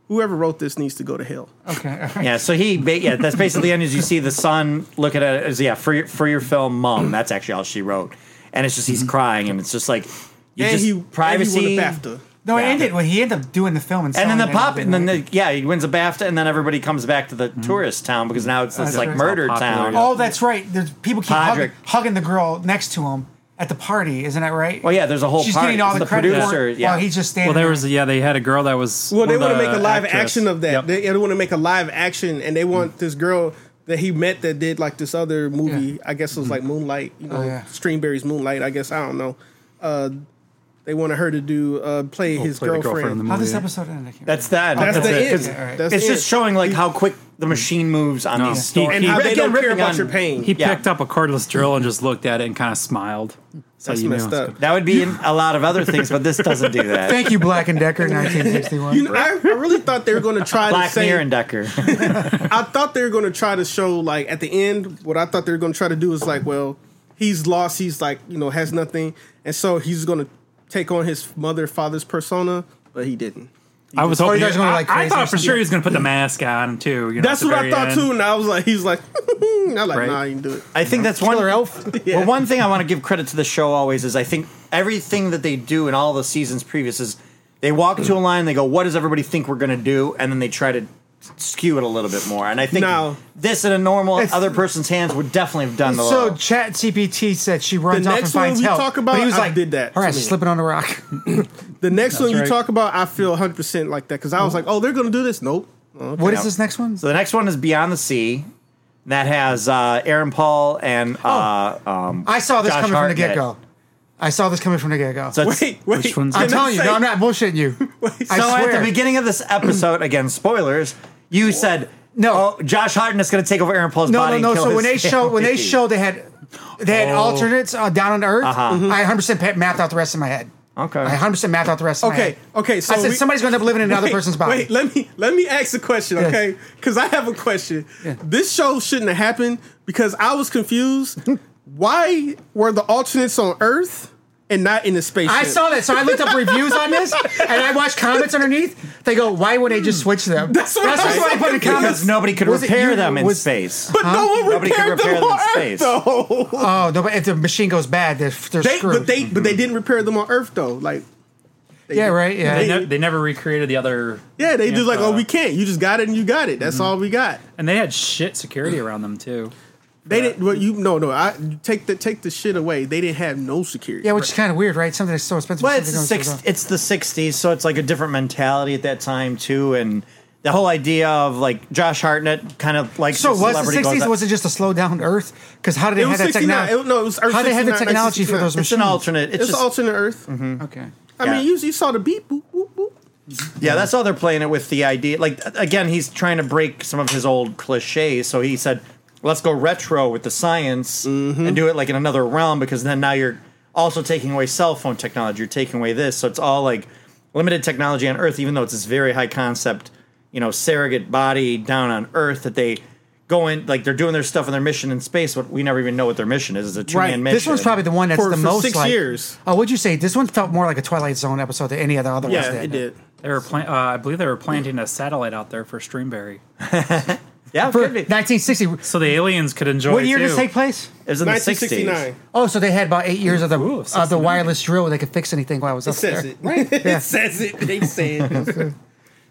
Speaker 6: Whoever wrote this needs to go to hell."
Speaker 5: Okay. all right.
Speaker 3: Yeah, so he, ba- yeah, that's basically the end. Is you see the son looking at it as yeah, for your, for your film, mom. That's actually all she wrote, and it's just he's crying, and it's just like you
Speaker 6: and
Speaker 3: just
Speaker 6: he
Speaker 3: privacy.
Speaker 6: privacy
Speaker 3: And,
Speaker 6: BAFTA.
Speaker 5: No,
Speaker 3: Yeah.
Speaker 5: it ended when he ended up doing the film and
Speaker 3: then the
Speaker 5: selling it
Speaker 3: pop, and then
Speaker 5: everything,
Speaker 3: the, yeah, he wins a BAFTA, and then everybody comes back to the tourist town because now it's this
Speaker 5: That's
Speaker 3: like
Speaker 5: right.
Speaker 3: murder
Speaker 4: It's all popular,
Speaker 3: town.
Speaker 4: yeah.
Speaker 5: Oh, that's right. There's people keep hugging,
Speaker 3: Podrick.
Speaker 5: hugging the girl next to him at the party, isn't that right?
Speaker 3: Well, yeah, there's a whole
Speaker 5: She's
Speaker 3: party.
Speaker 5: getting all
Speaker 3: It's
Speaker 5: the,
Speaker 3: the
Speaker 5: credit for
Speaker 3: producer,
Speaker 5: it
Speaker 3: yeah.
Speaker 5: while he's just standing.
Speaker 4: well, there
Speaker 5: there.
Speaker 4: was yeah, they had a girl that was.
Speaker 6: Well, they
Speaker 4: one
Speaker 6: want
Speaker 4: of
Speaker 6: to
Speaker 4: the
Speaker 6: make a live
Speaker 4: actress.
Speaker 6: action of that.
Speaker 4: Yep.
Speaker 6: They, want to make a live action, and they want this girl that he met that did like this other movie.
Speaker 5: Yeah.
Speaker 6: I guess it was like Moonlight, you know,
Speaker 5: Oh, yeah.
Speaker 6: Streamberry's Moonlight. I guess I don't know. Uh, they wanted her to do uh, play his
Speaker 4: Oh, play the girlfriend
Speaker 6: girlfriend.
Speaker 4: in the
Speaker 5: How this
Speaker 4: movie.
Speaker 5: episode ended? I can't
Speaker 3: That's that.
Speaker 6: That's,
Speaker 5: That's
Speaker 6: the
Speaker 5: it.
Speaker 6: it.
Speaker 5: Yeah, all right.
Speaker 6: That's
Speaker 3: It's
Speaker 6: it.
Speaker 3: just showing like how quick the machine moves on
Speaker 4: No.
Speaker 3: these
Speaker 4: He-
Speaker 3: stories.
Speaker 6: and how they
Speaker 3: Again,
Speaker 6: don't care
Speaker 3: ripping
Speaker 6: about
Speaker 3: on-
Speaker 6: your pain.
Speaker 4: He
Speaker 3: Yeah.
Speaker 4: picked up a cordless drill and just looked at it and kind of smiled. So
Speaker 6: That's
Speaker 4: you knew it
Speaker 6: messed
Speaker 4: was
Speaker 6: up.
Speaker 4: good.
Speaker 3: That would be in a lot of other things, but this doesn't do that.
Speaker 5: Thank you, Black and Decker, 1961.
Speaker 6: You know, I, I really thought they were going to try the
Speaker 3: Black Mirror
Speaker 6: same.
Speaker 3: and Decker.
Speaker 6: I thought they were going to try to show like at the end. What I thought they were going to try to do is like, well, he's lost. He's like you know has nothing, and so he's going to take on his mother father's persona, but he didn't.
Speaker 4: I was
Speaker 5: you
Speaker 4: hoping.
Speaker 5: guys gonna, like,
Speaker 4: I, I
Speaker 5: crazy or
Speaker 4: thought for
Speaker 5: something?
Speaker 4: sure he was going to put the mask on too. You know,
Speaker 6: That's
Speaker 4: at the
Speaker 6: what I
Speaker 4: very
Speaker 6: thought
Speaker 4: end.
Speaker 6: too. And I was like, he's like, I'm like,
Speaker 4: Right.
Speaker 6: nah, you can do it.
Speaker 3: I think that's one.
Speaker 5: Elf.
Speaker 3: Well, one thing I want to give credit to the show always is I think everything that they do in all the seasons previous is they walk to a line, they go, "What does everybody think we're going to do?" and then they try to skew it a little bit more. And I think
Speaker 6: No.
Speaker 3: this in a normal
Speaker 5: It's-
Speaker 3: other person's hands would definitely have done the.
Speaker 5: So
Speaker 3: little-
Speaker 5: Chat CPT said she runs
Speaker 6: The
Speaker 5: off and
Speaker 6: next one
Speaker 5: finds
Speaker 6: we
Speaker 5: help.
Speaker 6: talk about,
Speaker 5: but he was
Speaker 6: I
Speaker 5: like,
Speaker 6: did that
Speaker 5: Her
Speaker 6: to
Speaker 5: ass
Speaker 6: me.
Speaker 5: is slipping on the rock.
Speaker 6: The next one you
Speaker 4: right.
Speaker 6: talk about, I feel 100% like that because I was like, oh, they're going to do this. Nope.
Speaker 5: What is this next one?
Speaker 3: so the next one is Beyond the Sea. and That has uh, Aaron Paul and
Speaker 5: Oh.
Speaker 3: uh, um,
Speaker 5: I saw this
Speaker 3: Josh
Speaker 5: coming from the
Speaker 3: Hartnett.
Speaker 5: get go. I saw this coming from the get go.
Speaker 3: So it's-
Speaker 6: Wait, wait.
Speaker 4: Which one's
Speaker 5: I'm
Speaker 4: Didn't
Speaker 5: telling you, no, I'm not bullshitting you. I
Speaker 3: so
Speaker 5: swear.
Speaker 3: at the beginning of this episode, again, spoilers. You said
Speaker 5: No.
Speaker 3: Oh, Josh Hartnett's going to take over Aaron Paul's
Speaker 5: no,
Speaker 3: body.
Speaker 5: no,
Speaker 3: and
Speaker 5: no.
Speaker 3: kill
Speaker 5: So
Speaker 3: his
Speaker 5: when they show, when they
Speaker 3: family. Uh-huh.
Speaker 5: showed they had, they had
Speaker 4: Oh.
Speaker 5: alternates uh, down on Earth. I 100 percent mapped out the rest in my head.
Speaker 3: Mm-hmm. Okay.
Speaker 5: I 100 percent mapped out the rest. Of my
Speaker 6: Okay,
Speaker 5: head.
Speaker 6: okay, so
Speaker 5: I said
Speaker 6: we-
Speaker 5: somebody's going to end up living in another
Speaker 6: Wait,
Speaker 5: person's body.
Speaker 6: Wait, let me let me ask a question,
Speaker 5: Yes.
Speaker 6: okay? Because I have a question. This show shouldn't have happened because I was confused. Why were the alternates on Earth and not in the spaceship?
Speaker 5: I saw that, so I looked up reviews on this, and I watched comments underneath. They go, "Why would they just switch them?"
Speaker 6: That's what I
Speaker 5: just I put in comments.
Speaker 3: because nobody could
Speaker 5: Was it
Speaker 3: repair
Speaker 5: you-
Speaker 3: them in
Speaker 5: was-
Speaker 3: space.
Speaker 6: But no one
Speaker 3: Nobody can
Speaker 6: repaired
Speaker 3: repair
Speaker 6: them
Speaker 3: them
Speaker 6: on
Speaker 3: in
Speaker 6: Earth,
Speaker 3: space.
Speaker 6: though.
Speaker 5: Oh no! But if the machine goes bad, they're, they're
Speaker 6: They,
Speaker 5: screwed.
Speaker 6: but they but they didn't repair them on Earth though. Like
Speaker 5: Mm-hmm. yeah, right. Yeah.
Speaker 4: They, ne- they never recreated the other.
Speaker 6: yeah, they just like
Speaker 4: uh,
Speaker 6: oh we can't. You just got it and you got it. That's
Speaker 5: Mm-hmm.
Speaker 6: all we got.
Speaker 4: And they had shit security around them too.
Speaker 6: They didn't. Well, you no no. I take the take the shit away. They didn't have no security.
Speaker 5: yeah, which is kind of weird, right? Something that's so expensive.
Speaker 3: Well,
Speaker 5: something
Speaker 3: it's the
Speaker 5: goes
Speaker 3: six,
Speaker 5: wrong.
Speaker 3: it's the '60s, so it's like a different mentality at that time too, and the whole idea of like Josh Hartnett kind of like
Speaker 5: So
Speaker 3: the
Speaker 5: was the
Speaker 3: celebrity goes
Speaker 5: sixties?
Speaker 3: out-
Speaker 5: Was it just a slow down Earth? Because how did they
Speaker 6: It
Speaker 5: have
Speaker 6: was
Speaker 5: that
Speaker 6: 69.
Speaker 5: technology?
Speaker 6: It- no, it was Earth
Speaker 5: How they had the
Speaker 6: 69,
Speaker 5: technology for those
Speaker 6: 69.
Speaker 3: It's
Speaker 5: machines?
Speaker 3: an alternate. It's,
Speaker 6: It's,
Speaker 3: just
Speaker 6: alternate Earth.
Speaker 5: Mm-hmm. Okay.
Speaker 6: I
Speaker 3: Yeah.
Speaker 6: mean, you, you saw the beep. Boop, boop, boop.
Speaker 3: yeah. That's how they're playing it with the idea. Like again, he's trying to break some of his old cliches. So he said, "Let's go retro with the science
Speaker 5: Mm-hmm.
Speaker 3: and do it like in another realm," because then now you're also taking away cell phone technology. You're taking away this, so it's all like limited technology on Earth, even though it's this very high concept, you know, surrogate body down on Earth that they. go in like they're doing their stuff in their mission in space, but we never even know what their mission is. It's a two man
Speaker 5: Right.
Speaker 3: mission.
Speaker 5: This one's probably the one that's
Speaker 6: For-
Speaker 5: the
Speaker 6: for
Speaker 5: most
Speaker 6: six
Speaker 5: like-
Speaker 6: years.
Speaker 5: Oh, would you say this one felt more like a Twilight Zone episode than any other other
Speaker 6: Yeah,
Speaker 5: ones did?
Speaker 6: it did.
Speaker 4: They were plan- uh, I believe they were planting a satellite out there for Streamberry,
Speaker 3: yeah.
Speaker 5: For
Speaker 3: could be.
Speaker 5: 1960.
Speaker 4: so the aliens could enjoy.
Speaker 5: What year did
Speaker 4: too.
Speaker 5: this take place?
Speaker 3: It was in the sixties.
Speaker 6: 1969.
Speaker 5: Oh, so they had about eight years of the
Speaker 4: Ooh,
Speaker 5: of the
Speaker 4: 69.
Speaker 5: wireless drill. where They could fix anything while I was up
Speaker 6: It
Speaker 5: there.
Speaker 6: says it. it says it. They say it.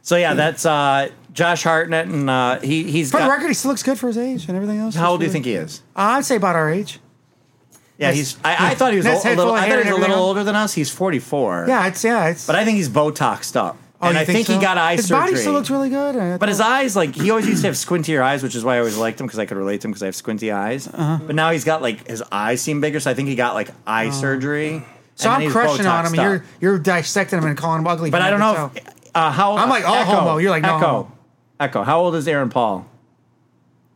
Speaker 3: So yeah, that's uh, Josh Hartnett, and uh, he he's
Speaker 5: Hmm. For
Speaker 3: got,
Speaker 5: the record, he still looks good for his age and everything else.
Speaker 3: How old do you think he is?
Speaker 5: I'd say about our age.
Speaker 3: Yeah, he's. I, I thought he was
Speaker 5: Nice
Speaker 3: a, a
Speaker 5: head full
Speaker 3: little.
Speaker 5: of
Speaker 3: I
Speaker 5: hair
Speaker 3: thought he
Speaker 5: and
Speaker 3: was a little
Speaker 5: everything.
Speaker 3: older than us. He's forty four.
Speaker 5: Yeah, it's yeah, it's.
Speaker 3: but I think he's Botoxed up,
Speaker 5: oh,
Speaker 3: and
Speaker 5: you
Speaker 3: I think,
Speaker 5: so?
Speaker 3: he got eye
Speaker 5: his
Speaker 3: surgery.
Speaker 5: body still looks really good. and-
Speaker 3: but his eyes, like he always used to have squintier eyes, which is why I always liked him because I could relate to him because I have squinty eyes.
Speaker 5: Uh-huh.
Speaker 3: But now he's got like his eyes seem bigger, so I think he got like eye surgery.
Speaker 5: Oh.
Speaker 3: and
Speaker 5: so
Speaker 3: then
Speaker 5: I'm
Speaker 3: he's
Speaker 5: crushing on
Speaker 3: Botoxed
Speaker 5: him. and You're
Speaker 3: up.
Speaker 5: you're dissecting him and calling him ugly.
Speaker 3: But I don't know.
Speaker 5: can tell.
Speaker 3: If, Uh, how
Speaker 5: I'm like, all
Speaker 3: Echo,
Speaker 5: homo. You're like, no
Speaker 3: Echo.
Speaker 5: homo.
Speaker 3: Echo. How old is Aaron Paul?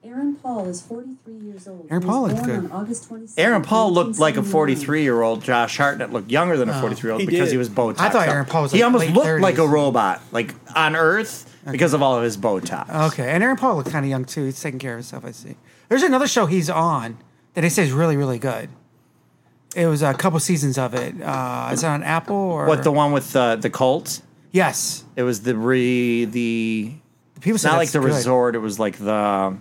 Speaker 7: Aaron Paul is 43 years old.
Speaker 5: Aaron
Speaker 7: He
Speaker 5: Paul
Speaker 7: was
Speaker 5: is
Speaker 7: born
Speaker 5: good.
Speaker 7: on August 27th,
Speaker 3: Aaron Paul looked like a
Speaker 7: 1979.
Speaker 3: 43 year old. Josh Hartnett looked younger than a 43 year old
Speaker 6: He
Speaker 3: because
Speaker 6: did.
Speaker 3: he was Botox.
Speaker 5: I thought Aaron Paul was,
Speaker 3: he
Speaker 5: like,
Speaker 3: almost
Speaker 5: late
Speaker 3: looked like a
Speaker 5: 30s.
Speaker 3: robot, like on Earth, because of all of his Botox.
Speaker 5: Okay, and Aaron Paul looked kind of young too. He's taking care of himself. I see. There's another show he's on that they say is really, really good. It was a couple seasons of it. Uh, is it on Apple or
Speaker 3: What the one with uh, the cult?
Speaker 5: Yes,
Speaker 3: It was the re the
Speaker 5: people
Speaker 3: it's
Speaker 5: say
Speaker 3: not like
Speaker 5: that's
Speaker 3: the
Speaker 5: good.
Speaker 3: resort. It was like the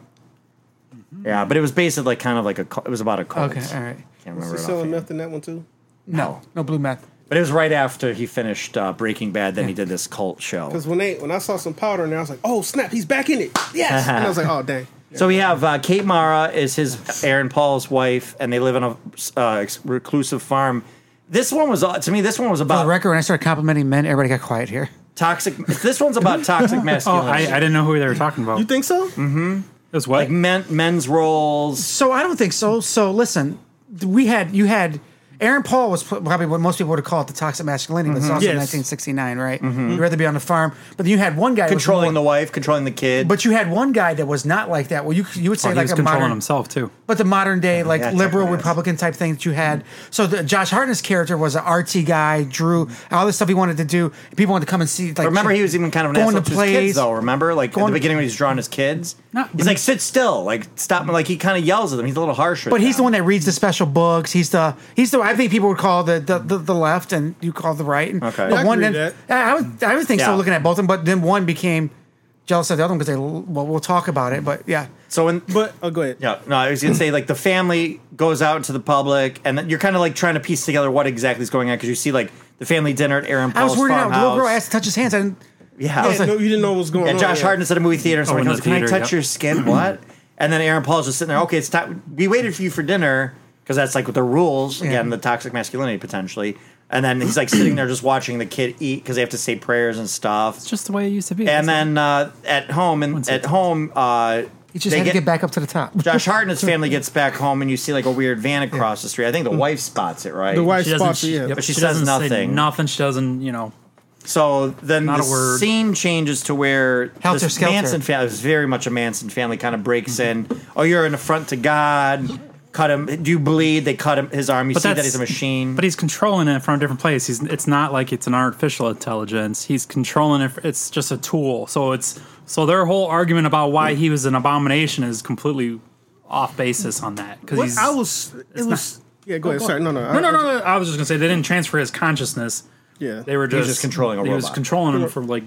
Speaker 3: yeah, but it was basically like kind of like a cult. it was about a cult.
Speaker 5: Okay, all right.
Speaker 3: Can't
Speaker 6: Was
Speaker 3: remember
Speaker 6: he
Speaker 3: it
Speaker 6: selling
Speaker 3: offhand.
Speaker 6: meth in that one too?
Speaker 5: No, no blue meth.
Speaker 3: But it was right after he finished uh, Breaking Bad. Then he did this cult show.
Speaker 6: Because when they when I saw some powder in there, I was like, oh snap, he's back in it. Yes, and I was like, oh dang.
Speaker 3: So we have uh, Kate Mara is his Aaron Paul's wife, and they live on a uh, ex- reclusive farm. This one was uh, to me. This one was
Speaker 5: For the
Speaker 3: about
Speaker 5: record, when I started complimenting men, everybody got quiet here.
Speaker 3: toxic. This one's about toxic
Speaker 4: Oh, I, I
Speaker 3: masculinity,
Speaker 4: didn't know who they were talking about.
Speaker 6: You think so?
Speaker 4: it was what? Oh,
Speaker 3: like men, men's roles.
Speaker 5: So I don't think so. So listen, we had you had Aaron Paul was pl- probably what most people would call it the toxic masculinity,
Speaker 3: Mm-hmm.
Speaker 5: but it's also
Speaker 6: Yes.
Speaker 5: 1969, right? You'd rather be on the farm, but then you had one guy who was
Speaker 3: Controlling the
Speaker 5: more-
Speaker 3: wife, controlling the kid.
Speaker 5: But you had one guy that was not like that. Well, you you would say
Speaker 4: Oh, he
Speaker 5: like
Speaker 4: was
Speaker 5: a
Speaker 4: controlling
Speaker 5: modern,
Speaker 4: himself too.
Speaker 5: but the modern day like
Speaker 3: Yeah,
Speaker 5: liberal
Speaker 3: technically, yes.
Speaker 5: Republican type thing that you had. So the, Josh Hartnett's character was an artsy guy, drew all this stuff he wanted to do. People wanted to come and see. Like,
Speaker 3: Remember, he was even kind of an
Speaker 5: going
Speaker 3: asshole
Speaker 5: to
Speaker 3: to his kids,
Speaker 5: plays.
Speaker 3: though. Remember, like at the
Speaker 5: Going-
Speaker 3: beginning when he's drawing his kids,
Speaker 4: No,
Speaker 3: he's like, "Sit still!" Like, stop! Like, he kind of yells at them. He's a little harsh. with
Speaker 5: But he's the
Speaker 3: them.
Speaker 5: one that reads the special books. He's the he's the I think people would call the the, the, the left and you call the right. And
Speaker 3: Okay.
Speaker 5: but
Speaker 3: I
Speaker 5: one
Speaker 6: agree
Speaker 5: then-
Speaker 6: with
Speaker 5: I would I would think
Speaker 3: Yeah.
Speaker 5: so. Looking at both of them, but then one became jealous of the other one because they. Well, we'll talk about it, but yeah,
Speaker 3: So when,
Speaker 6: But oh, go ahead.
Speaker 3: yeah, no, I was gonna say like the family goes out into the public, and then you're kind of like trying to piece together what exactly is going on because you see like the family dinner at Aaron
Speaker 5: I
Speaker 3: Paul's
Speaker 5: was worried out.
Speaker 3: farmhouse.
Speaker 5: Little girl asked to touch his hands. and
Speaker 3: yeah,
Speaker 5: I was
Speaker 6: Yeah,
Speaker 5: like-
Speaker 6: no, you didn't know what was going
Speaker 3: and
Speaker 6: on.
Speaker 3: Josh
Speaker 6: yeah.
Speaker 3: Hartnett's at a movie theater, and
Speaker 4: Oh,
Speaker 3: someone
Speaker 4: in
Speaker 3: goes,
Speaker 4: the
Speaker 3: "Can I
Speaker 4: theater,
Speaker 3: touch
Speaker 4: yeah.
Speaker 3: your skin?" what? And then Aaron Paul's just sitting there. Okay, it's time. We waited for you for dinner because that's like with the rules again, the toxic masculinity potentially. And then he's like sitting there just watching the kid eat because they have to say prayers and stuff.
Speaker 4: It's just the way it used to be.
Speaker 3: And
Speaker 4: That's
Speaker 3: then uh, at home, and at
Speaker 4: second.
Speaker 3: home, uh,
Speaker 5: He just
Speaker 3: they
Speaker 5: had to get back up to the top.
Speaker 3: Josh Hart and his family gets back home, and you see like a weird van across the street. I think the wife spots it, right?
Speaker 6: The
Speaker 4: it.
Speaker 6: wife
Speaker 4: she doesn't.
Speaker 6: spots
Speaker 4: She,
Speaker 6: yeah.
Speaker 4: yep,
Speaker 3: But she
Speaker 4: doesn't
Speaker 3: says
Speaker 4: say
Speaker 3: nothing.
Speaker 4: nothing. She doesn't. You know.
Speaker 3: So then
Speaker 4: Not
Speaker 3: the
Speaker 4: a word.
Speaker 3: scene changes to where
Speaker 5: Helter
Speaker 3: this
Speaker 5: Skelter.
Speaker 3: Manson family is very much a Manson family kind of breaks in. Oh, you're an affront to God. Cut him. Do you bleed? They cut him his arm. You
Speaker 4: But
Speaker 3: see that
Speaker 4: that's-
Speaker 3: he's a machine.
Speaker 4: But he's controlling it from a different place. He's it's not like it's an artificial intelligence. He's controlling it. It's just a tool. So it's so their whole argument about why he was an abomination is completely off basis on that
Speaker 6: What?
Speaker 4: because
Speaker 6: I was. It was. Yeah, go ahead. Sorry, no, no,
Speaker 4: No,
Speaker 6: I,
Speaker 4: no, no, no. I was just gonna say they didn't transfer his consciousness.
Speaker 6: Yeah,
Speaker 4: They were
Speaker 3: He
Speaker 4: just,
Speaker 3: was just controlling a
Speaker 4: He was
Speaker 3: robot.
Speaker 4: controlling him for like.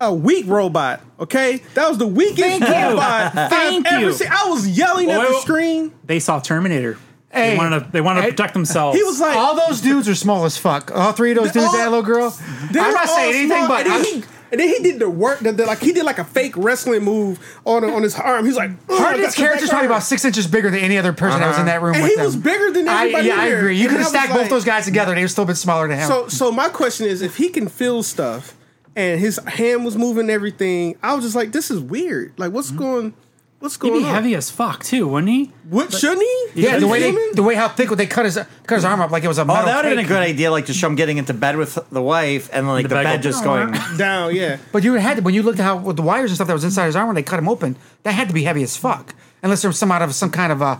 Speaker 6: a weak robot. Okay, that was the weakest robot
Speaker 4: Thank
Speaker 6: I've ever
Speaker 4: you.
Speaker 6: seen. I was yelling at
Speaker 4: Well,
Speaker 6: the screen.
Speaker 4: They saw Terminator.
Speaker 5: Hey.
Speaker 4: they wanted to. They wanted
Speaker 5: Hey.
Speaker 4: to protect themselves.
Speaker 6: He was like,
Speaker 5: all those dudes are small as fuck. All three of those
Speaker 6: They're
Speaker 5: dudes,
Speaker 6: all-
Speaker 5: that little girl. I'm
Speaker 6: They were
Speaker 5: not
Speaker 6: all
Speaker 5: saying anything,
Speaker 6: small,
Speaker 5: but
Speaker 6: and then,
Speaker 5: I'm-
Speaker 6: he, and then he did the work. The, the- like he did like a fake wrestling move on on his arm. He was like, "Ugh,
Speaker 5: Hartnett's
Speaker 6: Oh that's your
Speaker 5: character's
Speaker 6: back
Speaker 5: probably
Speaker 6: arm."
Speaker 5: about six inches bigger than any other person that was
Speaker 3: Uh-huh.
Speaker 5: in that room.
Speaker 6: And
Speaker 5: with
Speaker 6: he
Speaker 5: them.
Speaker 6: was bigger than
Speaker 5: I,
Speaker 6: everybody
Speaker 5: yeah, I
Speaker 6: here.
Speaker 5: agree. You
Speaker 6: And
Speaker 5: could have
Speaker 6: I was
Speaker 5: stacked both
Speaker 6: like-
Speaker 5: those guys together, and he was still a bit smaller than him.
Speaker 6: So so my question is, if he can feel stuff and his hand was moving everything, I was just like, this is weird. Like, what's
Speaker 5: Mm-hmm.
Speaker 6: going? What's
Speaker 4: He'd
Speaker 6: going
Speaker 4: be
Speaker 6: on?
Speaker 4: heavy as fuck too, wouldn't he?
Speaker 6: What shouldn't he?
Speaker 5: yeah, the
Speaker 6: Are
Speaker 5: way
Speaker 6: you
Speaker 5: they,
Speaker 6: kidding
Speaker 5: the
Speaker 6: me?
Speaker 5: way how thick they cut his cut his arm up like it was a
Speaker 3: oh,
Speaker 5: metal.
Speaker 3: that would have been a
Speaker 5: fake.
Speaker 3: good idea. Like to show him getting into bed with the wife, and like the,
Speaker 4: The
Speaker 3: bed,
Speaker 4: bed go-
Speaker 3: just going.
Speaker 6: down. Yeah,
Speaker 5: But you had to, when you looked at how with the wires and stuff that was inside his arm when they cut him open, that had to be heavy as fuck. Unless there was some out of some kind of a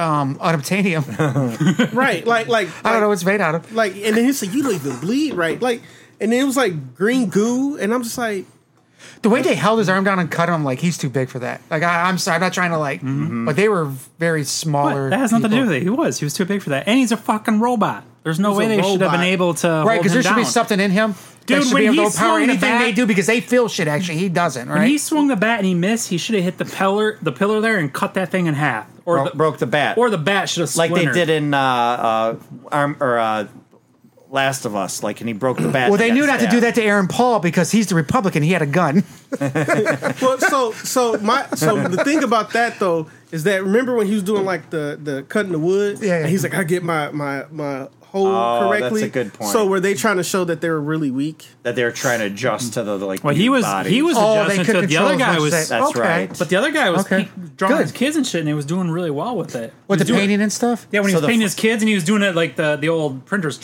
Speaker 5: um unobtainium.
Speaker 6: right. Like like
Speaker 5: I don't know what's made out of.
Speaker 6: Like, and then he said, "You don't even bleed, right?" Like, and then it was like green goo, and I'm just like,
Speaker 5: The way they held his arm down and cut him, like he's too big for that. Like I, I'm sorry, I'm not trying to like, but they were very smaller.
Speaker 4: What? That has nothing to do
Speaker 5: people.
Speaker 4: with it. He was. He was too big for that, and he's a fucking robot. There's no
Speaker 6: He's
Speaker 4: way
Speaker 6: a
Speaker 4: they should
Speaker 6: robot.
Speaker 4: have been able to
Speaker 5: Right, because
Speaker 4: because
Speaker 5: there should be something in him.
Speaker 4: Dude,
Speaker 5: that should
Speaker 4: when
Speaker 5: be able
Speaker 4: he
Speaker 5: to overpower
Speaker 4: swung
Speaker 5: anything
Speaker 4: the bat-
Speaker 5: they do because they feel shit. Actually, he doesn't. Right?
Speaker 4: When he swung the bat and he missed, he should have hit the pillar, the pillar there, and cut that thing in half, or
Speaker 3: Broke- broke the bat.
Speaker 4: or the bat should have
Speaker 3: like they
Speaker 4: splintered.
Speaker 3: did in uh, uh, arm or uh, Last of Us. Like, and he broke the bat.
Speaker 5: well, they
Speaker 3: and
Speaker 5: knew
Speaker 3: got
Speaker 5: not to do
Speaker 3: stabbed.
Speaker 5: that to Aaron Paul because he's the Republican. He had a gun.
Speaker 6: well, so so my so the thing about that though is that remember when he was doing like the the cutting the wood,
Speaker 5: Yeah, yeah.
Speaker 6: and he's like, "I get my my my hole
Speaker 3: Oh, that's
Speaker 6: correctly."
Speaker 3: a good point.
Speaker 6: So were they trying to show that they were really weak?
Speaker 3: That they were trying to adjust to the, like.
Speaker 4: Well, he
Speaker 3: new
Speaker 4: was
Speaker 3: bodies.
Speaker 4: he was
Speaker 5: Oh, they
Speaker 4: adjusting
Speaker 5: could
Speaker 4: to it. the
Speaker 5: control
Speaker 4: other
Speaker 5: as
Speaker 4: guy
Speaker 5: much
Speaker 4: was,
Speaker 5: as they-
Speaker 3: That's
Speaker 5: okay.
Speaker 3: right.
Speaker 4: but the other guy was
Speaker 5: Okay.
Speaker 4: he- drawing
Speaker 5: Good.
Speaker 4: his kids and shit, and he was doing really well with it.
Speaker 5: With
Speaker 4: He was
Speaker 5: the
Speaker 4: doing-
Speaker 5: painting and stuff?
Speaker 4: Yeah, when he
Speaker 3: So
Speaker 4: was
Speaker 3: the
Speaker 4: painting
Speaker 3: fl-
Speaker 4: his kids, and he was doing it like the the old printers.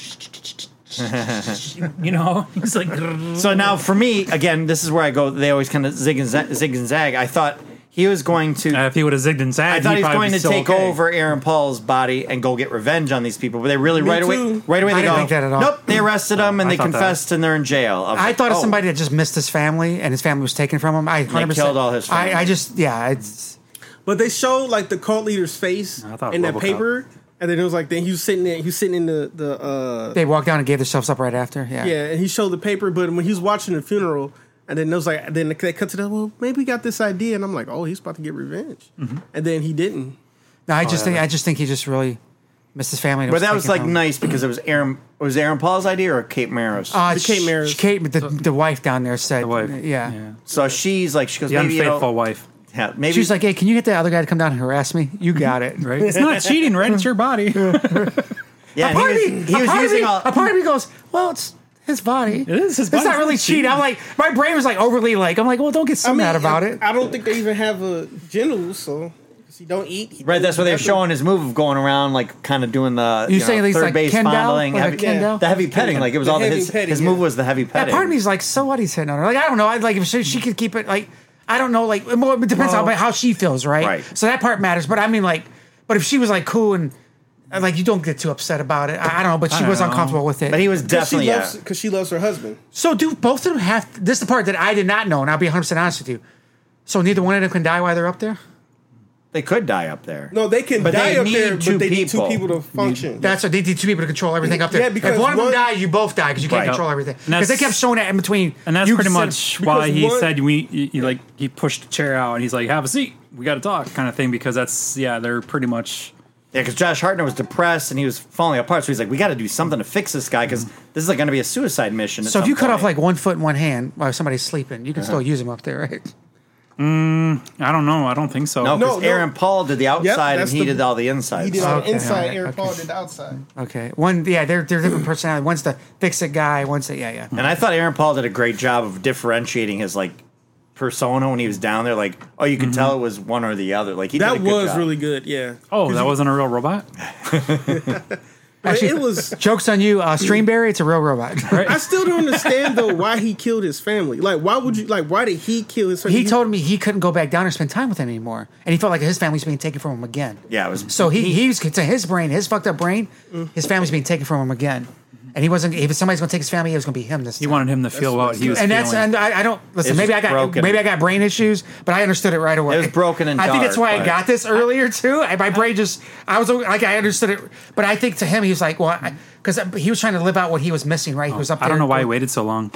Speaker 4: you know, he's like,
Speaker 3: So now for me, again, this is where I go. They always kind of zig and zag, zig and zag. I thought he was going to.
Speaker 4: Uh, if he would have zigged and
Speaker 3: I
Speaker 4: zagged,
Speaker 3: thought he was going to take
Speaker 4: okay.
Speaker 3: over Aaron Paul's body and go get revenge on these people, but they really right away,
Speaker 6: too.
Speaker 3: right away, they
Speaker 5: I
Speaker 3: go,
Speaker 5: didn't think that at all.
Speaker 3: nope, they arrested him and
Speaker 4: I
Speaker 3: they
Speaker 4: thought that.
Speaker 3: confessed and they're in jail. was
Speaker 5: I
Speaker 3: like,
Speaker 5: thought of
Speaker 3: oh.
Speaker 5: somebody that just missed his family and his family was taken from him. I 100
Speaker 3: killed all his family.
Speaker 5: I, I just yeah, it's
Speaker 6: But they showed like the cult leader's face
Speaker 4: I thought
Speaker 6: in that
Speaker 4: RoboCop.
Speaker 6: paper, and then it was like then he was sitting there, he was sitting in the the uh,
Speaker 5: they walked down and gave themselves up right after. Yeah.
Speaker 6: yeah, and he showed the paper. But when he was watching the funeral, and then it was like then they cut to that. Well, maybe he got this idea, and I'm like, oh, he's about to get revenge,
Speaker 3: Mm-hmm.
Speaker 6: and then he didn't.
Speaker 5: No, I
Speaker 3: Oh,
Speaker 5: just think I just think he just really missed his family. and it
Speaker 3: But that was
Speaker 5: taken
Speaker 3: like
Speaker 5: from him.
Speaker 3: nice because it was Aaron. Was it Aaron Paul's idea or Kate Maros?
Speaker 5: Uh,
Speaker 6: The Kate
Speaker 5: sh-
Speaker 6: Maris.
Speaker 5: Kate, the, the wife down there said,
Speaker 4: The wife.
Speaker 5: yeah.
Speaker 3: so she's like, she goes,
Speaker 4: The
Speaker 3: maybe it'll-
Speaker 4: unfaithful wife.
Speaker 3: Yeah, maybe
Speaker 5: She was like, hey, can you get the other guy to come down and harass me? You got it.
Speaker 4: Right? It's not cheating, right? It's your body. It
Speaker 3: yeah,
Speaker 5: A
Speaker 3: and he
Speaker 5: part,
Speaker 3: was,
Speaker 5: of me,
Speaker 3: he
Speaker 5: a
Speaker 3: was
Speaker 5: part of
Speaker 3: using
Speaker 5: me-
Speaker 3: all.
Speaker 5: a part of me goes, well, it's his body. It
Speaker 4: is his
Speaker 5: It's
Speaker 4: body.
Speaker 5: not really
Speaker 4: It's not cheating.
Speaker 5: cheating. I'm like, my brain was like overly like, I'm like, well, don't get so mad about it.
Speaker 6: I don't think they even have a genital, so 'cause he don't eat. he
Speaker 3: Right, that's what they were
Speaker 6: doesn't-
Speaker 3: showing his move of going around, like kind of doing the
Speaker 5: You
Speaker 3: know,
Speaker 5: saying he's
Speaker 3: third
Speaker 5: like
Speaker 3: base
Speaker 5: Ken Dow?
Speaker 3: fondling,
Speaker 5: Like a
Speaker 3: heavy,
Speaker 5: Ken Dow?
Speaker 3: the heavy petting. Like it was
Speaker 6: The
Speaker 3: all the,
Speaker 6: heavy
Speaker 3: his
Speaker 6: petting,
Speaker 3: his move
Speaker 6: yeah.
Speaker 3: was the heavy petting.
Speaker 5: Yeah, part of me is like, so what he's hitting on her? Like, I don't know. I'd like if she, she could keep it. Like, I don't know. Like, well, it depends on
Speaker 4: Well-
Speaker 5: how she feels, right?
Speaker 3: Right.
Speaker 5: So that part matters. But I mean, like, but if she was like cool and uh, like, you don't get too upset about it. I, I don't know. But she
Speaker 4: don't
Speaker 5: was
Speaker 4: know.
Speaker 5: uncomfortable with it.
Speaker 3: but he was
Speaker 6: 'Cause she
Speaker 3: definitely yeah.
Speaker 6: loves because she loves her husband.
Speaker 5: so do both of them have? This is the part that I did not know, and I'll be 100 percent honest with you. So neither one of them can die while they're up there.
Speaker 3: they could die up there.
Speaker 6: No, they can
Speaker 3: But
Speaker 6: die
Speaker 3: they
Speaker 6: up there,
Speaker 3: need
Speaker 6: but
Speaker 3: two
Speaker 6: they need two
Speaker 3: people.
Speaker 6: people to function.
Speaker 5: That's what they need two people to control everything up there.
Speaker 6: Yeah, because
Speaker 5: if one, of
Speaker 6: one-
Speaker 5: them dies, you both die because you can't
Speaker 3: Right.
Speaker 5: control everything.
Speaker 4: And
Speaker 5: Because they
Speaker 4: that's-
Speaker 5: kept showing that in between.
Speaker 4: And that's
Speaker 5: You
Speaker 4: pretty
Speaker 5: said-
Speaker 4: much why
Speaker 6: because
Speaker 4: he
Speaker 6: one-
Speaker 4: said we you, you, like he pushed the chair out and he's like, "Have a seat, we got to talk," kind of thing. Because that's yeah, they're pretty much
Speaker 3: Yeah, because Josh Hartner was depressed and he was falling apart. So he's like, we got to do something to fix this guy because this is like going to be a suicide mission. at
Speaker 5: So if
Speaker 3: some
Speaker 5: you cut off
Speaker 3: point.
Speaker 5: like one foot and one hand while somebody's sleeping, you can still use them up there, right?
Speaker 4: I don't know, I don't think so.
Speaker 3: no,
Speaker 6: No,
Speaker 3: because
Speaker 6: no.
Speaker 3: Aaron Paul did the outside and
Speaker 6: that's
Speaker 3: he
Speaker 6: the-
Speaker 3: did all the inside.
Speaker 6: he did
Speaker 3: So-
Speaker 6: all
Speaker 5: Okay,
Speaker 6: the inside,
Speaker 5: alright,
Speaker 6: Aaron
Speaker 5: okay.
Speaker 6: Paul did the outside.
Speaker 5: Okay. One, yeah, they're they're different personality. One's the fix it guy. One's the yeah, yeah.
Speaker 3: And I thought Aaron Paul did a great job of differentiating his like persona when he was down there. Like, oh, you could
Speaker 5: Mm-hmm.
Speaker 3: tell it was one or the other. Like he
Speaker 6: That
Speaker 3: did a good
Speaker 6: was
Speaker 3: job.
Speaker 6: really good, yeah.
Speaker 4: Oh, that wasn't a real robot.
Speaker 6: But
Speaker 5: Actually-
Speaker 6: it was.
Speaker 5: Jokes on you, uh, Streamberry. It's a real robot.
Speaker 6: I still don't understand though why he killed his family. Like, why would you? Like, why did he kill his family?
Speaker 5: He told me he couldn't go back down and spend time with him anymore, and he felt like his family's being taken from him again.
Speaker 3: Yeah, it was.
Speaker 5: So he he's to his brain, his fucked up brain, his family's being taken from him again, and he wasn't. If somebody's going to take his family, it was going to be him this
Speaker 4: He
Speaker 5: time.
Speaker 4: wanted him to feel what he was
Speaker 5: and
Speaker 4: feeling.
Speaker 5: that's and I, I don't listen.
Speaker 3: It's
Speaker 5: Maybe I got
Speaker 3: broken.
Speaker 5: maybe I got brain issues, but I understood it right away.
Speaker 3: It was broken and
Speaker 5: I think that's
Speaker 3: dark,
Speaker 5: why I
Speaker 3: but-
Speaker 5: got this earlier too. I, my brain just I was like I understood it, but I think to him he was like, well, because he was trying to live out what he was missing.
Speaker 3: Oh,
Speaker 5: Right, he was up. There
Speaker 4: I don't know why he waited so long.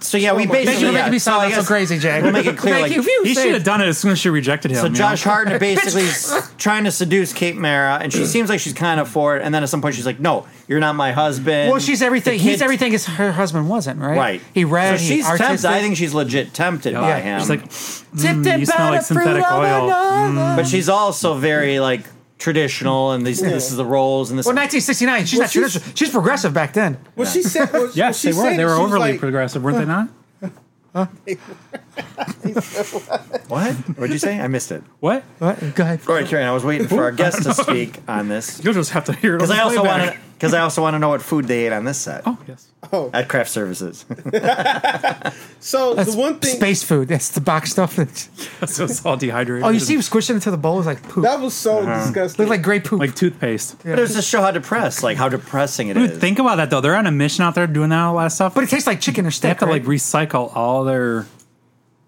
Speaker 3: So yeah, we basically
Speaker 5: Thank you for
Speaker 3: yeah,
Speaker 5: making me
Speaker 3: I
Speaker 5: sound so
Speaker 3: guess-
Speaker 5: crazy, Jack.
Speaker 3: We'll make it clear.
Speaker 5: Thank
Speaker 3: like,
Speaker 5: you. Phew,
Speaker 4: He
Speaker 5: saved.
Speaker 4: should have done it as soon as she rejected him.
Speaker 3: So
Speaker 4: you know?
Speaker 3: Josh Hartner basically is trying to seduce Kate Mara, and she seems like she's kind of for it. And then at some point, she's like, "No, you're not my husband."
Speaker 5: Well, she's everything.
Speaker 3: The
Speaker 5: He's
Speaker 3: kid-
Speaker 5: everything. His her husband wasn't right.
Speaker 3: Right.
Speaker 5: He read.
Speaker 3: So
Speaker 5: he
Speaker 3: she's tempted.
Speaker 5: artistic.
Speaker 3: I think she's legit tempted by him.
Speaker 4: She's like, "Mm, you smell like synthetic oil.
Speaker 3: but she's also very like traditional, and these, this is the roles and this.
Speaker 5: Well, 1969. She's
Speaker 6: Well,
Speaker 5: not
Speaker 6: she's-
Speaker 5: traditional. She's progressive back then.
Speaker 6: Well, she said. Well,
Speaker 4: Yes,
Speaker 6: she
Speaker 4: they were.
Speaker 6: said
Speaker 4: They
Speaker 6: it.
Speaker 4: were
Speaker 6: She was
Speaker 4: overly
Speaker 6: like-
Speaker 4: progressive, weren't they not?
Speaker 3: what? What'd you say? I missed it.
Speaker 4: What?
Speaker 5: What? Go ahead.
Speaker 3: All right, Karen. I was waiting for our guest to speak on this
Speaker 4: You'll just have to hear it.
Speaker 3: because I also want
Speaker 4: want
Speaker 3: to because I also want to know what food they ate on this set
Speaker 4: Oh yes.
Speaker 3: at Craft Services.
Speaker 6: So
Speaker 5: That's
Speaker 6: the one thing
Speaker 5: space food. That's the box stuff. That's,
Speaker 4: So it's all dehydrated.
Speaker 5: oh, you see him squishing into the bowl is like poop.
Speaker 6: that was so disgusting.
Speaker 5: Looked Uh-huh. like gray poop.
Speaker 4: like toothpaste.
Speaker 3: But it was to show how depressed, like how depressing it is.
Speaker 4: Dude, think about that though. They're on a mission out there doing that all that stuff.
Speaker 5: but it tastes like chicken or
Speaker 4: they
Speaker 5: steak.
Speaker 4: have to like
Speaker 5: right?
Speaker 4: recycle all their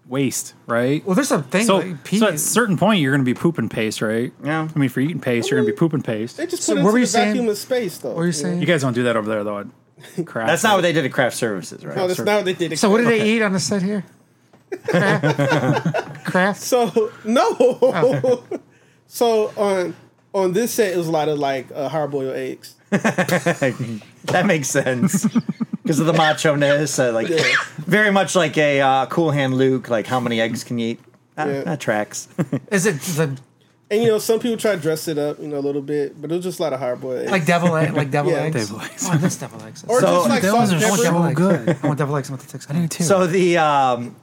Speaker 4: waste, right?
Speaker 5: well, there's a thing.
Speaker 4: so,
Speaker 5: like, pee-
Speaker 4: so at a certain point, you're going to be pooping paste, right?
Speaker 3: Yeah.
Speaker 4: I mean, for eating paste, you're going to be pooping paste.
Speaker 6: they just
Speaker 5: So
Speaker 6: put it
Speaker 5: what were
Speaker 6: into the
Speaker 5: you saying?
Speaker 6: vacuum of space, though.
Speaker 5: what were you saying?
Speaker 4: You guys don't do that over there, though. Crap.
Speaker 3: That's not what they did at Craft Services, right?
Speaker 6: No, that's not what they did.
Speaker 5: so what did they eat on the set here? Kraft. Kraft?
Speaker 6: So no. so on on this set, it was a lot of like uh, hard boiled eggs.
Speaker 3: that makes sense because of the macho ness. Uh, like, very much like a uh, Cool Hand Luke. Like, how many eggs can you eat? That,
Speaker 6: Yeah.
Speaker 3: that tracks.
Speaker 5: Is it the,
Speaker 6: And you know, some people try to dress it up, you know, a little bit, but it was just a lot of hard boiled eggs.
Speaker 5: like devil egg, like devil
Speaker 6: Yeah.
Speaker 5: eggs?
Speaker 4: Devil eggs.
Speaker 5: Oh, I miss devil eggs.
Speaker 6: or
Speaker 3: so-
Speaker 6: just like
Speaker 5: Those
Speaker 6: salt
Speaker 5: are
Speaker 6: and pepper.
Speaker 5: so
Speaker 4: pepper.
Speaker 5: good. I want devil eggs. I want the ticks. I do too.
Speaker 3: so the. Um,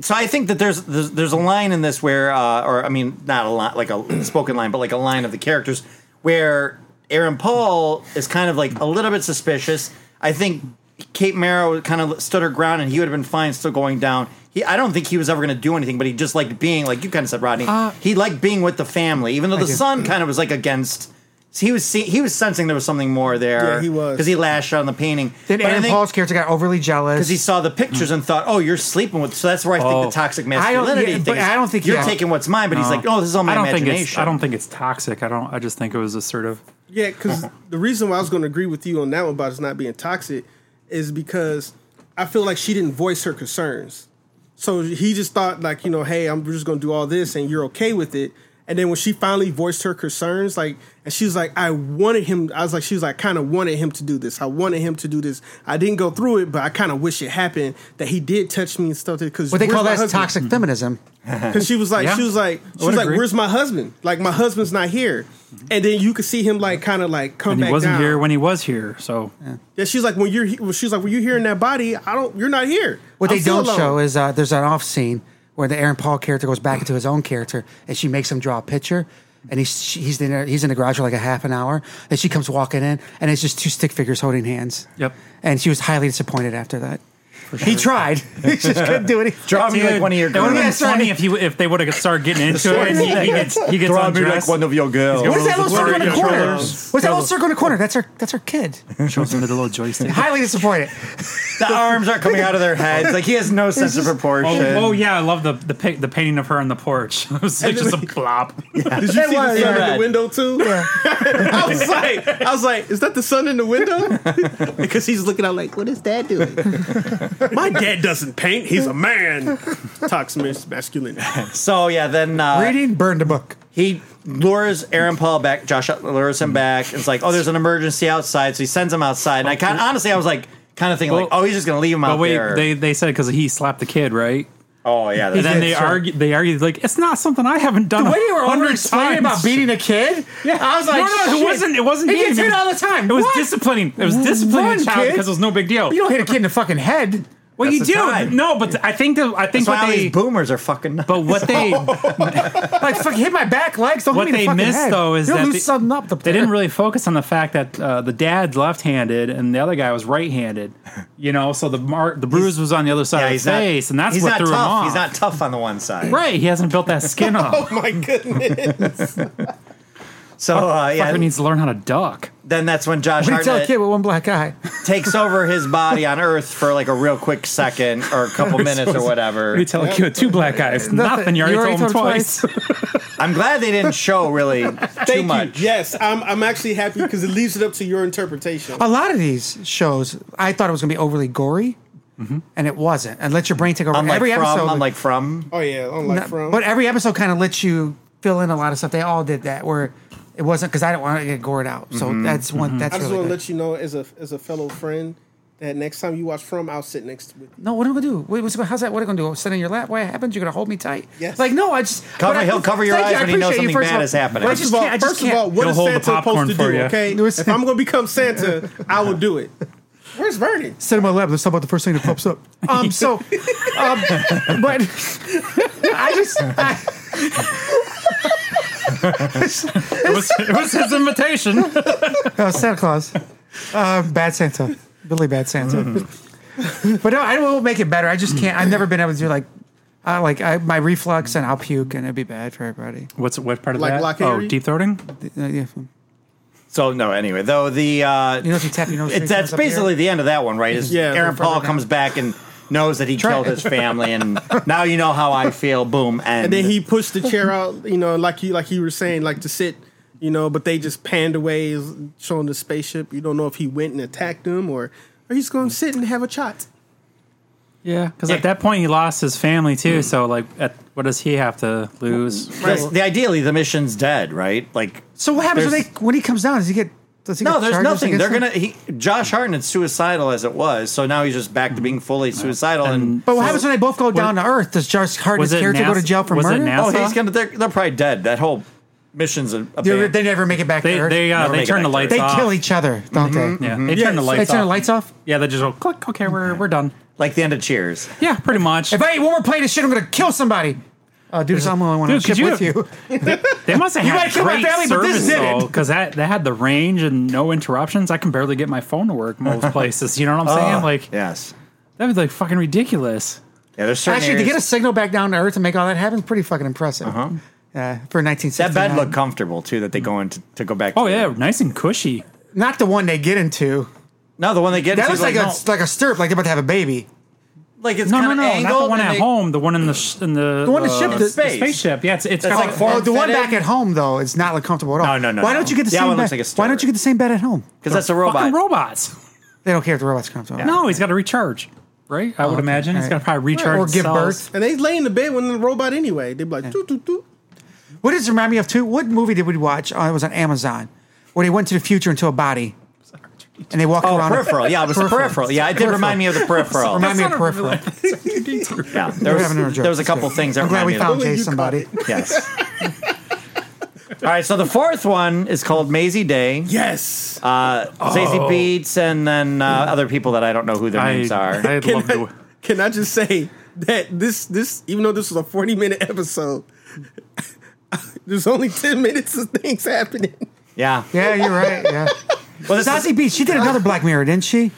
Speaker 3: so I think that there's, there's there's a line in this where, uh, or I mean, not a line like a spoken line, but like a line of the characters where Aaron Paul is kind of like a little bit suspicious, I think Kate Mara kind of stood her ground, and he would have been fine still going down. He, I don't think he was ever going to do anything, but he just liked being, like you kind of said, Rodney. he liked being with the family, even though the son kind of was like against. He was see, he was sensing there was something more there.
Speaker 6: Yeah, he was.
Speaker 3: because he lashed out on the painting.
Speaker 5: Then
Speaker 3: But I
Speaker 5: Aaron
Speaker 3: think-
Speaker 5: Paul's character got overly jealous.
Speaker 3: because he saw the pictures and thought, "Oh, you're sleeping with." So that's where I think
Speaker 4: Oh.
Speaker 3: the toxic
Speaker 5: I don't-
Speaker 3: masculinity.
Speaker 5: yeah,
Speaker 3: thing
Speaker 5: but
Speaker 3: is,
Speaker 5: I don't think-
Speaker 3: you're
Speaker 5: yeah.
Speaker 3: taking what's mine, but he's like, "Oh, this is all my
Speaker 4: I don't think
Speaker 3: imagination."
Speaker 4: it's. I don't think it's toxic. I don't. I just think it was assertive.
Speaker 6: Yeah, because the reason why I was going to agree with you on that one about it's not being toxic is because I feel like she didn't voice her concerns. So he just thought like, you know, hey, I'm just going to do all this and you're okay with it. And then when she finally voiced her concerns, like, and she was like, I wanted him. I was like, she was like, kind of wanted him to do this. I wanted him to do this. I didn't go through it, but I kind of wish it happened that he did touch me and stuff. Because
Speaker 5: what they call that is toxic feminism.
Speaker 6: because she was like,
Speaker 4: Yeah.
Speaker 6: she was like,
Speaker 4: I
Speaker 6: she
Speaker 4: would
Speaker 6: was like,
Speaker 4: agree.
Speaker 6: "Where's my husband? Like, my husband's not here." And then you could see him like, kind of like come
Speaker 4: And
Speaker 6: back
Speaker 4: he wasn't
Speaker 6: down.
Speaker 4: here when he was here. So
Speaker 6: yeah, she's like, "When you're," he- well, she's like, "When you're here in that body, I don't. You're not here."
Speaker 5: What
Speaker 6: I'm
Speaker 5: they
Speaker 6: still
Speaker 5: don't
Speaker 6: alone."
Speaker 5: show is uh, there's an off scene where the Aaron Paul character goes back into his own character, and she makes him draw a picture. And he's she- he's in there, he's in the garage for like a half an hour, and she comes walking in, and it's just two stick figures holding hands.
Speaker 4: Yep.
Speaker 5: And she was highly disappointed after that. He tried, he just couldn't do it.
Speaker 3: Draw me like one of your
Speaker 4: It would have
Speaker 3: girls.
Speaker 4: been
Speaker 5: That's
Speaker 4: funny
Speaker 5: right.
Speaker 4: if he w- if they would have started getting into it. And he, he gets he gets
Speaker 3: Draw me like
Speaker 4: undressed.
Speaker 3: one of your girls.
Speaker 5: What is that little
Speaker 4: Glory
Speaker 5: circle in the corner?
Speaker 4: controllers.
Speaker 5: What's that little circle in the corner? That's her. That's her kid.
Speaker 4: shows him the little joystick.
Speaker 5: Highly disappointed.
Speaker 3: The arms aren't coming out of their heads. Like he has no sense of proportion.
Speaker 4: Oh, oh yeah, I love the the, pic, the painting of her on the porch. It was like
Speaker 6: And
Speaker 4: just a
Speaker 6: then-
Speaker 4: blob.
Speaker 6: Did you see
Speaker 3: was,
Speaker 6: the
Speaker 3: you're
Speaker 6: sun in
Speaker 3: right.
Speaker 6: the window too? I was like, I was like, "Is that the sun in the window?" because he's looking out like, "What is dad doing?" my dad doesn't paint. He's a man. Toxic masculine.
Speaker 3: So yeah, then uh,
Speaker 5: Reading burned a book.
Speaker 3: he lures Aaron Paul back. Josh lures him back. It's like, oh, there's an emergency outside, so he sends him outside. And I kind honestly, I was like, kind of thinking like,
Speaker 4: Well-
Speaker 3: oh, he's just gonna leave him
Speaker 4: But
Speaker 3: out
Speaker 4: wait,
Speaker 3: there.
Speaker 4: they they said because he slapped the kid, right?
Speaker 3: oh yeah,
Speaker 4: And then
Speaker 3: that's-
Speaker 4: they argued. They argued like it's not something I haven't done.
Speaker 5: The way you were
Speaker 4: hundred
Speaker 5: under explaining
Speaker 4: times."
Speaker 5: about beating a kid,
Speaker 4: Yeah.
Speaker 5: I was like,
Speaker 4: no, no,
Speaker 5: shit.
Speaker 4: it wasn't. It wasn't.
Speaker 5: He
Speaker 4: beating
Speaker 5: gets
Speaker 4: him.
Speaker 5: hit all the time.
Speaker 4: It was
Speaker 5: What?
Speaker 4: disciplining. It was
Speaker 5: Run,
Speaker 4: disciplining the child
Speaker 5: kid.
Speaker 4: because it was no big deal.
Speaker 5: You don't hit a kid in the fucking head.
Speaker 4: well,
Speaker 3: That's
Speaker 4: you
Speaker 3: the
Speaker 4: do.
Speaker 3: time.
Speaker 4: No, but I think the, I think
Speaker 3: That's why all
Speaker 4: what they
Speaker 3: these boomers are fucking.
Speaker 4: but what they
Speaker 5: Like fucking hit my back legs. Don't
Speaker 4: what
Speaker 5: hit me in the fucking
Speaker 4: they missed
Speaker 5: head.
Speaker 4: though is
Speaker 5: You'll
Speaker 4: that
Speaker 5: lose
Speaker 4: they,
Speaker 5: something up the
Speaker 4: they didn't really focus on the fact that uh, the dad's left-handed and the other guy was right-handed. You know, so the mar- the bruise was on the other side
Speaker 3: yeah,
Speaker 4: of his face, and that's
Speaker 3: he's
Speaker 4: what
Speaker 3: not
Speaker 4: threw
Speaker 3: tough.
Speaker 4: him off.
Speaker 3: He's not tough on the one side.
Speaker 4: right. He hasn't built that skin up.
Speaker 6: Oh My goodness.
Speaker 3: So uh, yeah,
Speaker 4: Fucker needs to learn how to duck.
Speaker 3: then that's when Josh
Speaker 5: What do you tell a
Speaker 3: Hartnett
Speaker 5: kid with one black eye?
Speaker 3: takes over his body on Earth for like a real quick second or a couple minutes or whatever.
Speaker 4: We tell a kid two black eyes, nothing. You already, told him twice.
Speaker 3: I'm glad they didn't show really too
Speaker 6: Thank
Speaker 3: much.
Speaker 6: you. Yes, I'm. I'm actually happy because it leaves it up to your interpretation.
Speaker 5: A lot of these shows, I thought it was going to be overly gory, and it wasn't. And let your brain take over.
Speaker 3: Unlike
Speaker 5: every
Speaker 3: from,
Speaker 5: episode,
Speaker 3: unlike from.
Speaker 6: Oh yeah, unlike
Speaker 5: No,
Speaker 6: from.
Speaker 5: but every episode kind of lets you fill in a lot of stuff. They all did that where it wasn't because I don't want to get gored out. So
Speaker 3: Mm-hmm.
Speaker 5: that's one. That's
Speaker 6: I just
Speaker 5: really
Speaker 6: want to
Speaker 5: good.
Speaker 6: let you know, as a as a fellow friend, that next time you watch From, I'll sit next to you.
Speaker 5: No, what am I gonna do? What, what's, how's that? What am I gonna do? Sit in your lap? What happens? You're gonna hold me tight?
Speaker 6: Yes.
Speaker 5: Like no, I just
Speaker 3: Cover-
Speaker 5: but I-
Speaker 3: he'll cover your
Speaker 5: thank
Speaker 3: eyes
Speaker 5: I
Speaker 3: when he knows
Speaker 5: appreciate you,
Speaker 3: something
Speaker 5: first of
Speaker 3: bad
Speaker 5: all.
Speaker 3: is happening.
Speaker 5: But I
Speaker 3: First
Speaker 5: just
Speaker 6: First of all,
Speaker 5: can't. I just
Speaker 6: first of
Speaker 5: can't.
Speaker 6: all, what
Speaker 4: He'll
Speaker 6: is
Speaker 4: hold the
Speaker 6: Santa
Speaker 4: popcorn
Speaker 6: supposed to
Speaker 4: for
Speaker 6: do?
Speaker 4: ya.
Speaker 6: Okay, if I'm gonna become Santa, I will do it. Where's Vernon?
Speaker 5: Cinema Lab. Let's talk about the first thing that pops up. Um, so, um, but I just I,
Speaker 4: It was, it was his invitation.
Speaker 5: oh, Santa Claus, um, Bad Santa, Billy Bad Santa.
Speaker 3: Mm-hmm.
Speaker 5: but no, I won't make it better. I just can't. I've never been able to do like, I like I, my reflux and I'll puke and it'd be bad for everybody.
Speaker 4: What's what part of
Speaker 6: Like
Speaker 4: that?
Speaker 6: Lock
Speaker 4: oh,
Speaker 6: Henry?
Speaker 4: deep throating.
Speaker 5: Uh, yeah.
Speaker 3: So no, anyway, though the uh,
Speaker 5: You know if you tap your nose.
Speaker 3: it,
Speaker 5: three
Speaker 3: that's
Speaker 5: times up here?
Speaker 3: basically the end of that one, right? Is
Speaker 6: Yeah,
Speaker 3: Aaron
Speaker 6: further
Speaker 3: Paul
Speaker 6: down.
Speaker 3: comes back and knows that he
Speaker 5: Try-
Speaker 3: killed his family, and now you know how I feel. Boom, and,
Speaker 6: And then he pushed the chair out, you know, like you like you were saying, like to sit, you know. But they just panned away, showing the spaceship. You don't know if he went and attacked them or or he's gonna sit and have a shot.
Speaker 4: Yeah, because
Speaker 3: Yeah.
Speaker 4: at that point he lost his family too. So like, at, what does he have to lose?
Speaker 3: That's- the, ideally the mission's dead, right? Like
Speaker 5: So what happens when,
Speaker 3: There's-
Speaker 5: they, when he comes down? Does he get? Does he
Speaker 3: no,
Speaker 5: get
Speaker 3: there's
Speaker 5: charges
Speaker 3: nothing. They're
Speaker 5: against him?
Speaker 3: gonna he, Josh Hartnett's suicidal as it was, so now he's just back to being fully
Speaker 5: Mm-hmm.
Speaker 3: suicidal, and,
Speaker 5: But what happens when they both go down to Earth? Does Josh Hartnett's
Speaker 4: Was it
Speaker 5: character go to
Speaker 4: Nas-
Speaker 5: jail for
Speaker 4: was it
Speaker 5: murder?
Speaker 4: Nas-
Speaker 3: oh, he's
Speaker 4: Elsa?
Speaker 3: gonna they're, they're probably dead. That whole mission's a, a
Speaker 5: They,
Speaker 3: band.
Speaker 5: they never make it back
Speaker 4: They
Speaker 5: to Earth.
Speaker 4: they uh,
Speaker 3: Never
Speaker 4: they
Speaker 3: make it
Speaker 4: turn the
Speaker 3: back
Speaker 4: lights.
Speaker 5: They
Speaker 4: off. Mm-hmm.
Speaker 5: kill each other, don't they?
Speaker 4: Yeah, they turn the
Speaker 5: They
Speaker 4: lights.
Speaker 5: turn the
Speaker 4: off.
Speaker 5: lights off.
Speaker 4: Yeah, they just go click. Okay, we're we're done.
Speaker 3: like the end of Cheers.
Speaker 4: Yeah, pretty much.
Speaker 5: If I eat one more plate of shit, I'm gonna kill somebody.
Speaker 9: Oh, dude,
Speaker 5: There's- I'm the only one on
Speaker 4: Uh, Dude,
Speaker 5: ship
Speaker 4: could you
Speaker 5: with
Speaker 4: have-
Speaker 5: you.
Speaker 4: They must have
Speaker 3: You
Speaker 4: had
Speaker 3: might kill my
Speaker 4: great
Speaker 3: family, but this
Speaker 4: service
Speaker 3: did it.
Speaker 4: though, because that that had the range and no interruptions. I can barely get my phone to work most places. You know what I'm saying? Like
Speaker 3: Oh, Yes.
Speaker 4: that'd be like fucking ridiculous.
Speaker 3: Yeah, there's certain
Speaker 5: Actually, to
Speaker 3: areas-
Speaker 5: get a signal back down to Earth and make all that happen, pretty fucking impressive. Uh-huh. for 1969.
Speaker 3: that bed looked comfortable too. That they go into to go back.
Speaker 4: Oh
Speaker 3: to.
Speaker 4: yeah, nice and cushy.
Speaker 5: Not the one they get into.
Speaker 3: No, the one they get
Speaker 5: That
Speaker 3: into
Speaker 5: looks
Speaker 3: is
Speaker 5: like,
Speaker 3: like,
Speaker 5: a like a stirrup, like they're about to have a baby.
Speaker 3: no, like it's
Speaker 4: No, no,
Speaker 3: kind
Speaker 4: no,
Speaker 3: of
Speaker 4: not the
Speaker 3: angled.
Speaker 4: one
Speaker 3: and
Speaker 4: at
Speaker 3: they-
Speaker 4: home. The one in the sh- in the
Speaker 5: The one in
Speaker 4: uh,
Speaker 5: ship,
Speaker 3: the
Speaker 5: the
Speaker 3: space.
Speaker 4: spaceship. Yeah, it's it's
Speaker 3: That's
Speaker 4: got
Speaker 3: like four-
Speaker 5: Oh, the one
Speaker 3: Fitted?
Speaker 5: back at home though, it's not like comfortable at all.
Speaker 3: No, no, no,
Speaker 5: Why
Speaker 3: no.
Speaker 5: don't you get the
Speaker 3: That
Speaker 5: same
Speaker 3: one looks
Speaker 5: bed?
Speaker 3: like a
Speaker 5: Why don't you
Speaker 3: stirrup.
Speaker 5: get the same bed at home?
Speaker 3: because that's a
Speaker 4: fucking
Speaker 3: robot.
Speaker 4: robots.
Speaker 5: They don't care if the robot's comfortable.
Speaker 4: No, he's got to recharge. Right, I would imagine he's
Speaker 5: All
Speaker 4: got
Speaker 5: right.
Speaker 4: to probably recharge
Speaker 5: or give
Speaker 4: cells.
Speaker 5: birth.
Speaker 6: And they lay in the bed with the robot anyway. They'd be like, doo, doo, doo.
Speaker 5: What does it remind me of too? What movie did we watch? Oh, it was on Amazon, where they went to the future into a body, and they walked
Speaker 3: Oh,
Speaker 5: around.
Speaker 3: peripheral. Yeah, it was peripheral. peripheral. Yeah, it did remind me of the peripheral.
Speaker 5: Remind me of
Speaker 4: That's not a
Speaker 5: peripheral.
Speaker 3: yeah, there
Speaker 5: We're
Speaker 3: was,
Speaker 5: having another joke.
Speaker 3: there was a
Speaker 5: It's good.
Speaker 3: couple things. That
Speaker 5: I'm
Speaker 3: remind
Speaker 5: glad we
Speaker 3: me of
Speaker 5: found
Speaker 3: that.
Speaker 5: Jay somebody.
Speaker 3: Yes. All right, so the fourth one is called Maisie Day.
Speaker 6: Yes.
Speaker 3: Uh, Stacey Beats and then uh, other people that I don't know who their
Speaker 4: I,
Speaker 3: names are.
Speaker 4: I'd
Speaker 6: can,
Speaker 4: love
Speaker 6: I,
Speaker 4: to.
Speaker 6: can I just say that this this even though this was a 40 minute episode, there's only 10 minutes of things happening.
Speaker 3: yeah.
Speaker 5: Yeah, you're right. Yeah.
Speaker 3: Well, this
Speaker 5: Sassy Beats, she did another Black Mirror, didn't she?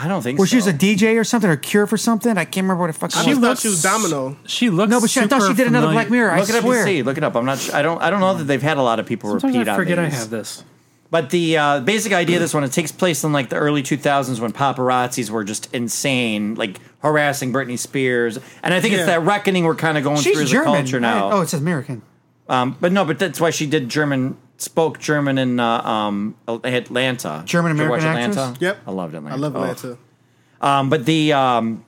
Speaker 3: I don't think
Speaker 5: Where
Speaker 3: so.
Speaker 5: she was a DJ or something, or cure for something. I can't remember what it fucking
Speaker 6: She
Speaker 5: was.
Speaker 6: thought she was Domino.
Speaker 4: She looks.
Speaker 5: No, but she, I thought she
Speaker 4: super
Speaker 5: did another Black
Speaker 4: familiar.
Speaker 5: Mirror.
Speaker 3: Look it
Speaker 5: I
Speaker 3: up
Speaker 5: swear.
Speaker 3: and see. Look it up. I'm not. Sh- I don't. I don't know that they've had a lot of people
Speaker 4: Sometimes
Speaker 3: repeat
Speaker 4: I forget
Speaker 3: on
Speaker 4: I
Speaker 3: these.
Speaker 4: have this.
Speaker 3: But the uh, basic idea of this one it takes place in like the early 2000s when paparazzis were just insane, like harassing Britney Spears. And I think it's
Speaker 6: Yeah.
Speaker 3: that reckoning we're kind of going through
Speaker 5: She's
Speaker 3: as
Speaker 5: German.
Speaker 3: a culture now.
Speaker 5: right? Oh, it's American.
Speaker 3: Um, but no, but that's why she did German, spoke German in uh, um, Atlanta.
Speaker 5: German
Speaker 3: Did you watch
Speaker 5: American
Speaker 3: Atlanta?
Speaker 5: actress?
Speaker 6: Yep.
Speaker 3: I loved Atlanta.
Speaker 6: I love
Speaker 3: Oh.
Speaker 6: Atlanta.
Speaker 3: Um, but the um,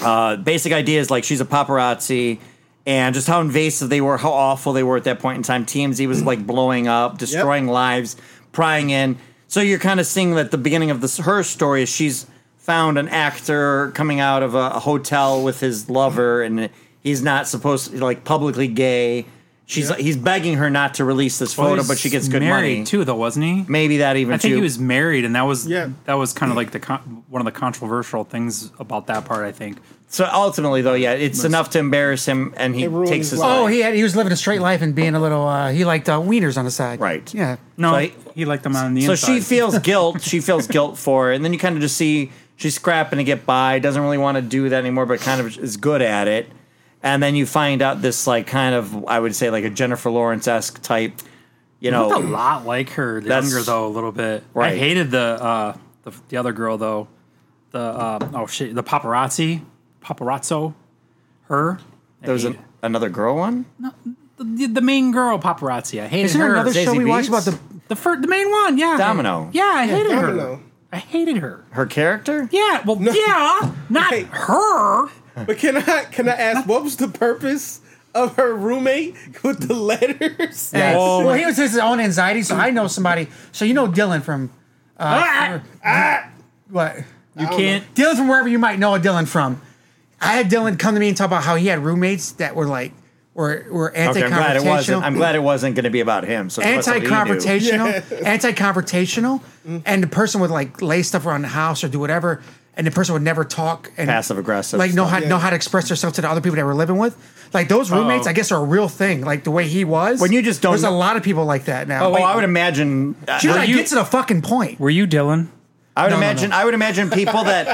Speaker 3: uh, basic idea is like she's a paparazzi, and just how invasive they were, how awful they were at that point in time. TMZ was like blowing up, destroying lives, prying in. So you're kind of seeing that the beginning of this her story is she's found an actor coming out of a, a hotel with his lover, and he's not supposed to like publicly gay. She's he's begging her not to release this photo,
Speaker 4: Well,
Speaker 3: but she gets
Speaker 4: he's
Speaker 3: good
Speaker 4: married
Speaker 3: money.
Speaker 4: too, though, wasn't he?
Speaker 3: Maybe that even
Speaker 4: I think
Speaker 3: too.
Speaker 4: he was married, and that was
Speaker 6: Yeah.
Speaker 4: that was kind of like the con- one of the controversial things about that part. I think
Speaker 3: so ultimately, though, yeah, it's enough to embarrass him, and he
Speaker 6: It ruined
Speaker 3: takes
Speaker 6: his
Speaker 3: his
Speaker 6: life.
Speaker 5: Oh, he had, he was living a straight life and being a little. Uh, he liked uh, wieners on the side.
Speaker 3: Mm. Right.
Speaker 5: Yeah.
Speaker 4: no,
Speaker 3: So
Speaker 4: he,
Speaker 3: he-
Speaker 4: liked them on the
Speaker 3: So
Speaker 4: inside.
Speaker 3: she feels guilt. She feels guilt for it. And then you kind of just see she's scrapping to get by, doesn't really want to do that anymore, but kind of is good at it. And then you find out this, like, kind of, I would say, like a Jennifer Lawrence esque type, you
Speaker 4: She looked a
Speaker 3: know.
Speaker 4: lot like her. The
Speaker 3: That's-
Speaker 4: younger though, a little bit. I
Speaker 3: Right.
Speaker 4: hated the uh, the, the other girl though. The uh, oh shit, the paparazzi, paparazzo, her. I
Speaker 3: There was
Speaker 4: hate-
Speaker 3: an, another girl one?
Speaker 4: the, the main girl paparazzi. I hated
Speaker 5: Isn't
Speaker 4: her.
Speaker 5: there another
Speaker 3: Zazie
Speaker 5: show we watched about
Speaker 3: Beetz?
Speaker 5: the?
Speaker 4: the fir- the main one, yeah.
Speaker 3: Domino.
Speaker 4: Yeah, I hated her.
Speaker 6: Domino.
Speaker 4: I hated her.
Speaker 3: Her character?
Speaker 4: Yeah, well, yeah, not
Speaker 6: Wait.
Speaker 4: her.
Speaker 6: But can I can I ask what was the purpose of her roommate with the letters?
Speaker 5: Yeah.
Speaker 4: Oh,
Speaker 5: well, he was his own anxiety. So I know somebody. So you know Dylan from uh,
Speaker 4: Ah,
Speaker 5: what?
Speaker 4: you can't.
Speaker 5: Dylan from wherever you might know a Dylan from. I had Dylan come to me and talk about how he had roommates that were like were were
Speaker 3: Okay, I'm glad it wasn't. I'm
Speaker 5: anti-confrontational,
Speaker 3: glad it wasn't going to be about him. So that's what he knew.
Speaker 5: anti-confrontational, anti-confrontational,
Speaker 3: Mm-hmm.
Speaker 5: and the person would like lay stuff around the house or do whatever, and the person would never talk and
Speaker 3: Passive aggressive
Speaker 5: like know
Speaker 3: stuff.
Speaker 5: how know how to express themselves to the other people that were living with. Like those roommates,
Speaker 4: Uh-oh.
Speaker 5: I guess, are a real thing. Like the way he was.
Speaker 3: When you just don't
Speaker 5: there's a
Speaker 3: know-
Speaker 5: lot of people like that now.
Speaker 3: Oh, I would imagine.
Speaker 5: She
Speaker 3: Were
Speaker 5: like
Speaker 3: you-
Speaker 5: get to the fucking point.
Speaker 4: Were you Dylan?
Speaker 3: I would
Speaker 5: no, no.
Speaker 3: imagine. I would imagine people that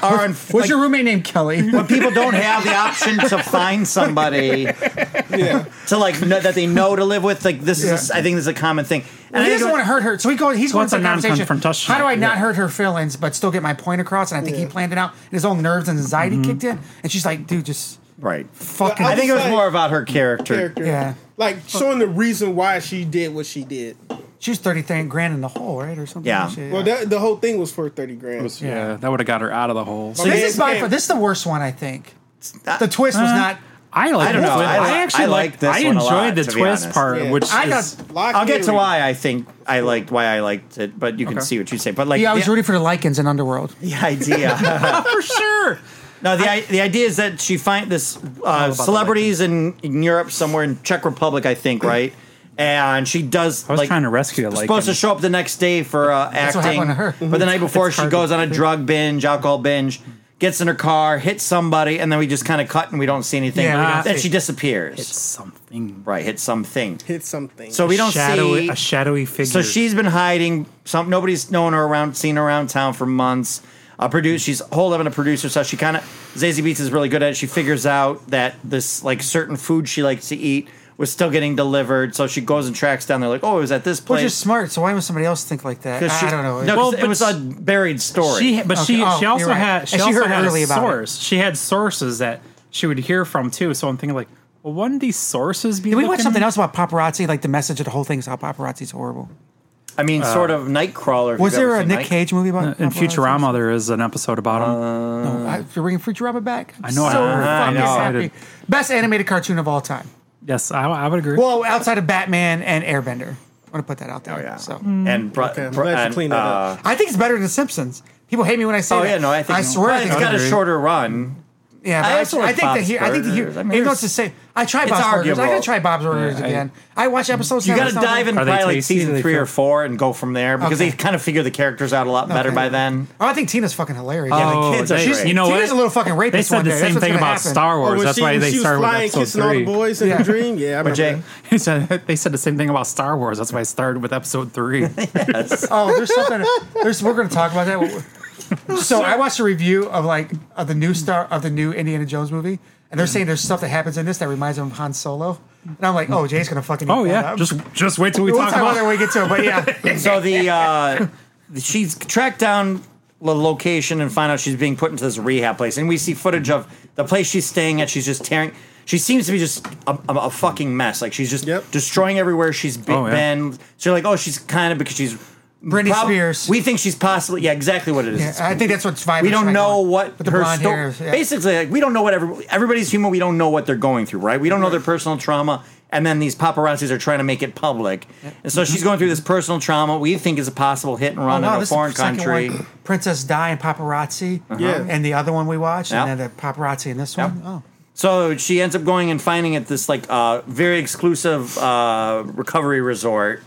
Speaker 3: are on.
Speaker 5: What's your roommate named Kelly?
Speaker 3: when people don't have the option to find somebody to like know, that they know to live with like this is I think this is a common thing and
Speaker 5: he
Speaker 3: I
Speaker 5: doesn't want to hurt her, so he goes. He's
Speaker 4: Well,
Speaker 5: going
Speaker 4: it's
Speaker 5: to the
Speaker 4: a
Speaker 5: conversation.
Speaker 4: non-confrontational,
Speaker 5: How do I not
Speaker 4: yeah.
Speaker 5: hurt her feelings, but still get my point across? And I think he
Speaker 6: Yeah.
Speaker 5: planned it out. And his own nerves and anxiety kicked in, and she's like, "Dude, just
Speaker 3: right
Speaker 5: fucking."
Speaker 3: Mm-hmm. I think it was
Speaker 6: Like-
Speaker 3: more about her character,
Speaker 6: Character.
Speaker 5: Yeah.
Speaker 6: Like showing the reason why she did what she did.
Speaker 5: she was thirty grand in the hole, right, or something.
Speaker 3: Yeah.
Speaker 5: Shit,
Speaker 6: Well, that, the whole thing was for 30 grand.
Speaker 4: Yeah, that would have got her out of the hole.
Speaker 3: you-
Speaker 5: this is by
Speaker 6: Yeah.
Speaker 5: far. This is the worst one, I think. The twist was
Speaker 4: Uh,
Speaker 5: not.
Speaker 4: I like.
Speaker 3: I don't
Speaker 4: the
Speaker 3: know.
Speaker 4: twist.
Speaker 3: I like-
Speaker 4: I actually
Speaker 3: I like
Speaker 4: liked-
Speaker 3: this
Speaker 4: I
Speaker 3: one a
Speaker 4: enjoyed
Speaker 3: lot,
Speaker 4: the
Speaker 3: to be
Speaker 4: twist
Speaker 3: honest.
Speaker 4: part,
Speaker 6: Yeah.
Speaker 4: which
Speaker 5: I
Speaker 4: is,
Speaker 5: got.
Speaker 6: Lock
Speaker 3: I'll get to
Speaker 6: Henry.
Speaker 3: why I think I liked why I liked it but you can
Speaker 4: Okay.
Speaker 3: see what you say but like
Speaker 5: Yeah, I was
Speaker 3: the,
Speaker 5: rooting for the Lycans in Underworld.
Speaker 3: the idea
Speaker 4: for sure.
Speaker 3: no the, I, the idea is that she find this uh,
Speaker 4: the
Speaker 3: celebrities in, in Europe somewhere in Czech Republic I think right and she does
Speaker 4: I was
Speaker 3: like,
Speaker 4: trying to rescue it. Like,
Speaker 3: supposed to show up the next day for uh,
Speaker 5: what
Speaker 3: acting,
Speaker 5: happened to her.
Speaker 3: but the night before
Speaker 5: It's
Speaker 3: she
Speaker 5: hard
Speaker 3: goes
Speaker 5: to-
Speaker 3: on a drug binge, alcohol binge, gets in her car, hits somebody, and then we just kind of cut and we don't see anything.
Speaker 4: Yeah, we don't
Speaker 3: then
Speaker 4: see-
Speaker 3: she disappears.
Speaker 4: It's something.
Speaker 3: right, hit something.
Speaker 6: hit something.
Speaker 3: So we don't
Speaker 4: shadow,
Speaker 3: see
Speaker 4: a shadowy figure.
Speaker 3: So she's been hiding. Some nobody's known her around, seen her around town for months. A produce. She's holed up in a producer, so she kind of Zazie Beats is really good at it. She figures out that this like certain food she likes to eat was still getting delivered, so she goes and tracks down. They're like, oh, it was at this
Speaker 5: Which
Speaker 3: place.
Speaker 5: is smart. So why would somebody else think like that?
Speaker 3: 'Cause
Speaker 5: I,
Speaker 3: she-
Speaker 5: I don't know.
Speaker 3: No, 'cause
Speaker 4: Well,
Speaker 3: it
Speaker 4: but
Speaker 3: was a buried story.
Speaker 4: She, but
Speaker 5: Okay.
Speaker 4: she,
Speaker 5: Oh,
Speaker 4: she also
Speaker 5: you're right.
Speaker 4: had, she
Speaker 5: And she
Speaker 4: also
Speaker 5: heard
Speaker 4: had
Speaker 5: early
Speaker 4: a
Speaker 5: about it.
Speaker 4: source. She had sources that she would hear from too. So I'm thinking like, well, wouldn't these sources be?
Speaker 5: Did we watch
Speaker 4: looking-
Speaker 5: something else about paparazzi? Like the message of the whole thing is how paparazzi's horrible.
Speaker 3: I mean, sort of Nightcrawler. if
Speaker 5: Was
Speaker 3: you've ever
Speaker 5: there a
Speaker 3: seen
Speaker 5: Nick
Speaker 3: Night-
Speaker 5: Cage movie about
Speaker 4: Uh, In
Speaker 5: paparazzi?
Speaker 4: Futurama, there is an episode about him.
Speaker 6: Uh,
Speaker 5: No, I, you're bringing Futurama back. I'm
Speaker 4: I know,
Speaker 5: So
Speaker 4: I'm
Speaker 5: fucking
Speaker 3: know.
Speaker 5: happy. Best animated cartoon of all time.
Speaker 4: yes, I, I would agree.
Speaker 5: Well, outside of Batman and Airbender. I want to put that out there.
Speaker 3: Oh yeah.
Speaker 5: So
Speaker 3: And bro-
Speaker 6: I'm
Speaker 3: bro-
Speaker 6: glad you
Speaker 3: and,
Speaker 6: cleaned that up.
Speaker 3: uh,
Speaker 5: I think it's better than Simpsons. People hate me when I say
Speaker 3: Oh
Speaker 5: that.
Speaker 3: yeah, no, I think
Speaker 5: I swear.
Speaker 3: But
Speaker 5: I think
Speaker 3: it's got a
Speaker 4: agree.
Speaker 3: shorter run.
Speaker 5: Yeah, but
Speaker 3: I
Speaker 5: I,
Speaker 3: also like
Speaker 5: I think
Speaker 3: Bob's
Speaker 5: the here. I think the here.
Speaker 3: Burgers. I mean,
Speaker 5: even though
Speaker 3: there's-
Speaker 5: it's the same, I tried
Speaker 3: it's
Speaker 5: Bob's Burgers. I gotta
Speaker 3: arguable.
Speaker 5: try Bob's Burgers
Speaker 4: Yeah, I-
Speaker 5: again. I watch episodes.
Speaker 3: You
Speaker 5: now,
Speaker 3: got to
Speaker 5: it's not
Speaker 3: dive in
Speaker 5: like-
Speaker 4: Are they
Speaker 3: probably like
Speaker 4: tasty? Do
Speaker 3: season
Speaker 4: they
Speaker 3: three or
Speaker 4: feel-
Speaker 3: four and go from there because
Speaker 5: Okay.
Speaker 3: they kind of figure the characters out a lot better
Speaker 5: Okay.
Speaker 3: by then.
Speaker 5: Oh, I think Tina's fucking hilarious.
Speaker 3: Yeah, the kids are
Speaker 4: Oh, they-
Speaker 3: great.
Speaker 4: you know
Speaker 5: Tina's
Speaker 4: what?
Speaker 5: a little fucking rapist.
Speaker 4: they said
Speaker 5: one
Speaker 4: the
Speaker 5: day.
Speaker 4: same
Speaker 5: That's what's
Speaker 4: thing
Speaker 5: gonna
Speaker 4: about
Speaker 5: happen.
Speaker 4: Star
Speaker 6: Oh,
Speaker 4: Wars.
Speaker 6: when
Speaker 4: That's
Speaker 6: she,
Speaker 4: why
Speaker 6: when
Speaker 4: they
Speaker 6: she was
Speaker 4: started
Speaker 6: flying,
Speaker 4: with episode
Speaker 6: kissing all the
Speaker 4: three.
Speaker 6: boys in
Speaker 5: Yeah.
Speaker 6: the dream. Yeah, I remember
Speaker 3: But Jay,
Speaker 6: that.
Speaker 4: They said, they said the same thing about Star Wars. That's why I started with episode three.
Speaker 5: Oh, there's something. There's we're gonna talk about that. So I watched a review of like of the new star of the new Indiana Jones movie, and they're saying there's stuff that happens in this that reminds them of Han Solo, and I'm like, oh, Jay's gonna fucking. eat
Speaker 4: oh
Speaker 5: that
Speaker 4: yeah,
Speaker 5: up.
Speaker 4: just just wait till we
Speaker 5: we'll
Speaker 4: talk
Speaker 5: talk about it when
Speaker 4: about.
Speaker 5: we get to it. But yeah,
Speaker 3: so the uh, she's tracked down the location and find out she's being put into this rehab place, and we see footage of the place she's staying at. She's just tearing. She seems to be just a, a, a fucking mess. Like she's just
Speaker 6: Yep.
Speaker 3: destroying everywhere she's be-
Speaker 4: Oh, yeah.
Speaker 3: been. So you're like, oh, she's kind of because she's
Speaker 5: Britney
Speaker 3: prob-
Speaker 5: Spears.
Speaker 3: We think she's possibly yeah, exactly what it is.
Speaker 5: Yeah,
Speaker 3: It's
Speaker 5: I think that's what's vibing.
Speaker 3: we don't know what
Speaker 5: with the
Speaker 3: her
Speaker 5: blonde
Speaker 3: sto-
Speaker 5: hair. yeah.
Speaker 3: Basically, like we don't know what every, everybody's human. We don't know what they're going through, right? We don't know their personal trauma, and then these paparazzis are trying to make it public. And so she's going through this personal trauma. We think is a possible hit and
Speaker 5: Oh,
Speaker 3: run
Speaker 5: no,
Speaker 3: in a
Speaker 5: this is the
Speaker 3: foreign
Speaker 5: second
Speaker 3: country.
Speaker 5: one. Princess Di and Paparazzi.
Speaker 6: Yeah.
Speaker 5: And the other one we watched,
Speaker 3: Yeah.
Speaker 5: and then the paparazzi in this one.
Speaker 3: Yeah.
Speaker 5: Oh.
Speaker 3: So she ends up going and finding at this like uh, very exclusive uh, recovery resort,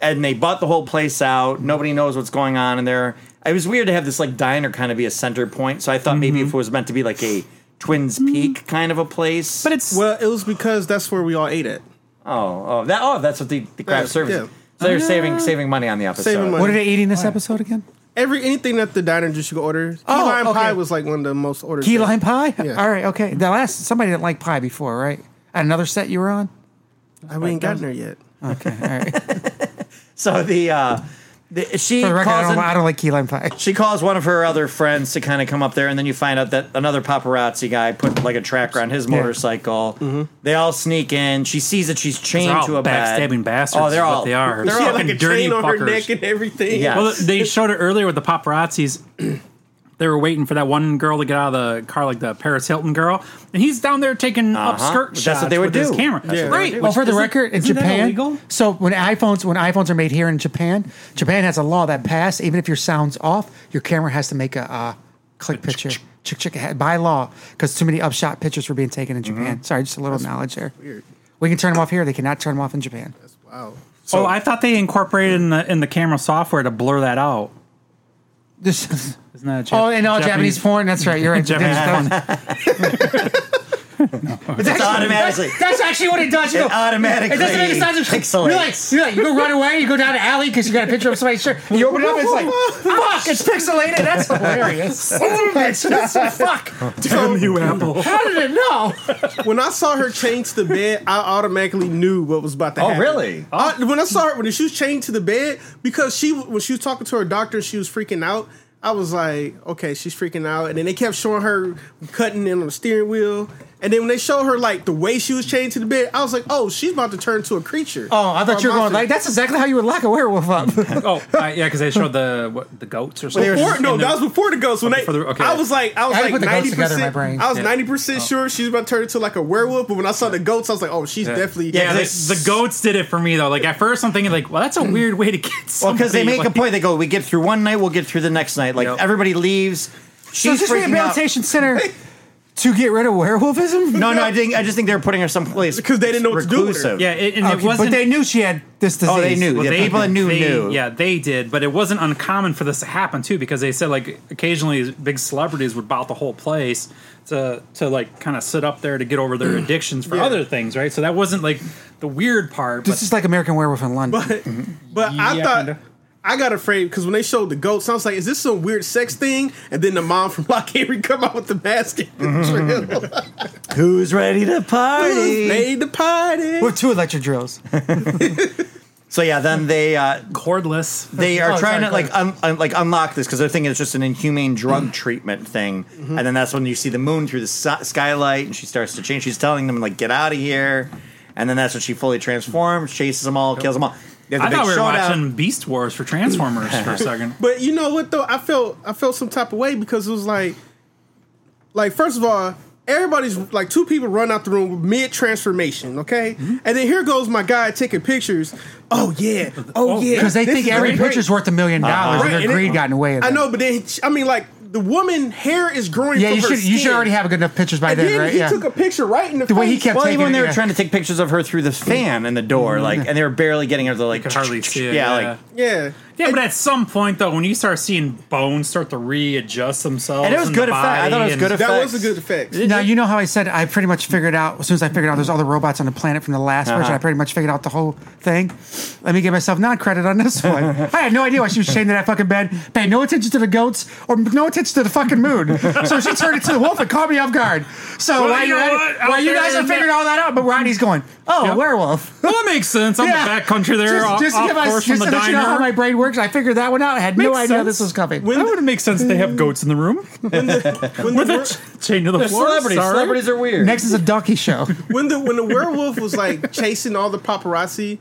Speaker 3: and they bought the whole place out. Nobody knows what's going on in there. It was weird to have this like diner kind of be a center point. So I thought maybe
Speaker 5: Mm-hmm.
Speaker 3: if it was meant to be like a Twins Peak kind of a place,
Speaker 4: But it's
Speaker 6: Well, it was because that's where we all ate at.
Speaker 3: Oh, oh, that, oh, that's what the, the craft
Speaker 6: Yeah,
Speaker 3: service.
Speaker 6: yeah.
Speaker 3: is. So they're saving saving money on the episode.
Speaker 6: Saving money.
Speaker 5: What are they eating this episode again?
Speaker 6: Every anything that the diner just you could order. Key
Speaker 5: Oh,
Speaker 6: lime
Speaker 5: okay.
Speaker 6: pie was like one of the most ordered.
Speaker 5: Key
Speaker 6: things.
Speaker 5: lime pie.
Speaker 6: Yeah.
Speaker 5: All right. Okay. The last somebody didn't like pie before, right? At another set you were on.
Speaker 6: I we ain't gotten there yet.
Speaker 3: So the, uh, the she
Speaker 5: For the record, I
Speaker 3: calls
Speaker 5: don't,
Speaker 3: in-
Speaker 5: I don't like key lime pie.
Speaker 3: she calls one of her other friends to kind of come up there, and then you find out that another paparazzi guy put like a tracker on his motorcycle. They all sneak in. She sees that she's chained
Speaker 4: They're all
Speaker 3: to a bed.
Speaker 4: backstabbing bastards
Speaker 3: Oh, they're
Speaker 4: is what
Speaker 3: all
Speaker 4: they are.
Speaker 3: They're
Speaker 6: She had
Speaker 4: all
Speaker 6: like a
Speaker 4: fucking dirty
Speaker 6: chain on her
Speaker 4: fuckers.
Speaker 6: neck and everything.
Speaker 3: Yeah.
Speaker 4: Well, they showed it earlier with the paparazzis. They were waiting for that one girl to get out of the car, like the Paris Hilton girl, and he's down there taking
Speaker 3: Uh-huh.
Speaker 4: upskirt
Speaker 3: That's
Speaker 4: shots
Speaker 3: what they would
Speaker 4: with his
Speaker 3: do.
Speaker 4: camera.
Speaker 6: That's what they would
Speaker 4: right.
Speaker 6: do.
Speaker 5: Well,
Speaker 4: which
Speaker 5: Oh, for the
Speaker 4: isn't-
Speaker 5: record, in
Speaker 4: isn't that
Speaker 5: Japan,
Speaker 4: illegal?
Speaker 5: so when iPhones when iPhones are made here in Japan, Japan has a law that passed even if your sound's off, your camera has to make a uh, click picture. Chick chick ahead by law because too many upshot pictures were being taken in Japan. Sorry, just a little knowledge there. We can turn them off here. They cannot turn them off in Japan.
Speaker 6: Wow.
Speaker 4: oh, I thought they incorporated in the in the camera software to blur that out.
Speaker 5: This is,
Speaker 4: Isn't that a Jap-
Speaker 5: oh, and all Japanese, porn. That's right. You're right.
Speaker 4: Japanese
Speaker 5: Japanese porn. It's actually-
Speaker 3: automatically-
Speaker 5: That's, that's actually what it does. You
Speaker 3: It
Speaker 5: go,
Speaker 3: automatically
Speaker 5: It doesn't make sense. It's like-
Speaker 3: pixelates.
Speaker 5: You're like, you're like, you go run away. You go down an alley because you got a picture of somebody's shirt. You open it up. It's like, fuck. It's pixelated. That's hilarious. Son of a bitch. That's a fuck.
Speaker 6: So,
Speaker 4: Apple.
Speaker 5: How did it know?
Speaker 6: when I saw her chained to the bed, I automatically knew what was about to
Speaker 3: Oh,
Speaker 6: happen.
Speaker 3: really?
Speaker 6: I, when I saw her when she was chained to the bed, because she when she was talking to her doctor, she was freaking out. I was like, okay, she's freaking out. And then they kept showing her cutting in on the steering wheel. And then when they showed her like the way she was chained to the bed, I was like, oh, she's about to turn to a creature.
Speaker 5: Oh, I
Speaker 6: Or
Speaker 5: thought you were going
Speaker 6: monster.
Speaker 5: like, that's exactly how you would lock a werewolf up.
Speaker 4: oh, uh, yeah, because they showed the what, the goats or something.
Speaker 6: Before, no,
Speaker 4: And the-
Speaker 6: that was before the ghost. When
Speaker 4: Oh,
Speaker 6: they,
Speaker 4: before the- okay.
Speaker 6: I was like, I
Speaker 5: I
Speaker 6: was
Speaker 5: had to
Speaker 6: like
Speaker 5: put the goats
Speaker 6: ninety
Speaker 5: together in my
Speaker 6: percent.
Speaker 5: brain.
Speaker 6: I was
Speaker 4: Yeah.
Speaker 6: ninety percent sure she's about to turn into like a werewolf. But when I saw the goats, I was like, oh, she's definitely
Speaker 4: Yeah,
Speaker 3: they-
Speaker 4: the, the goats did it for me though. Like at first, I'm thinking like, well, that's a weird way to get.
Speaker 3: Well, because they
Speaker 4: somebody,
Speaker 3: make a
Speaker 4: like-
Speaker 3: point. They go, "We get through one night, we'll get through the next night." Like
Speaker 4: Yep.
Speaker 3: everybody leaves.
Speaker 5: So
Speaker 3: She's
Speaker 5: this
Speaker 3: freaking out.
Speaker 5: rehabilitation center to get rid of werewolfism?
Speaker 3: No, no, I think I just think they were putting her someplace
Speaker 6: Because they didn't know what to do with her.
Speaker 3: reclusive.
Speaker 4: Yeah, it, and it
Speaker 5: Okay,
Speaker 4: wasn't.
Speaker 5: but they knew she had this disease.
Speaker 3: Oh, they knew.
Speaker 4: Well,
Speaker 3: yeah,
Speaker 4: they-
Speaker 3: people that knew
Speaker 4: they-
Speaker 3: knew.
Speaker 4: Yeah, they did, but it wasn't uncommon for this to happen too, because they said like occasionally big celebrities would bout the whole place to to like kind of sit up there to get over their addictions for
Speaker 6: Yeah.
Speaker 4: other things, right? So that wasn't like the weird part.
Speaker 5: This
Speaker 4: But
Speaker 5: is like American Werewolf in London.
Speaker 6: But,
Speaker 5: Mm-hmm.
Speaker 6: but I
Speaker 4: Yeah,
Speaker 6: thought
Speaker 4: kinda.
Speaker 6: I got afraid because when they showed the goats, I was like, "Is this some weird sex thing?" And then the mom from Lock Henry come out with the basket. and
Speaker 5: Mm-hmm.
Speaker 6: drill.
Speaker 3: Who's ready to party?
Speaker 6: Made the party.
Speaker 5: with two electric drills.
Speaker 3: So yeah, then they uh,
Speaker 4: cordless.
Speaker 3: they are
Speaker 5: Oh,
Speaker 3: trying
Speaker 5: sorry,
Speaker 3: to like un- un- like unlock this because they're thinking it's just an inhumane
Speaker 6: Mm-hmm.
Speaker 3: drug treatment thing, and then that's when you see the moon through the si- skylight, and she starts to change. She's telling them like, "Get out of here," and then that's when she fully transforms, chases them all, kills them all. uh, They have the
Speaker 4: I thought
Speaker 3: big
Speaker 4: we were
Speaker 3: showdown.
Speaker 4: watching Beast Wars for Transformers for a second.
Speaker 6: But you know what though? I felt I felt some type of way because it was like, like first of all, everybody's like two people run out the room mid transformation, okay?
Speaker 5: Mm-hmm.
Speaker 6: And then here goes my guy taking pictures. Oh yeah, oh,
Speaker 4: Oh,
Speaker 6: yeah,
Speaker 5: Because they
Speaker 6: This
Speaker 5: think
Speaker 6: is
Speaker 5: every
Speaker 6: great.
Speaker 5: picture's worth a million dollars, Uh-huh.
Speaker 6: Right,
Speaker 5: and
Speaker 6: and
Speaker 5: their
Speaker 6: it-
Speaker 5: greed got in the way of
Speaker 6: I
Speaker 5: that.
Speaker 6: know, but then I mean, like the woman hair is growing.
Speaker 5: Yeah,
Speaker 6: from
Speaker 5: you
Speaker 6: her
Speaker 5: should you should
Speaker 6: skin.
Speaker 5: already have good enough pictures by
Speaker 6: And
Speaker 5: then,
Speaker 6: then
Speaker 5: right?
Speaker 6: he
Speaker 5: Yeah.
Speaker 6: took a picture right in the,
Speaker 5: The way he
Speaker 6: face.
Speaker 5: kept
Speaker 3: Well, even when they
Speaker 5: taking it,
Speaker 3: were
Speaker 5: yeah.
Speaker 3: trying to take pictures of her through the fan in the door,
Speaker 6: Mm-hmm.
Speaker 3: like, and they were barely getting her. They're like,
Speaker 4: Could hardly see it.
Speaker 3: yeah,
Speaker 4: yeah.
Speaker 3: like,
Speaker 6: Yeah,
Speaker 4: Yeah, but at some point though, when you start seeing bones start to readjust themselves,
Speaker 3: and it was
Speaker 4: in
Speaker 3: good
Speaker 4: the
Speaker 3: effect. I thought it was
Speaker 4: body
Speaker 3: good
Speaker 4: and-
Speaker 3: effect.
Speaker 6: that was a good effect.
Speaker 5: Now you know how I said I pretty much figured out as soon as I figured out there's all the robots on the planet from the last person. I pretty much figured out the whole thing. Let me give myself non credit on this one. I had no idea why she was chained to that fucking bed. Paid no attention to the goats or no attention to the fucking moon. so she turned into the wolf and caught me off guard. So
Speaker 4: Well,
Speaker 5: while,
Speaker 4: you
Speaker 5: you
Speaker 4: know what? Out
Speaker 5: while you
Speaker 4: there
Speaker 5: guys
Speaker 4: in
Speaker 5: are
Speaker 4: the-
Speaker 5: figuring all that out, but Rodney's going, oh,
Speaker 4: Yep.
Speaker 5: werewolf.
Speaker 4: Well, that makes sense. I'm
Speaker 5: Yeah.
Speaker 4: the back country there,
Speaker 5: Just,
Speaker 4: off,
Speaker 5: just to
Speaker 4: off
Speaker 5: give us-
Speaker 4: course
Speaker 5: just
Speaker 4: from
Speaker 5: to
Speaker 4: the
Speaker 5: let you know how
Speaker 4: diner.
Speaker 5: my brain works, I figured that one out. I had no
Speaker 4: Makes
Speaker 5: idea
Speaker 4: sense.
Speaker 5: this was coming.
Speaker 4: that would make sense. They have goats in the room.
Speaker 6: When the when the, were-
Speaker 4: Chain to the
Speaker 3: They're
Speaker 4: floor.
Speaker 3: celebrities.
Speaker 4: sorry.
Speaker 3: Celebrities are weird.
Speaker 5: Next is a donkey show.
Speaker 6: when the when the werewolf was like chasing all the paparazzi,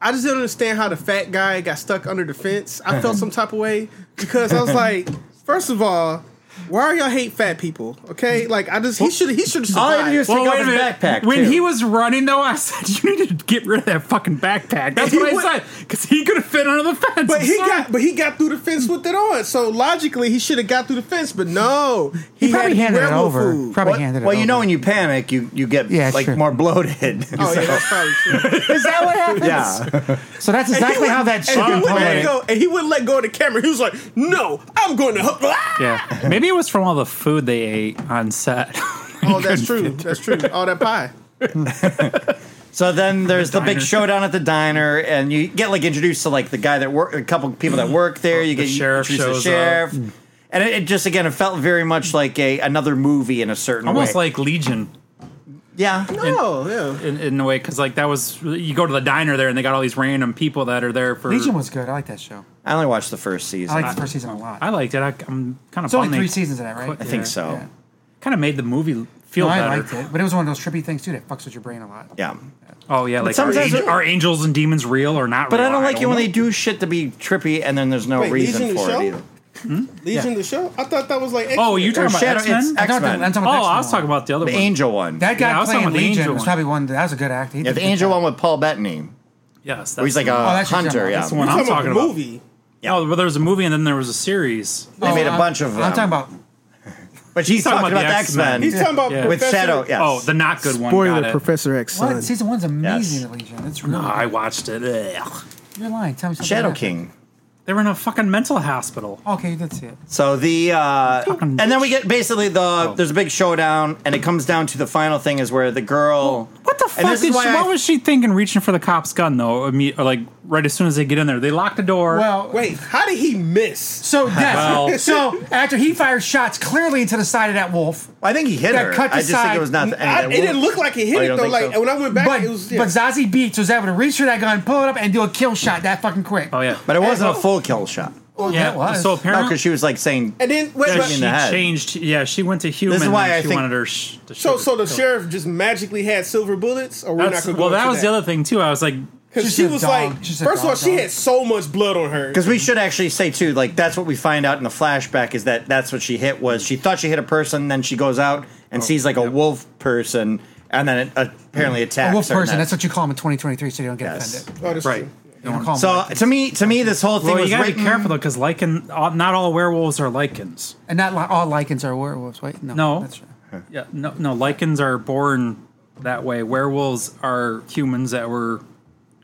Speaker 6: I just didn't understand how the fat guy got stuck under the fence. I felt some type of way because I was like, first of all, why y'all hate fat people? Okay, like I just he should he should
Speaker 3: all I had to do is
Speaker 6: have
Speaker 3: take
Speaker 4: Well,
Speaker 3: off
Speaker 4: wait a
Speaker 3: his
Speaker 4: minute.
Speaker 3: backpack.
Speaker 4: When
Speaker 3: too.
Speaker 4: he was running, though, I said you need to get rid of that fucking backpack. That's
Speaker 6: He
Speaker 4: what I
Speaker 6: would-
Speaker 4: said because he could have fit under the fence.
Speaker 6: But
Speaker 4: I'm
Speaker 6: he
Speaker 4: sorry.
Speaker 6: got but he got through the fence with it on. So logically, he should have got through the fence. But no, he,
Speaker 5: He probably
Speaker 6: had
Speaker 5: handed it
Speaker 6: werewolf
Speaker 5: over.
Speaker 6: food.
Speaker 5: Probably handed it
Speaker 3: well,
Speaker 5: over.
Speaker 3: you know, when you panic, you you get
Speaker 5: Yeah,
Speaker 3: like
Speaker 5: true.
Speaker 3: more bloated.
Speaker 6: Oh yeah, that's probably true.
Speaker 5: is that what happened?
Speaker 3: yeah,
Speaker 5: So that's
Speaker 6: And he
Speaker 5: exactly
Speaker 6: would-
Speaker 5: how that
Speaker 6: and
Speaker 5: should
Speaker 6: he
Speaker 5: be
Speaker 6: wouldn't let
Speaker 5: played.
Speaker 6: go, and he wouldn't let go of the camera. He was like, "No, I'm going to." hook
Speaker 4: Yeah, maybe it was from all the food they ate on set.
Speaker 6: Oh, that's true. That's true. All that pie.
Speaker 3: So then there's the, big
Speaker 4: diner.
Speaker 3: showdown at the diner, and you get like introduced to like the guy that work, a couple people that work there. You get
Speaker 4: sheriff
Speaker 3: introduced to the
Speaker 4: shows
Speaker 3: sheriff, Mm. and it, it just again it felt very much like a another movie in a certain
Speaker 4: Almost
Speaker 3: way.
Speaker 4: like Legion
Speaker 3: yeah,
Speaker 6: Oh yeah.
Speaker 4: in, in a way, because like that was you go to the diner there and they got all these random people that are there for.
Speaker 5: Legion was good. I like that show.
Speaker 3: I only watched the first
Speaker 5: I
Speaker 3: season.
Speaker 5: like the first season a lot.
Speaker 4: I liked it. I, I'm kind of.
Speaker 5: It's only three seasons of that, right?
Speaker 3: I think so.
Speaker 5: Yeah.
Speaker 4: Kind of made the movie feel
Speaker 5: No,
Speaker 4: better.
Speaker 5: I liked it, but it was one of those trippy things too that fucks with your brain a lot.
Speaker 3: Yeah,
Speaker 4: Oh yeah, like are,
Speaker 3: sometimes
Speaker 4: angel-
Speaker 3: it-
Speaker 4: are angels and demons real or not?
Speaker 3: but
Speaker 4: real?
Speaker 3: I don't like it when
Speaker 4: know.
Speaker 3: they do shit to be trippy, and then there's no
Speaker 6: Wait,
Speaker 3: reason
Speaker 6: Legion the
Speaker 3: for
Speaker 6: show?
Speaker 3: it either.
Speaker 6: Legion the show. I thought that was like.
Speaker 4: Oh, you
Speaker 3: Or
Speaker 4: talking about
Speaker 3: Shadow-
Speaker 4: X-Men?
Speaker 3: it's
Speaker 5: I thought that-
Speaker 3: X-Men.
Speaker 5: I'm talking
Speaker 4: Oh,
Speaker 5: about
Speaker 4: I
Speaker 5: X-Men
Speaker 4: was talking about the other
Speaker 3: The
Speaker 4: one.
Speaker 3: angel one.
Speaker 5: That guy
Speaker 4: Yeah, I was talking
Speaker 5: playing
Speaker 4: about the
Speaker 5: Legion
Speaker 4: Angel
Speaker 5: was
Speaker 4: one.
Speaker 5: probably one. That was a good actor.
Speaker 3: yeah,
Speaker 5: He did
Speaker 3: the
Speaker 5: a good
Speaker 3: angel
Speaker 5: job.
Speaker 3: one with Paul Bettany, where
Speaker 4: Yes,
Speaker 3: he's like a
Speaker 5: Oh, that's your
Speaker 3: hunter.
Speaker 5: channel.
Speaker 3: Yeah,
Speaker 5: That's
Speaker 4: the one I'm talking about.
Speaker 6: movie.
Speaker 4: Yeah, Oh, but there was a movie and then there was a series.
Speaker 3: they made a
Speaker 5: I'm-
Speaker 3: bunch of.
Speaker 5: Uh,
Speaker 3: um,
Speaker 5: I'm
Speaker 3: them.
Speaker 5: talking about.
Speaker 3: But she's
Speaker 4: talking
Speaker 3: talking
Speaker 4: about
Speaker 3: about
Speaker 4: the
Speaker 3: the X Men.
Speaker 4: X-Men.
Speaker 6: He's talking about
Speaker 4: Yeah.
Speaker 3: with
Speaker 6: Professor-
Speaker 3: Shadow. Yes.
Speaker 4: Oh, the not good one. got it.
Speaker 6: Professor X.
Speaker 5: What season one's amazing?
Speaker 3: Yes.
Speaker 5: at Legion. It's really.
Speaker 4: No, I watched it. Ugh.
Speaker 5: You're lying. Tell me something.
Speaker 3: Shadow
Speaker 5: happened.
Speaker 3: King.
Speaker 4: They were in a fucking mental hospital.
Speaker 5: Okay, you did see it.
Speaker 3: So the uh, and then we get basically the there's a big showdown and it comes down to the final thing is where the girl
Speaker 4: What the
Speaker 3: and
Speaker 4: fuck?
Speaker 3: this is
Speaker 4: Did she,
Speaker 3: why I-
Speaker 4: what was she thinking? Reaching for the cop's gun though. I mean, or like right as soon as they get in there, they lock the door.
Speaker 5: Well,
Speaker 6: Wait, how did he miss?
Speaker 5: So yes.
Speaker 4: Well-
Speaker 5: So after he fired shots clearly into the side of that wolf,
Speaker 3: I think he hit
Speaker 5: That
Speaker 3: her.
Speaker 5: cut
Speaker 3: I
Speaker 5: to
Speaker 3: just think
Speaker 5: side-
Speaker 3: it was not.
Speaker 6: I, it didn't look like he hit
Speaker 3: Oh, you
Speaker 6: it
Speaker 3: don't
Speaker 6: though.
Speaker 3: think
Speaker 6: Like
Speaker 3: so?
Speaker 6: when I went back,
Speaker 5: but
Speaker 6: it was. Yeah.
Speaker 5: but Zazie Beats was able to reach for that gun, pull it up, and do a kill shot that fucking quick.
Speaker 4: oh yeah,
Speaker 3: but it wasn't a full kill shot.
Speaker 5: Well,
Speaker 4: yeah.
Speaker 5: that was.
Speaker 4: So
Speaker 3: No,
Speaker 4: apparently,
Speaker 3: because she was like saying.
Speaker 6: and then wait,
Speaker 3: Yeah,
Speaker 6: but-
Speaker 3: in the head.
Speaker 4: she changed. Yeah, she went to human.
Speaker 3: why
Speaker 4: and
Speaker 3: I
Speaker 4: she
Speaker 3: think-
Speaker 4: wanted her. Sh- to
Speaker 6: so
Speaker 4: shoot
Speaker 6: so the
Speaker 4: herself.
Speaker 6: sheriff just magically had silver bullets, or we're
Speaker 4: That's-
Speaker 6: not going to
Speaker 4: well, that was the other thing too. I was like,
Speaker 6: because
Speaker 5: She's
Speaker 6: she
Speaker 5: a
Speaker 6: was
Speaker 5: dog.
Speaker 6: like,
Speaker 5: She's
Speaker 6: first
Speaker 5: a
Speaker 6: of all,
Speaker 5: dog,
Speaker 6: she
Speaker 5: dog.
Speaker 6: had so much blood on her.
Speaker 3: Because we should actually say too, like that's what we find out in the flashback is that that's what she hit was she thought she hit a person, then she goes out and sees like a wolf person, and then it uh, apparently attacks.
Speaker 5: a wolf
Speaker 3: her and
Speaker 5: person.
Speaker 3: that-
Speaker 5: That's what you call him in 2023, so you don't get
Speaker 3: Yes.
Speaker 5: offended.
Speaker 6: Oh, that's
Speaker 4: right.
Speaker 6: true.
Speaker 5: You don't call him
Speaker 3: So
Speaker 5: like that.
Speaker 3: to me, to me, this whole thing
Speaker 4: Well, you
Speaker 3: was
Speaker 4: gotta be
Speaker 3: written-
Speaker 4: careful though,
Speaker 5: uh,
Speaker 4: because lichen. all- Not all werewolves are lichens.
Speaker 5: and not li- all lichens are werewolves, right? No,
Speaker 4: No.
Speaker 5: that's right.
Speaker 4: Yeah, no, no. Lycans are born that way. Werewolves are humans that were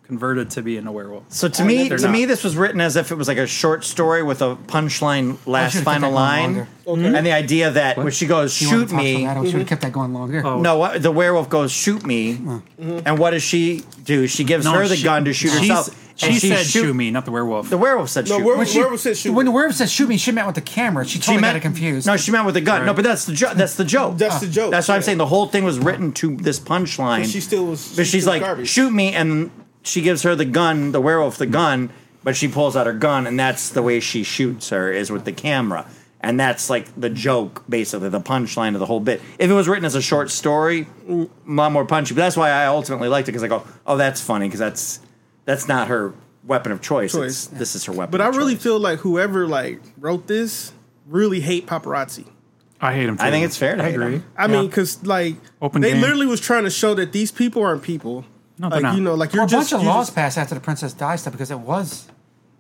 Speaker 4: converted to being a werewolf.
Speaker 3: So to me,
Speaker 4: they're
Speaker 3: to me,
Speaker 4: not.
Speaker 3: this was written as if it was like a short story with a punchline, last
Speaker 8: should've kept
Speaker 3: final
Speaker 8: that going
Speaker 3: line,
Speaker 8: longer.
Speaker 3: and the idea that when she goes,
Speaker 8: You wanna
Speaker 3: "Shoot
Speaker 8: talk for
Speaker 3: me,"
Speaker 8: That. I should have kept that going longer.
Speaker 3: No, what, the werewolf goes shoot me, and what does she do? She gives
Speaker 4: No,
Speaker 3: her the
Speaker 4: she-
Speaker 3: gun to shoot
Speaker 4: she's-
Speaker 3: herself.
Speaker 4: She,
Speaker 3: and
Speaker 4: said
Speaker 3: shoot-
Speaker 4: shoot me, not the werewolf.
Speaker 3: The werewolf said
Speaker 6: No,
Speaker 3: shoot.
Speaker 6: where,
Speaker 3: me.
Speaker 6: where was it? Shoot.
Speaker 5: When the werewolf says shoot me, she meant with the camera. She
Speaker 3: She
Speaker 5: totally got it confused.
Speaker 3: No, she meant with the gun. No, but that's the jo- that's the joke. Ah.
Speaker 6: That's the joke,
Speaker 3: That's why I'm
Speaker 6: yeah.
Speaker 3: saying the whole thing was written to this punchline.
Speaker 6: But she still was-
Speaker 3: But
Speaker 6: she
Speaker 3: she's
Speaker 6: still
Speaker 3: like
Speaker 6: garbage.
Speaker 3: shoot me, and she gives her the gun, the werewolf the gun, but she pulls out her gun, and that's the way she shoots her is with the camera. And that's like the joke, basically, the punchline of the whole bit. If it was written as a short story, a lot more punchy. But that's why I ultimately liked it because I go, oh, that's funny because that's that's not her weapon of choice. It's,
Speaker 6: Choice.
Speaker 3: this is her weapon.
Speaker 6: But I
Speaker 3: of
Speaker 6: really
Speaker 3: choice.
Speaker 6: feel like whoever like wrote this really hate paparazzi.
Speaker 4: I hate him. Too.
Speaker 3: I think it's fair to
Speaker 4: I
Speaker 3: hate him.
Speaker 4: agree.
Speaker 6: I mean, because like
Speaker 4: Open
Speaker 6: they
Speaker 4: game.
Speaker 6: literally was trying to show that these people aren't people.
Speaker 4: No, they're
Speaker 6: like
Speaker 4: not.
Speaker 6: you know, like you're
Speaker 5: Well, a
Speaker 6: just
Speaker 5: bunch of
Speaker 6: you
Speaker 5: laws
Speaker 6: just-
Speaker 5: passed after the princess died stuff because it was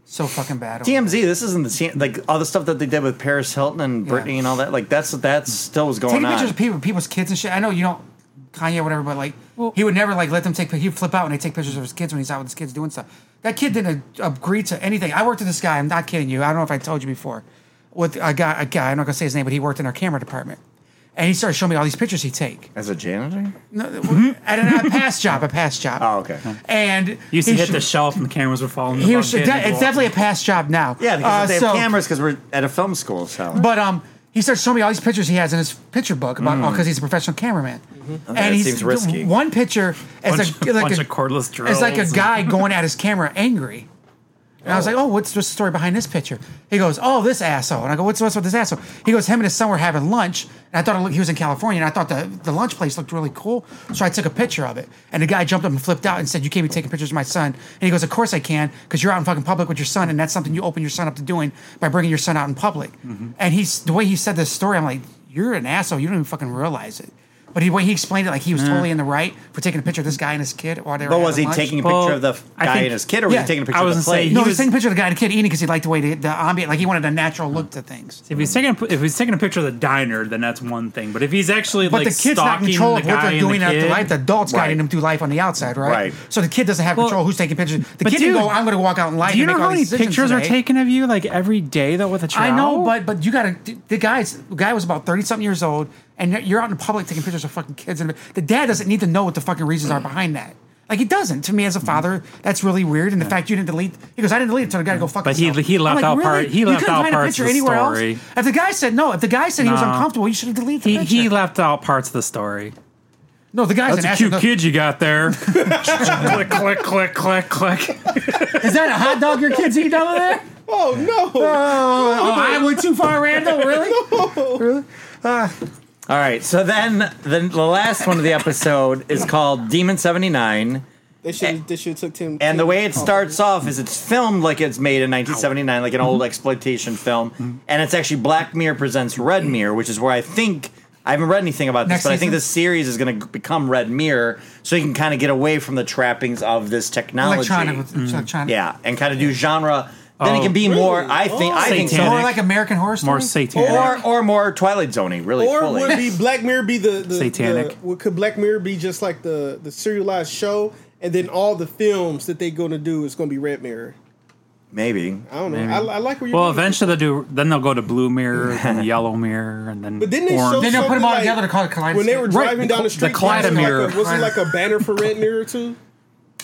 Speaker 5: so fucking bad.
Speaker 3: TMZ. This isn't the T- like all the stuff that they did with Paris Hilton and Britney and all that. Like that's that's still was going
Speaker 5: Taking
Speaker 3: on.
Speaker 5: pictures of people, people's kids and shit. I know you don't Kanye whatever, but like he would never like let them take. He'd flip out when they take pictures of his kids when he's out with his kids doing stuff. That kid didn't a- agree to anything. I worked with this guy. I'm not kidding you. I don't know if I told you before. With a guy, a guy. I'm not gonna say his name, but he worked in our camera department, and he started showing me all these pictures he take.
Speaker 3: As a janitor.
Speaker 5: No, well, at a, a past job, a past job.
Speaker 3: Oh, okay.
Speaker 5: And
Speaker 4: You used to
Speaker 5: he
Speaker 4: hit
Speaker 5: sho-
Speaker 4: the shelf and the cameras were falling.
Speaker 5: He was, it's definitely a past job now.
Speaker 3: Yeah, because
Speaker 5: Uh,
Speaker 3: they have
Speaker 5: so-
Speaker 3: cameras because we're at a film school. So
Speaker 5: But um, he starts showing me all these pictures he has in his picture book about
Speaker 4: Mm.
Speaker 5: because he's a professional cameraman.
Speaker 4: Mm-hmm.
Speaker 3: that
Speaker 5: and he's
Speaker 3: seems risky.
Speaker 5: one picture is
Speaker 4: Bunch
Speaker 5: a,
Speaker 4: of-
Speaker 5: like
Speaker 4: bunch
Speaker 5: a
Speaker 4: of cordless
Speaker 5: It's like a
Speaker 4: drills.
Speaker 5: guy going at his camera angry. And I was like, "Oh, what's, what's the story behind this picture?" He goes, "Oh, this asshole." And I go, "What's what's with this asshole?" He goes, "Him and his son were having lunch." And I thought it looked, he was in California, and I thought the, the lunch place looked really cool, so I took a picture of it. And the guy jumped up and flipped out and said, "You can't be taking pictures of my son." And he goes, "Of course I can, because you're out in fucking public with your son, and that's something you open your son up to doing by bringing your son out in public."
Speaker 3: Mm-hmm.
Speaker 5: And he's the way he said this story, I'm like, "You're an asshole. You don't even fucking realize it." But the way he explained it, like he was totally in the right for taking a picture of this guy and his kid while they were.
Speaker 3: but was
Speaker 5: having
Speaker 3: he
Speaker 5: lunch.
Speaker 3: taking a picture
Speaker 4: Well,
Speaker 3: of the
Speaker 4: I
Speaker 3: guy
Speaker 4: think-
Speaker 3: and his kid, or was
Speaker 5: yeah,
Speaker 3: he taking a picture
Speaker 4: I
Speaker 3: of the
Speaker 4: was gonna say,
Speaker 3: plate?
Speaker 4: he
Speaker 5: No,
Speaker 3: No,
Speaker 5: he was,
Speaker 4: was-
Speaker 5: taking a picture of the guy and the kid eating because he liked the way the, the ambient, like he wanted a natural look to things.
Speaker 4: If he's taking a, if he's taking a picture of the diner, then that's one thing. But if he's actually
Speaker 5: But
Speaker 4: like
Speaker 5: the kid's not in
Speaker 4: stalking
Speaker 5: control
Speaker 4: the
Speaker 5: of what
Speaker 4: guy
Speaker 5: they're
Speaker 4: and the
Speaker 5: doing after
Speaker 4: kid-
Speaker 5: life. The adult's
Speaker 3: Right.
Speaker 5: guiding them through life on the outside, right?
Speaker 3: Right.
Speaker 5: So the kid doesn't have
Speaker 4: Well-
Speaker 5: control who's taking pictures. The
Speaker 4: But
Speaker 5: kid
Speaker 4: dude,
Speaker 5: didn't go, I'm going to walk out in life.
Speaker 4: do you
Speaker 5: and
Speaker 4: know
Speaker 5: make
Speaker 4: how
Speaker 5: all
Speaker 4: many
Speaker 5: these decisions
Speaker 4: pictures are
Speaker 5: today."
Speaker 4: taken of you like every day though with a child?
Speaker 5: I know, but but you got to. The guy's the guy was about thirty something years old, and you're- you're out in public taking pictures of fucking kids, and the dad doesn't need to know what the fucking reasons are behind that. Like he doesn't. To me,
Speaker 4: Mm-hmm.
Speaker 5: as a father, that's really weird. And the fact you didn't delete, he goes, "I didn't delete it, so the guy go fuck."
Speaker 4: But he-
Speaker 5: himself."
Speaker 4: he left
Speaker 5: I'm
Speaker 4: out part- he
Speaker 5: You
Speaker 4: left
Speaker 5: couldn't
Speaker 4: out
Speaker 5: find a
Speaker 4: parts
Speaker 5: picture
Speaker 4: of the
Speaker 5: anywhere
Speaker 4: story.
Speaker 5: Else? If the guy said no, if the guy said he was
Speaker 4: No.
Speaker 5: uncomfortable, you should have deleted the
Speaker 4: he,
Speaker 5: picture.
Speaker 4: he left out parts of the story.
Speaker 5: no, the guy's
Speaker 4: That's
Speaker 5: an
Speaker 4: a cute
Speaker 5: asshole.
Speaker 4: kid you got there. click, click, click, click, click.
Speaker 5: Is that a hot dog your kids eat over there?
Speaker 6: Oh no!
Speaker 5: Oh, I went too far, Randall. Really?
Speaker 3: All right. So then, then the last one of the episode is called Demon Seventy Nine.
Speaker 6: they should they should took Tim.
Speaker 3: And the way
Speaker 6: Oh.
Speaker 3: it starts off is it's filmed like it's made in 1979, like an
Speaker 6: Mm-hmm.
Speaker 3: old exploitation film. And it's actually Black Mirror presents Red Mirror, which is where I think I haven't read anything about this,
Speaker 5: Next
Speaker 3: but I think
Speaker 5: season?
Speaker 3: this series is going to become Red Mirror, so you can kind of get away from the trappings of this technology.
Speaker 5: Electronic, with
Speaker 4: Mm.
Speaker 5: electronic.
Speaker 3: yeah, and kind of do genre. Then
Speaker 6: Oh.
Speaker 3: it can be more. I think. I think so.
Speaker 4: Satanic.
Speaker 5: More like American Horror Story.
Speaker 4: More satanic.
Speaker 3: Or or more Twilight Zoney, really
Speaker 6: or
Speaker 3: fully.
Speaker 6: would be Black Mirror be the, the
Speaker 4: Satanic.
Speaker 6: The, would- could Black Mirror be just like the the serialized show, and then all the films that they're going to do is going to be Red Mirror?
Speaker 3: Maybe.
Speaker 6: I don't know. I, I like where you're.
Speaker 4: well,
Speaker 6: going.
Speaker 4: eventually they'll do. Then they'll go to blue mirror, then yellow mirror, and then.
Speaker 6: But didn't they show
Speaker 4: orange.
Speaker 5: Then they'll put 'em
Speaker 6: something
Speaker 5: all
Speaker 6: like-
Speaker 5: together to call it Kaleidoscope.
Speaker 6: When they were
Speaker 5: Right,
Speaker 6: driving down the street,
Speaker 4: the
Speaker 6: there
Speaker 4: Kaleidom Mirror.
Speaker 6: was, like a, was it like a banner for Red Mirror too?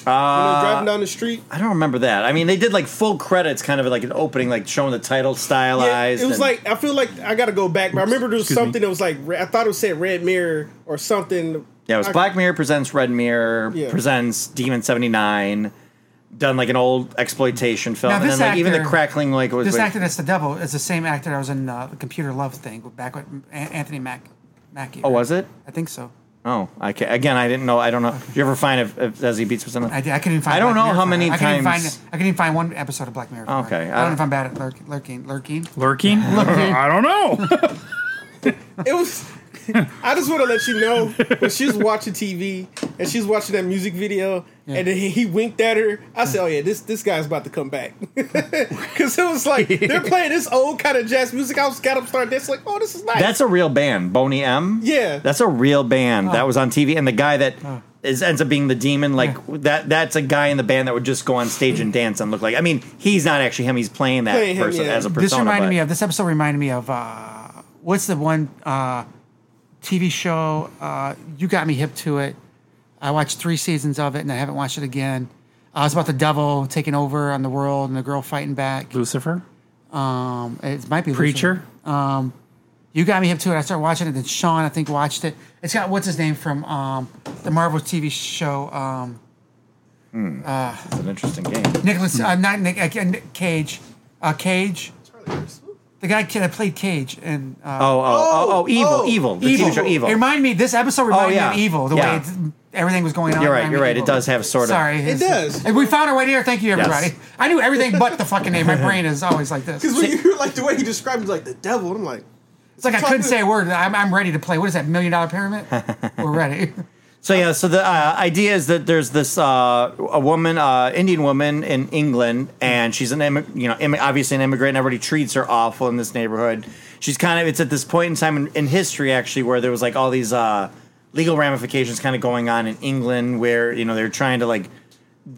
Speaker 6: Uh, driving down the street,
Speaker 3: I don't remember that. I mean, they did like full credits, kind of like an opening, like showing the title
Speaker 6: Yeah,
Speaker 3: stylized.
Speaker 6: it was
Speaker 3: and-
Speaker 6: like I feel like I got to go back, but I remember there was
Speaker 4: Excuse me.
Speaker 6: something that was like re- I thought it said Red Mirror or something.
Speaker 3: Yeah, it was
Speaker 6: I-
Speaker 3: Black Mirror presents Red Mirror
Speaker 6: Yeah.
Speaker 3: presents Demon Seventy Nine, done like an old exploitation film,
Speaker 5: Now,
Speaker 3: and
Speaker 5: this
Speaker 3: then like even the
Speaker 5: actor-
Speaker 3: crackling like was
Speaker 5: This
Speaker 3: like,
Speaker 5: actor that's the devil is the same actor that was in uh, the Computer Love thing back with An- Anthony Mac- Mackie.
Speaker 3: oh was it?
Speaker 5: I think so.
Speaker 3: Oh, I ca again I didn't know. I don't know. Did you ever find if, if as he beats was in it?
Speaker 5: I, did- I couldn't even find.
Speaker 3: I don't
Speaker 5: Black
Speaker 3: know
Speaker 5: Mirror
Speaker 3: how
Speaker 5: for it.
Speaker 3: many
Speaker 5: I couldn't even
Speaker 3: times-
Speaker 5: Find, I couldn't even find one episode of Black Mirror. for it.
Speaker 3: Okay,
Speaker 5: I,
Speaker 3: I-
Speaker 5: don't know if I'm bad at lurk, lurking. Lurking.
Speaker 4: lurking. I don't know.
Speaker 6: It was I just want to let you know when she was watching TV and she was watching that music video, and then he, he winked at her. I said, "Oh yeah, this this guy's about to come back," because it was like they're playing this old kind of jazz music. I was got up, started dancing, like, "Oh, this is nice."
Speaker 3: That's a real band, Boney M.
Speaker 6: Yeah.
Speaker 3: that's a real band
Speaker 5: Oh.
Speaker 3: that was on TV, and the guy that is ends up being the demon, like that. That's a guy in the band that would just go on stage and dance and look like. I mean, he's not actually him. He's playing that
Speaker 6: Playing him,
Speaker 3: person
Speaker 6: yeah.
Speaker 3: as a persona.
Speaker 5: This reminded
Speaker 3: but-
Speaker 5: me of this episode. Reminded me of uh, what's the one uh, TV show uh, you got me hip to it. I watched three seasons of it and I haven't watched it again. Uh, it's about the devil taking over on the world and the girl fighting back.
Speaker 4: Lucifer,
Speaker 5: Um, it might be Lucifer.
Speaker 4: preacher.
Speaker 5: Um, you got me hip to it. I started watching it. Then Sean, I think, watched it. It's got what's his name from um, the Marvel TV show. Um,
Speaker 3: It's an interesting game.
Speaker 5: Nicholas,
Speaker 3: Hmm.
Speaker 5: uh, not Nick, uh, Nick Cage, uh, Cage, the guy that played Cage and uh,
Speaker 3: Oh, oh, oh, oh, evil,
Speaker 6: oh,
Speaker 3: evil. The TV show Evil. Oh,
Speaker 5: It reminded me. This episode reminded
Speaker 3: yeah.
Speaker 5: me of Evil. The
Speaker 3: Yeah.
Speaker 5: way it's, everything was going on.
Speaker 3: You're right,
Speaker 5: reminded
Speaker 3: you're
Speaker 5: me
Speaker 3: right. It
Speaker 5: Evil.
Speaker 3: does have sort of-
Speaker 5: Sorry,
Speaker 6: It does.
Speaker 5: And we found our way there. Thank you, everybody.
Speaker 3: Yes.
Speaker 5: I knew everything but the fucking name. My brain is always like this.
Speaker 6: Because when you like the way he described, it, like the devil, and I'm like,
Speaker 5: It's like I couldn't say a word. I'm, I'm ready to play. What is that? Million Dollar Pyramid. We're ready.
Speaker 3: So yeah, so the uh, idea is that there's this uh, a woman, uh, Indian woman in England, and she's an immi- you know immi- obviously an immigrant. and Everybody treats her awful in this neighborhood. She's kind of it's at this point in time in, in history actually where there was like all these uh, legal ramifications kind of going on in England where you know they're trying to like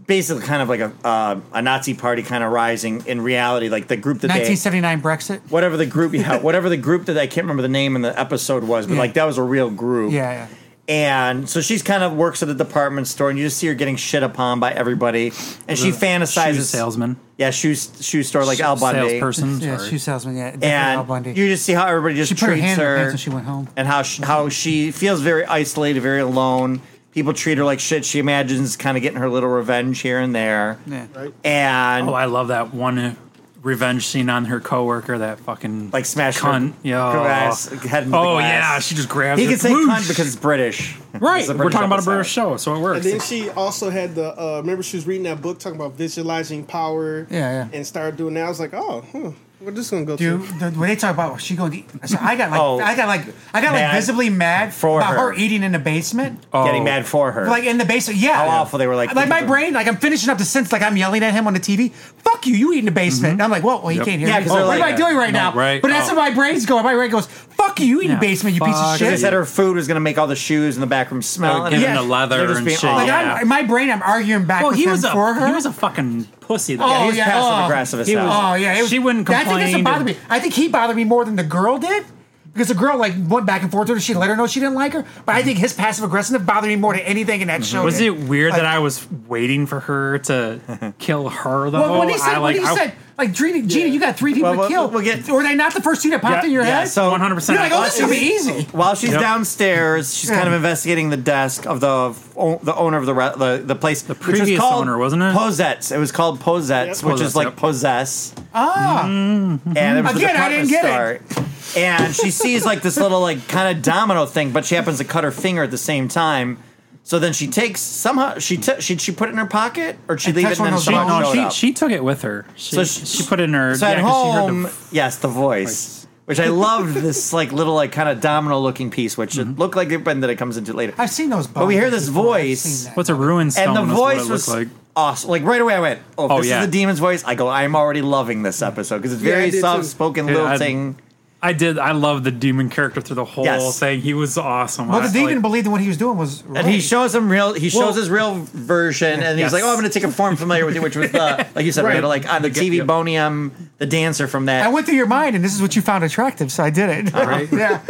Speaker 3: basically kind of like a uh, a Nazi party kind of rising in reality like the group that they
Speaker 5: 1979 Brexit.
Speaker 3: whatever the group yeah whatever the group that I can't remember the name in the episode was but
Speaker 5: Yeah.
Speaker 3: like that was a real group
Speaker 5: Yeah, yeah.
Speaker 3: and so she's kind of works at a department store, and you just see her getting shit upon by everybody, and she fantasizes
Speaker 4: Shoe salesman.
Speaker 3: Yeah, shoe shoe store like Al Bundy.
Speaker 4: Salesperson.
Speaker 5: Yeah,
Speaker 4: sorry.
Speaker 5: shoe salesman. Yeah, definitely Al
Speaker 3: And
Speaker 5: Bundy.
Speaker 3: you just see how everybody just
Speaker 5: She put her
Speaker 3: treats
Speaker 5: hand in her
Speaker 3: her,
Speaker 5: pants when she went home.
Speaker 3: and how she, how she feels very isolated, very alone. People treat her like shit. She imagines kind of getting her little revenge here and there.
Speaker 5: Yeah.
Speaker 3: And
Speaker 4: Oh, I love that one revenge scene on her coworker. That fucking
Speaker 3: like smash her
Speaker 4: cunt. Yeah.
Speaker 3: glass, head into the
Speaker 4: oh
Speaker 3: glass.
Speaker 4: yeah, she just grabs.
Speaker 3: he
Speaker 4: her.
Speaker 3: can say
Speaker 4: Whoosh.
Speaker 3: cunt because it's British.
Speaker 4: right.
Speaker 3: It's a
Speaker 4: We're
Speaker 3: British
Speaker 4: talking about a
Speaker 3: episode.
Speaker 4: British show, so it
Speaker 6: And
Speaker 4: works.
Speaker 6: then she also had the uh, remember she was reading that book talking about visualizing power.
Speaker 5: Yeah, yeah.
Speaker 6: And started doing that. I was like, oh, huh, we're just gonna go
Speaker 5: Dude,
Speaker 6: through.
Speaker 5: the, when they talk about she going to eat, so I got like,
Speaker 3: Oh.
Speaker 5: I got like, I got like
Speaker 3: Mad
Speaker 5: visibly mad
Speaker 3: for
Speaker 5: about
Speaker 3: her.
Speaker 5: her. eating in the basement.
Speaker 3: Getting mad for her.
Speaker 5: Like in the basement, yeah.
Speaker 3: How awful they were, like-
Speaker 5: like my brain, like I'm finishing up the sentence, like I'm yelling at him on the TV. Fuck you, you eat in the basement. And I'm like, whoa, well, he can't
Speaker 3: Mm-hmm.
Speaker 5: hear
Speaker 3: Yeah,
Speaker 5: me.
Speaker 3: 'cause they're
Speaker 5: what
Speaker 3: like-
Speaker 5: am I doing right
Speaker 4: No,
Speaker 5: now?
Speaker 4: right.
Speaker 5: But that's
Speaker 4: Oh.
Speaker 5: what my brain's going. My brain goes, fuck you, you eat in the basement, you piece of
Speaker 4: fuck
Speaker 5: shit.
Speaker 3: They said her food was going to make all the shoes in the back room smell.
Speaker 4: Oh,
Speaker 3: and
Speaker 4: give
Speaker 3: it-
Speaker 4: them the leather
Speaker 3: they're just
Speaker 4: and
Speaker 3: being
Speaker 4: shit,
Speaker 3: all-
Speaker 5: like
Speaker 4: yeah.
Speaker 5: I'm, in my brain, I'm arguing back
Speaker 4: well,
Speaker 5: with
Speaker 4: Oh, he
Speaker 5: him
Speaker 4: was a
Speaker 5: for her.
Speaker 4: he was a fucking pussy. Though.
Speaker 5: Oh,
Speaker 3: He was
Speaker 5: yeah,
Speaker 3: passive
Speaker 5: oh.
Speaker 3: aggressive as
Speaker 4: He
Speaker 3: hell.
Speaker 4: was-
Speaker 5: Oh yeah, it was,
Speaker 4: She wouldn't
Speaker 5: I think that's what
Speaker 4: complain
Speaker 5: bothered
Speaker 4: and-
Speaker 5: me. I think he bothered me more than the girl did. Because the girl like went back and forth with her, she let her know she didn't like her. But I think his passive aggressiveness bothered me more than anything in that
Speaker 3: Mm-hmm.
Speaker 5: show.
Speaker 4: Was
Speaker 5: did.
Speaker 4: it weird
Speaker 5: Like-
Speaker 4: that I was waiting for her to kill her though?
Speaker 5: Well, when he
Speaker 3: Oh,
Speaker 5: said,
Speaker 4: I,
Speaker 5: when he
Speaker 4: I-
Speaker 5: said, like Gina, Gina, you got three people
Speaker 3: Well, well,
Speaker 5: to kill.
Speaker 3: we'll get-
Speaker 5: Were they not the first two that popped
Speaker 4: Yeah,
Speaker 5: in your
Speaker 4: yeah,
Speaker 5: head?
Speaker 3: so-
Speaker 4: 100%.
Speaker 5: You're like, oh, this is gonna be easy.
Speaker 3: While she's
Speaker 4: Yep.
Speaker 3: downstairs, she's kind of
Speaker 5: Yeah.
Speaker 3: investigating the desk of the o- the owner of the re- the, the place. The
Speaker 4: previous owner, wasn't it?
Speaker 3: Posettes. It was called Posettes,
Speaker 4: Yep.
Speaker 3: which is
Speaker 4: Posettes,
Speaker 3: like
Speaker 4: yep.
Speaker 3: possess. Mm-hmm.
Speaker 5: Ah,
Speaker 3: And it was
Speaker 5: Again,
Speaker 3: a
Speaker 5: I didn't
Speaker 3: department store. And she sees like this little like kind of domino thing, but she happens to cut her finger at the same time. So then she takes somehow she t- she she put it in her pocket or she
Speaker 5: And
Speaker 3: leave
Speaker 5: touch
Speaker 3: it and
Speaker 5: one
Speaker 3: then
Speaker 5: of those
Speaker 4: she,
Speaker 3: somehow
Speaker 5: buttons.
Speaker 4: no,
Speaker 3: showed
Speaker 4: she,
Speaker 3: up.
Speaker 4: she took it with her. She,
Speaker 3: So
Speaker 4: she,
Speaker 3: she-
Speaker 4: put it in her.
Speaker 3: So
Speaker 4: yeah,
Speaker 3: at
Speaker 4: 'cause she heard the
Speaker 3: home, yes, the voice, which I loved. This like little like kind of domino looking piece, which
Speaker 4: Mm-hmm.
Speaker 3: it looked like it, but then it comes into later.
Speaker 5: I've seen those.
Speaker 3: But we hear
Speaker 5: bones
Speaker 3: this
Speaker 5: before. I've
Speaker 3: voice.
Speaker 5: seen that.
Speaker 4: What's a ruin
Speaker 3: and
Speaker 4: stone?
Speaker 3: the
Speaker 4: is
Speaker 3: voice
Speaker 4: what it
Speaker 3: was
Speaker 4: looked like.
Speaker 3: awesome. Like right away, I went, "Oh, if
Speaker 4: Oh,
Speaker 3: this
Speaker 4: yeah.
Speaker 3: is the demon's voice." I go, "I'm already loving this episode because it's
Speaker 6: Yeah, I
Speaker 3: very
Speaker 6: did too.
Speaker 3: soft spoken,
Speaker 4: Dude, I-
Speaker 3: lilting."
Speaker 4: I did. I love the demon character through the whole
Speaker 3: Yes.
Speaker 4: thing. He was awesome.
Speaker 5: Well, the
Speaker 4: I-
Speaker 5: demon
Speaker 4: like,
Speaker 5: believed in what he was doing was right.
Speaker 3: And he shows him real. He shows
Speaker 4: Well-
Speaker 3: his real version, and
Speaker 4: Yes.
Speaker 3: he's like, "Oh, I'm going to take a form familiar with you," which was the like you said,
Speaker 4: Right.
Speaker 3: right. like on the
Speaker 4: Yeah,
Speaker 3: TV
Speaker 4: yeah.
Speaker 3: Bonium, the dancer from that.
Speaker 5: I went through your mind, and this is what you found attractive, so I did it. yeah,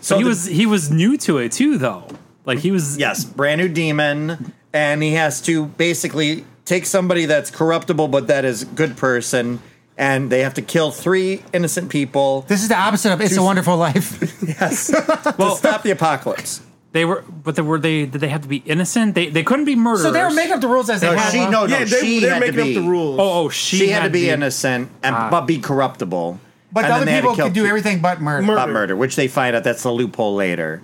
Speaker 4: so he
Speaker 3: the-
Speaker 4: was he was new to it too, though. Like he was.
Speaker 3: Yes, brand new demon, and he has to basically take somebody that's corruptible but that is a good person, and they have to kill three innocent people
Speaker 5: this is the opposite of "It's a Wonderful Life."
Speaker 3: to stop the apocalypse.
Speaker 4: They were, but they were they did they have to be innocent? They they couldn't be murderers.
Speaker 5: so they were making up the rules as they
Speaker 3: No,
Speaker 5: had.
Speaker 3: she
Speaker 5: them.
Speaker 3: no, no,
Speaker 6: yeah,
Speaker 3: she
Speaker 6: they, they're
Speaker 3: had to
Speaker 6: making
Speaker 3: be,
Speaker 6: up the rules.
Speaker 4: Oh, oh, she,
Speaker 3: She, had, to be innocent and
Speaker 4: Ah.
Speaker 3: but be corruptible.
Speaker 5: but
Speaker 3: and
Speaker 5: the
Speaker 3: then
Speaker 5: other
Speaker 3: they had to
Speaker 5: people
Speaker 3: kill
Speaker 5: could do
Speaker 3: pe-
Speaker 5: everything but murder.
Speaker 6: Murder.
Speaker 3: But murder, which they find out that's the loophole later.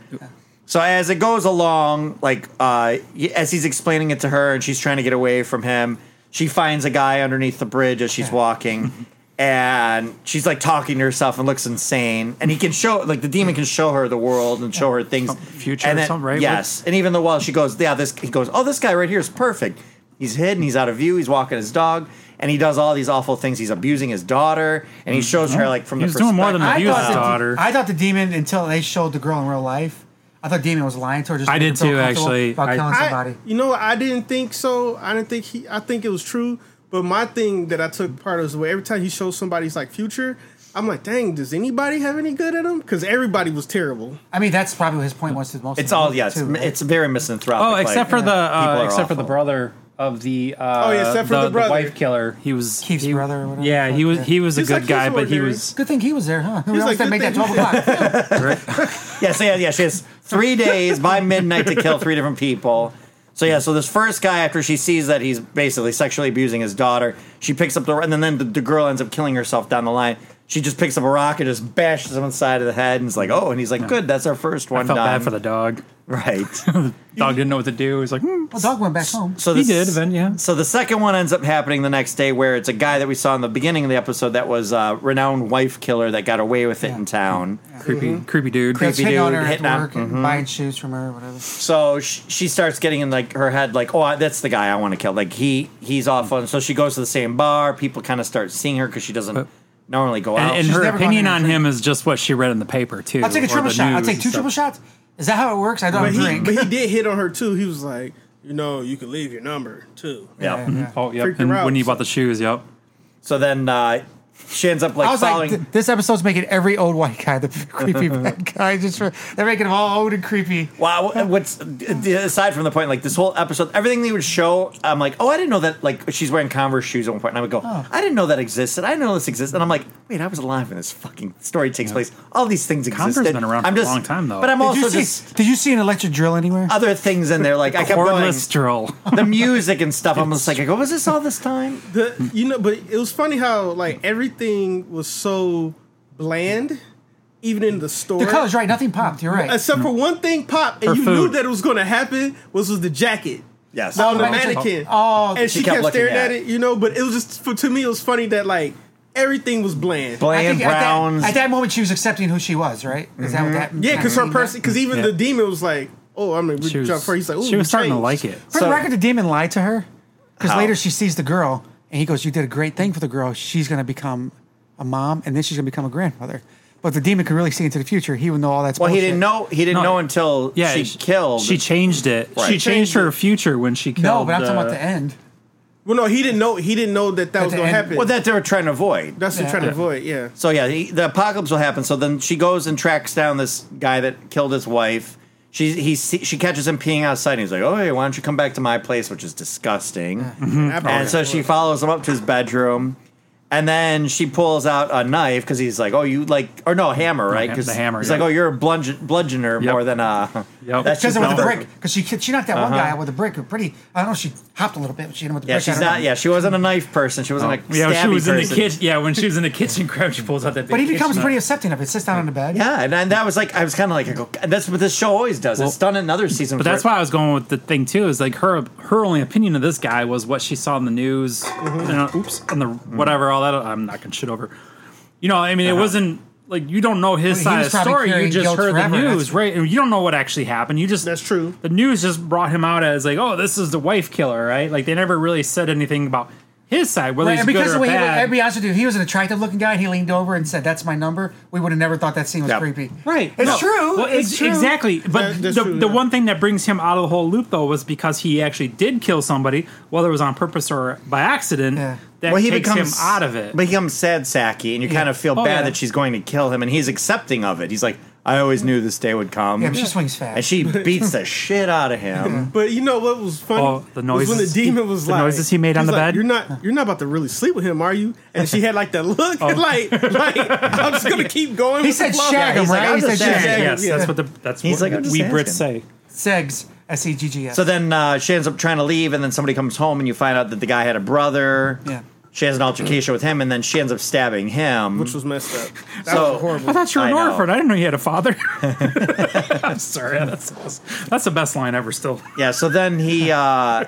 Speaker 3: So as it goes along, like uh, y- as he's explaining it to her, and she's trying to get away from him, she finds a guy underneath the bridge as she's walking, and she's like talking to herself and looks insane. And he can show like the demon can show her the world and show her things
Speaker 4: Some future
Speaker 3: and
Speaker 4: or something, right?
Speaker 3: Yes, and even the while she goes, yeah, this he goes, oh, this guy right here is perfect. He's hidden, he's out of view, he's walking his dog, and he does all these awful things. He's abusing his daughter, and he shows her like from
Speaker 4: He
Speaker 3: the
Speaker 4: was Mm, doing more than
Speaker 3: perspective-
Speaker 5: I
Speaker 4: abuse
Speaker 5: thought, the,
Speaker 4: daughter.
Speaker 5: I thought the demon until they showed the girl in real life. I thought demon was lying to her. Just
Speaker 4: I
Speaker 5: to make
Speaker 4: did
Speaker 5: her feel
Speaker 4: too,
Speaker 5: comfortable
Speaker 4: actually.
Speaker 5: About
Speaker 4: I-
Speaker 5: killing
Speaker 6: I-
Speaker 5: somebody.
Speaker 6: you know, I didn't think so. I didn't think he. I think it was true. But my thing that I took part of was where every time he shows somebody's like future, I'm like, dang, does anybody have any good at him? Because everybody was terrible.
Speaker 5: I mean, that's probably what his point was to most.
Speaker 3: It's all yes,
Speaker 5: too, right?
Speaker 3: it's very misanthropic.
Speaker 4: Oh, except for
Speaker 3: like,
Speaker 4: the
Speaker 3: people
Speaker 4: uh,
Speaker 3: are
Speaker 4: except for the
Speaker 3: awful.
Speaker 4: brother of the uh,
Speaker 6: Oh, yeah, except for the brother.
Speaker 4: wife killer. He was
Speaker 5: Keith's
Speaker 4: he-
Speaker 5: brother or whatever.
Speaker 4: Yeah, he was he was a
Speaker 6: He's
Speaker 4: good
Speaker 6: like, he's
Speaker 4: guy, but he
Speaker 6: ordinary.
Speaker 4: was
Speaker 5: good thing he was there, huh? We always
Speaker 6: like,
Speaker 5: didn't make that
Speaker 6: good thing-
Speaker 5: twelve o'clock.
Speaker 3: Yeah, so yeah, yeah, she has three days by midnight to kill three different people. So yeah, so this first guy, after she sees that he's basically sexually abusing his daughter, she picks up the and then, then the, the girl ends up killing herself down the line. She just picks up a rock and just bashes him inside of the head, and it's like, oh, and he's like, good, that's our first one.
Speaker 4: I felt
Speaker 3: done.
Speaker 4: bad for the dog.
Speaker 3: right.
Speaker 4: Dog didn't know what to do. He was like, hmm.
Speaker 5: Well, dog went back home.
Speaker 3: So
Speaker 4: He
Speaker 3: the
Speaker 4: did,
Speaker 3: s-
Speaker 4: then, yeah.
Speaker 3: So the second one ends up happening the next day, where it's a guy that we saw in the beginning of the episode that was a renowned wife killer that got away with it in town.
Speaker 4: creepy,
Speaker 5: Mm-hmm.
Speaker 4: creepy dude.
Speaker 5: He was hitting
Speaker 3: dude,
Speaker 5: on her at
Speaker 3: hitting on-
Speaker 5: work and buying shoes from her, or whatever.
Speaker 3: So she, she starts getting in like her head, like, oh, I- that's the guy I want to kill. Like he he's awful. And so she goes to the same bar. People kind of start seeing her because she doesn't
Speaker 4: But-
Speaker 3: normally go out.
Speaker 4: And, and
Speaker 5: She's
Speaker 4: her
Speaker 5: never gone
Speaker 4: opinion
Speaker 5: in
Speaker 4: on
Speaker 5: and
Speaker 4: him is just what she read in the paper too.
Speaker 5: I'll take a
Speaker 4: or
Speaker 5: triple
Speaker 4: the
Speaker 5: shot. I'll
Speaker 4: news
Speaker 5: take
Speaker 4: and
Speaker 5: two
Speaker 4: stuff.
Speaker 5: triple shots. Is that how it works? I don't
Speaker 6: But he,
Speaker 5: drink.
Speaker 6: but he did hit on her too. He was like, you know, you can leave your number too.
Speaker 3: yeah.
Speaker 4: Oh, yep.
Speaker 6: Freaked her
Speaker 4: And
Speaker 6: out,
Speaker 4: when he
Speaker 6: so-
Speaker 4: bought the shoes, yep.
Speaker 3: So then uh, she ends up like
Speaker 5: I was
Speaker 3: following.
Speaker 5: like, th- this episode's making every old white guy the creepy bad guy. Just for, they're making them all old and creepy.
Speaker 3: Wow, what's aside from the point, like this whole episode, everything they would show, I'm like, oh, I didn't know that. Like she's wearing Converse shoes at one point, and I would go,
Speaker 4: Oh.
Speaker 3: I didn't know that existed. I didn't know this existed. And I'm like, wait, I was alive when this fucking story takes place. All these things existed.
Speaker 4: Converse been around
Speaker 3: I'm
Speaker 4: for a
Speaker 3: just-
Speaker 4: long time, though.
Speaker 3: But I'm
Speaker 5: Did
Speaker 3: also
Speaker 5: you see?
Speaker 3: just
Speaker 5: did you see an electric drill anywhere?
Speaker 3: other things in there. Like I kept going,
Speaker 4: Cordless drill.
Speaker 3: the music and stuff. I'm just like, I go, was this all this time?
Speaker 6: The, you know, but it was funny how like everything was so bland, even in the store.
Speaker 5: the colors, right? Nothing popped. You're right.
Speaker 6: Except for one thing popped, and
Speaker 4: Her
Speaker 6: you
Speaker 4: food.
Speaker 6: knew that it was going to happen. Was was the jacket?
Speaker 3: Yes.
Speaker 6: on the
Speaker 5: right.
Speaker 6: mannequin.
Speaker 5: Oh,
Speaker 6: and she,
Speaker 3: she kept
Speaker 6: kept,
Speaker 3: looking
Speaker 6: staring
Speaker 3: at
Speaker 6: at
Speaker 3: it.
Speaker 6: it, you know. But it was just for to me, it was funny that like everything was bland.
Speaker 3: Bland
Speaker 5: at that,
Speaker 3: Browns. Mm-hmm.
Speaker 5: at that moment, she was accepting who she was, right? Is that what that?
Speaker 6: Yeah, because
Speaker 5: Mm-hmm.
Speaker 6: her person, because even
Speaker 4: Yeah.
Speaker 6: the demon was like, "Oh, I'm gonna
Speaker 4: She was,
Speaker 6: reach out for." her." He's like, "Ooh,
Speaker 4: she
Speaker 6: you
Speaker 4: was starting to
Speaker 6: changed."
Speaker 4: like it.
Speaker 5: For
Speaker 3: So-
Speaker 5: the record, the demon lied to her because
Speaker 3: How?
Speaker 5: later she sees the girl and he goes, "You did a great thing for the girl. She's going to become a mom and then she's going to become a grandmother." But the demon could really see into the future. He would know all that's.
Speaker 3: well, he
Speaker 5: bullshit.
Speaker 3: didn't know. He didn't
Speaker 4: No.
Speaker 3: know until
Speaker 4: Yeah,
Speaker 3: she, killed.
Speaker 4: She changed it.
Speaker 3: Right.
Speaker 4: She changed her future when she killed.
Speaker 5: No, but I'm talking
Speaker 4: uh,
Speaker 5: about the end.
Speaker 6: Well, no, he didn't know. He didn't know that that was
Speaker 5: the
Speaker 6: gonna
Speaker 5: end-
Speaker 6: happen.
Speaker 3: well, that they were trying to avoid.
Speaker 6: that's what
Speaker 5: Yeah.
Speaker 6: trying to avoid. Yeah,
Speaker 3: So yeah, he, the apocalypse will happen. So then she goes and tracks down this guy that killed his wife. She he see- she catches him peeing outside. and He's like, "Oh, hey, why don't you come back to my place?" Which is disgusting.
Speaker 4: Mm-hmm.
Speaker 3: And so she follows him up to his bedroom, and then she pulls out a knife because he's like, "Oh, you like or no hammer, right?"
Speaker 4: ha-
Speaker 3: 'Cause
Speaker 4: the hammer,
Speaker 3: He's
Speaker 4: yeah.
Speaker 3: like, "Oh, you're a bludgeon, bludgeoner
Speaker 4: Yep.
Speaker 3: more than a."
Speaker 4: Yep.
Speaker 3: That's
Speaker 5: Because
Speaker 3: just
Speaker 5: it was the
Speaker 3: not-
Speaker 5: brick. Because she ki- she knocked that one guy out with a brick. Pretty. I don't know. She hopped a little bit. But she hit him with the
Speaker 3: Uh-huh. Yeah,
Speaker 5: brick. I
Speaker 3: she's
Speaker 5: don't
Speaker 3: not.
Speaker 5: know.
Speaker 3: Yeah, she wasn't a knife person. She wasn't a
Speaker 4: Oh. Yeah, when
Speaker 3: stabby
Speaker 4: she was in the
Speaker 3: person.
Speaker 4: kitchen. Yeah, when she was in the kitchen crab, she pulls out that. Big
Speaker 5: But he becomes
Speaker 4: kitchen
Speaker 5: pretty
Speaker 4: knife.
Speaker 5: accepting of it. Sits down on the bed.
Speaker 3: Yeah, and, and that was like I was kind of like I go. That's what this show always does. it's done in other seasons.
Speaker 4: But that's
Speaker 3: where-
Speaker 4: why I was going with the thing too. Is like her her only opinion of this guy was what she saw in the news.
Speaker 5: Mm-hmm.
Speaker 4: you know, oops, on the whatever, all that. I'm not gonna shit over. You know, I mean, it wasn't like you don't know his
Speaker 5: Uh-huh. He
Speaker 4: side
Speaker 5: was
Speaker 4: of the
Speaker 5: probably
Speaker 4: story. You
Speaker 5: carrying
Speaker 4: just
Speaker 5: guilt
Speaker 4: heard
Speaker 5: forever,
Speaker 4: the news,
Speaker 5: that's-
Speaker 4: right? And you don't know what actually happened. You just
Speaker 6: That's true.
Speaker 4: The news just brought him out as like, oh, this is the wife killer, right? Like they never really said anything about his side, whether
Speaker 5: Right,
Speaker 4: he's
Speaker 5: and because
Speaker 4: good
Speaker 5: the
Speaker 4: or
Speaker 5: way he,
Speaker 4: bad.
Speaker 5: I'll be honest with you, if he was an attractive looking guy and he leaned over and said, "That's my number," we would have never thought that scene was
Speaker 3: Yeah.
Speaker 5: creepy.
Speaker 6: Right.
Speaker 5: It's
Speaker 6: No.
Speaker 5: true.
Speaker 4: Well,
Speaker 5: it's
Speaker 4: ex-
Speaker 5: true.
Speaker 4: exactly. But
Speaker 6: That- that's
Speaker 4: the,
Speaker 6: true,
Speaker 4: the
Speaker 6: yeah.
Speaker 4: one thing that brings him out of the whole loop, though, was because he actually did kill somebody, whether it was on purpose or by accident.
Speaker 5: Yeah.
Speaker 4: That takes him out of it.
Speaker 3: But he becomes sad Saki, and you kind of feel
Speaker 4: Oh,
Speaker 3: bad
Speaker 4: yeah.
Speaker 3: that she's going to kill him, and he's accepting of it. He's like, I always knew this day would come.
Speaker 5: Yeah, but she swings fast.
Speaker 3: and she beats the shit out of him.
Speaker 6: but you know what was funny?
Speaker 4: Oh, the
Speaker 6: was when
Speaker 4: noises-
Speaker 6: the demon was
Speaker 4: the
Speaker 6: like
Speaker 4: noises he made on
Speaker 6: he's
Speaker 4: the
Speaker 6: like,
Speaker 4: bed?
Speaker 6: You're not, you're not about to really sleep with him, are you? And she had like that look,
Speaker 4: Oh.
Speaker 6: like, like I'm just gonna keep going.
Speaker 5: He
Speaker 6: with
Speaker 5: said
Speaker 6: the flow.
Speaker 5: shag
Speaker 3: Yeah,
Speaker 5: him,
Speaker 3: he's like,
Speaker 5: right?
Speaker 3: I'm
Speaker 5: he
Speaker 3: the
Speaker 5: said
Speaker 3: shag.
Speaker 5: shag.
Speaker 4: yes,
Speaker 6: yeah.
Speaker 4: that's what the that's
Speaker 3: He's
Speaker 4: what
Speaker 3: like, I'm just
Speaker 4: we
Speaker 3: asking.
Speaker 4: Brits say.
Speaker 5: Segs. S e g g s.
Speaker 3: So then uh, she ends up trying to leave, and then somebody comes home, and you find out that the guy had a brother.
Speaker 5: Yeah.
Speaker 3: She has an altercation with him, and then she ends up stabbing him.
Speaker 6: Which was messed up. That
Speaker 3: So-
Speaker 6: was
Speaker 4: I
Speaker 6: horrible.
Speaker 4: thought you were
Speaker 3: I
Speaker 4: an
Speaker 3: know.
Speaker 4: orphan. I didn't know you had a father. I'm sorry. That's, that's the best line ever. Still,
Speaker 3: yeah. So then he, uh,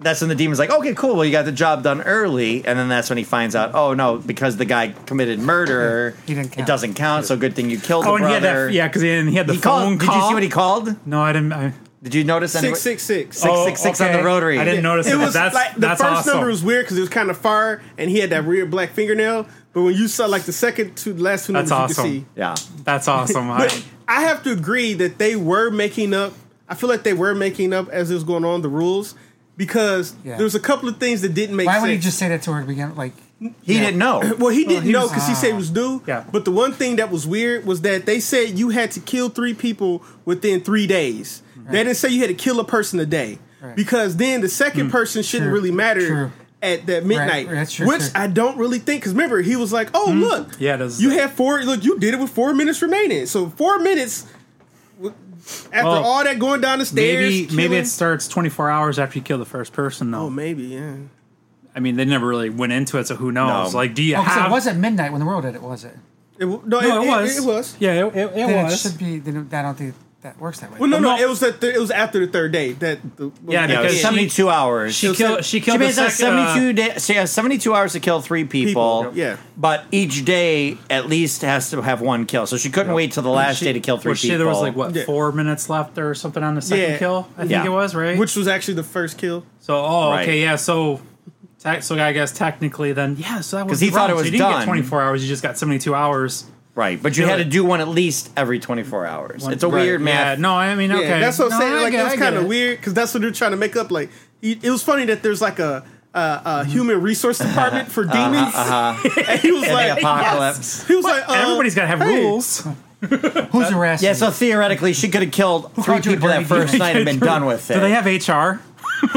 Speaker 3: that's when the demon's like, okay, cool. Well, you got the job done early, and then that's when he finds out, oh no, because the guy committed murder,
Speaker 8: He didn't
Speaker 3: it
Speaker 8: count.
Speaker 3: doesn't count. So good thing you killed
Speaker 4: oh,
Speaker 3: the
Speaker 4: and he had
Speaker 3: brother.
Speaker 4: that. Yeah, because he, and he had the
Speaker 3: He
Speaker 4: phone
Speaker 3: called. Did you
Speaker 4: call.
Speaker 3: see what he called?
Speaker 4: No, I didn't. I,
Speaker 3: Did you notice? any-
Speaker 6: Six six six.
Speaker 3: Six, six, six on the rotary.
Speaker 4: I didn't notice
Speaker 6: It
Speaker 4: that.
Speaker 6: was
Speaker 4: Oh, that's
Speaker 6: like the
Speaker 4: that's
Speaker 6: first
Speaker 4: awesome.
Speaker 6: number was weird because it was kind of far, and he had that weird black fingernail. But when you saw like the second to the last two
Speaker 4: That's
Speaker 6: numbers,
Speaker 4: awesome.
Speaker 6: you could see.
Speaker 3: Yeah.
Speaker 4: That's awesome. I,
Speaker 6: But I have to agree that they were making up. I feel like they were making up as it was going on the rules because
Speaker 8: Yeah.
Speaker 6: there was a couple of things that didn't make
Speaker 8: Why
Speaker 6: sense.
Speaker 8: would you just say that to her to begin? Like, oh,
Speaker 3: He didn't know.
Speaker 6: Well, he didn't
Speaker 4: he
Speaker 6: know
Speaker 4: was-
Speaker 6: because he said it was due.
Speaker 4: Yeah.
Speaker 6: But the one thing that was weird was that they said you had to kill three people within three days. They didn't say you had to kill a person a day because then the second person shouldn't
Speaker 8: True.
Speaker 6: really matter
Speaker 8: True.
Speaker 6: at that midnight.
Speaker 8: That's true,
Speaker 6: which
Speaker 8: true.
Speaker 6: I don't really think because remember he was like, "Oh look,
Speaker 4: Yeah, it does-
Speaker 6: you had four. Look, you did it with four minutes remaining. So four minutes." w- After
Speaker 4: Oh.
Speaker 6: all that going down the stairs,
Speaker 4: maybe maybe
Speaker 6: killing-
Speaker 4: it starts 24 hours after you kill the first person. Though
Speaker 6: oh maybe yeah.
Speaker 4: I mean, they never really went into it, so who knows?
Speaker 3: No.
Speaker 4: Like, do you
Speaker 8: oh, 'cause
Speaker 4: have?
Speaker 8: it was at midnight when the world did it, was it?
Speaker 6: It, w- no,
Speaker 4: No, it was.
Speaker 6: It, was.
Speaker 4: Yeah, it, it, it
Speaker 8: Then it
Speaker 4: was.
Speaker 8: should be. Then it- I don't think that works that way.
Speaker 6: Well, no, no,
Speaker 4: no.
Speaker 6: it was that th- it was after the third day that. The,
Speaker 3: Yeah,
Speaker 4: Yeah,
Speaker 3: it was
Speaker 4: Because she-
Speaker 3: seventy-two hours.
Speaker 4: she killed. She
Speaker 3: She
Speaker 4: killed the
Speaker 3: means that's
Speaker 4: second. uh,
Speaker 3: 72 day, she has 72 hours to kill three people.
Speaker 6: People, yeah.
Speaker 3: But each day at least has to have one kill. So she couldn't wait till the last day to kill three
Speaker 4: was she-
Speaker 3: people.
Speaker 4: There was like what
Speaker 6: Yeah.
Speaker 4: four minutes left or something on the second
Speaker 6: Yeah.
Speaker 4: kill. I think
Speaker 3: Yeah.
Speaker 4: it was right.
Speaker 6: Which was actually the first kill.
Speaker 4: so oh
Speaker 3: Right.
Speaker 4: okay yeah so. te- So I guess technically then yeah so that was
Speaker 3: 'Cause he
Speaker 4: the
Speaker 3: thought
Speaker 4: round.
Speaker 3: it was
Speaker 4: so you didn't
Speaker 3: done.
Speaker 4: get 24 hours you just got 72 hours
Speaker 3: Right. But you had
Speaker 4: Yeah.
Speaker 3: to do one at least every 24 hours. it's a
Speaker 4: Right.
Speaker 3: weird math.
Speaker 4: yeah, no I mean okay
Speaker 6: Yeah, that's what I'm
Speaker 4: No,
Speaker 6: saying.
Speaker 4: I
Speaker 6: Like
Speaker 4: get-
Speaker 6: it was
Speaker 4: I get
Speaker 6: kind of weird because that's what they're trying to make up. Like it, it was funny that there's like a. Uh, uh,
Speaker 4: Mm-hmm.
Speaker 6: human resource department
Speaker 4: Uh-huh,
Speaker 6: for demons. and he was
Speaker 3: In the
Speaker 6: like,
Speaker 3: apocalypse.
Speaker 6: he was like, uh,
Speaker 4: Everybody's got to have
Speaker 6: hey.
Speaker 4: rules.
Speaker 8: Who's harassing?
Speaker 3: Yeah,
Speaker 8: you?
Speaker 3: so theoretically, she could have killed three
Speaker 8: called you a
Speaker 3: people that
Speaker 8: dirty
Speaker 3: first night and been done with it.
Speaker 4: Do they have HR?
Speaker 8: Who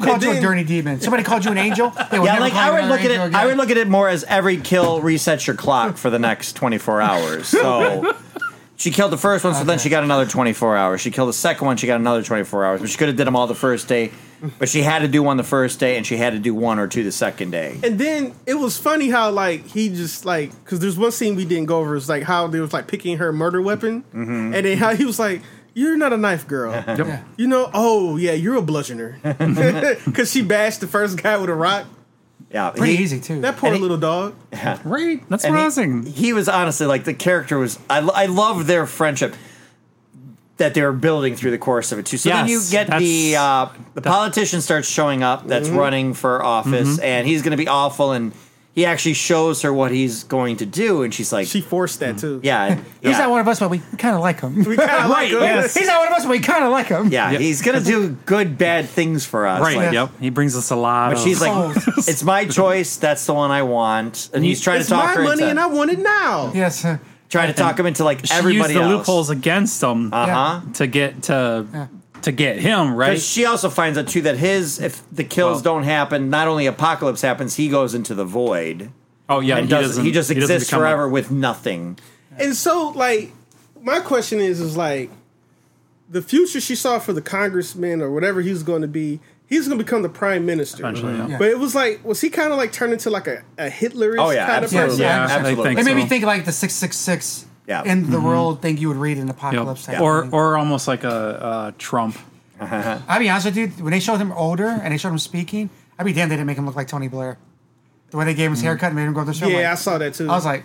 Speaker 8: called you a
Speaker 6: then-
Speaker 8: dirty demon? Somebody called you an angel? They would
Speaker 3: yeah,
Speaker 8: never
Speaker 3: like
Speaker 8: call
Speaker 3: I
Speaker 8: you
Speaker 3: would
Speaker 8: another
Speaker 3: look at it.
Speaker 8: angel
Speaker 3: I
Speaker 8: again.
Speaker 3: would look at it more as every kill resets your clock for the next 24 hours. So she killed the first one, so then she got another 24 hours. She killed the second one, she got another 24 hours. But she could have did them all the first day, but she had to do one the first day, and she had to do one or two the second day.
Speaker 6: And then it was funny how like he just like because there's one scene we didn't go over is like how they was like picking her murder weapon, and then how he was like, "You're not a knife girl, you know? Oh yeah, you're a bludgeoner," because she bashed the first guy with a rock.
Speaker 3: Yeah,
Speaker 8: Pretty
Speaker 3: he-
Speaker 8: easy too.
Speaker 6: That poor
Speaker 3: And he-
Speaker 6: little dog.
Speaker 4: Right. That's
Speaker 3: and
Speaker 4: what
Speaker 3: he-
Speaker 4: I was thinking.
Speaker 3: He was honestly like the character was. I lo- I love their friendship that they were building through the course of it too. So then you
Speaker 4: Yes,
Speaker 3: get the uh,
Speaker 4: that's-
Speaker 3: the politician starts showing up that's running for office, and he's going to be awful. And he actually shows her what he's going to do, and she's like,
Speaker 6: She forced that too.
Speaker 3: "Yeah, and- yeah,
Speaker 8: He's not one of us, but we kind of like him.
Speaker 6: we kind of like "Oh,
Speaker 4: Right,
Speaker 6: her.
Speaker 4: yes.
Speaker 8: He's not one of us, but we kind of like him.
Speaker 3: yeah,
Speaker 4: Yep.
Speaker 3: he's going to do good, bad things for us."
Speaker 4: Right.
Speaker 3: like,
Speaker 4: Yep. He brings us a lot.
Speaker 3: But
Speaker 4: of,
Speaker 3: she's like, "It's my choice. That's the one I want." And he's trying
Speaker 6: It's
Speaker 3: to talk
Speaker 6: my
Speaker 3: her
Speaker 6: money,
Speaker 3: into
Speaker 6: and I want it now.
Speaker 8: Yes. Uh,
Speaker 3: trying to talk him into like
Speaker 4: she
Speaker 3: everybody
Speaker 4: used the
Speaker 3: else.
Speaker 4: loopholes against them
Speaker 3: Uh-huh.
Speaker 4: to get to to get him right.
Speaker 3: But she also finds out too that his if the kills
Speaker 4: Well-
Speaker 3: don't happen, not only apocalypse happens, he goes into the void
Speaker 4: oh yeah,
Speaker 3: and does, he just
Speaker 4: doesn't
Speaker 3: exists
Speaker 4: become a-
Speaker 3: forever with nothing.
Speaker 6: And so, like, my question is, is like, the future she saw for the congressman or whatever he's going to be, he's going to become the prime minister.
Speaker 4: Eventually, yeah.
Speaker 6: But it was like, was he kind of like turned into like a, a Hitlerish
Speaker 3: Oh yeah,
Speaker 6: kind
Speaker 3: absolutely,
Speaker 6: of
Speaker 8: Yeah,
Speaker 6: person?
Speaker 4: I
Speaker 3: absolutely.
Speaker 4: think
Speaker 8: it made me
Speaker 4: So-
Speaker 8: think of, like the six six six.
Speaker 3: Yeah.
Speaker 8: End of the world thing you would read in
Speaker 4: Yep.
Speaker 8: apocalypse. type
Speaker 4: or
Speaker 8: thing.
Speaker 4: or almost like a uh, Trump.
Speaker 8: I'll be honest with you. When they showed him older and they showed him speaking, I'd be damned they didn't make him look like Tony Blair. The way they gave him his haircut and made him grow up this.
Speaker 6: Yeah, I saw that too.
Speaker 8: I was like,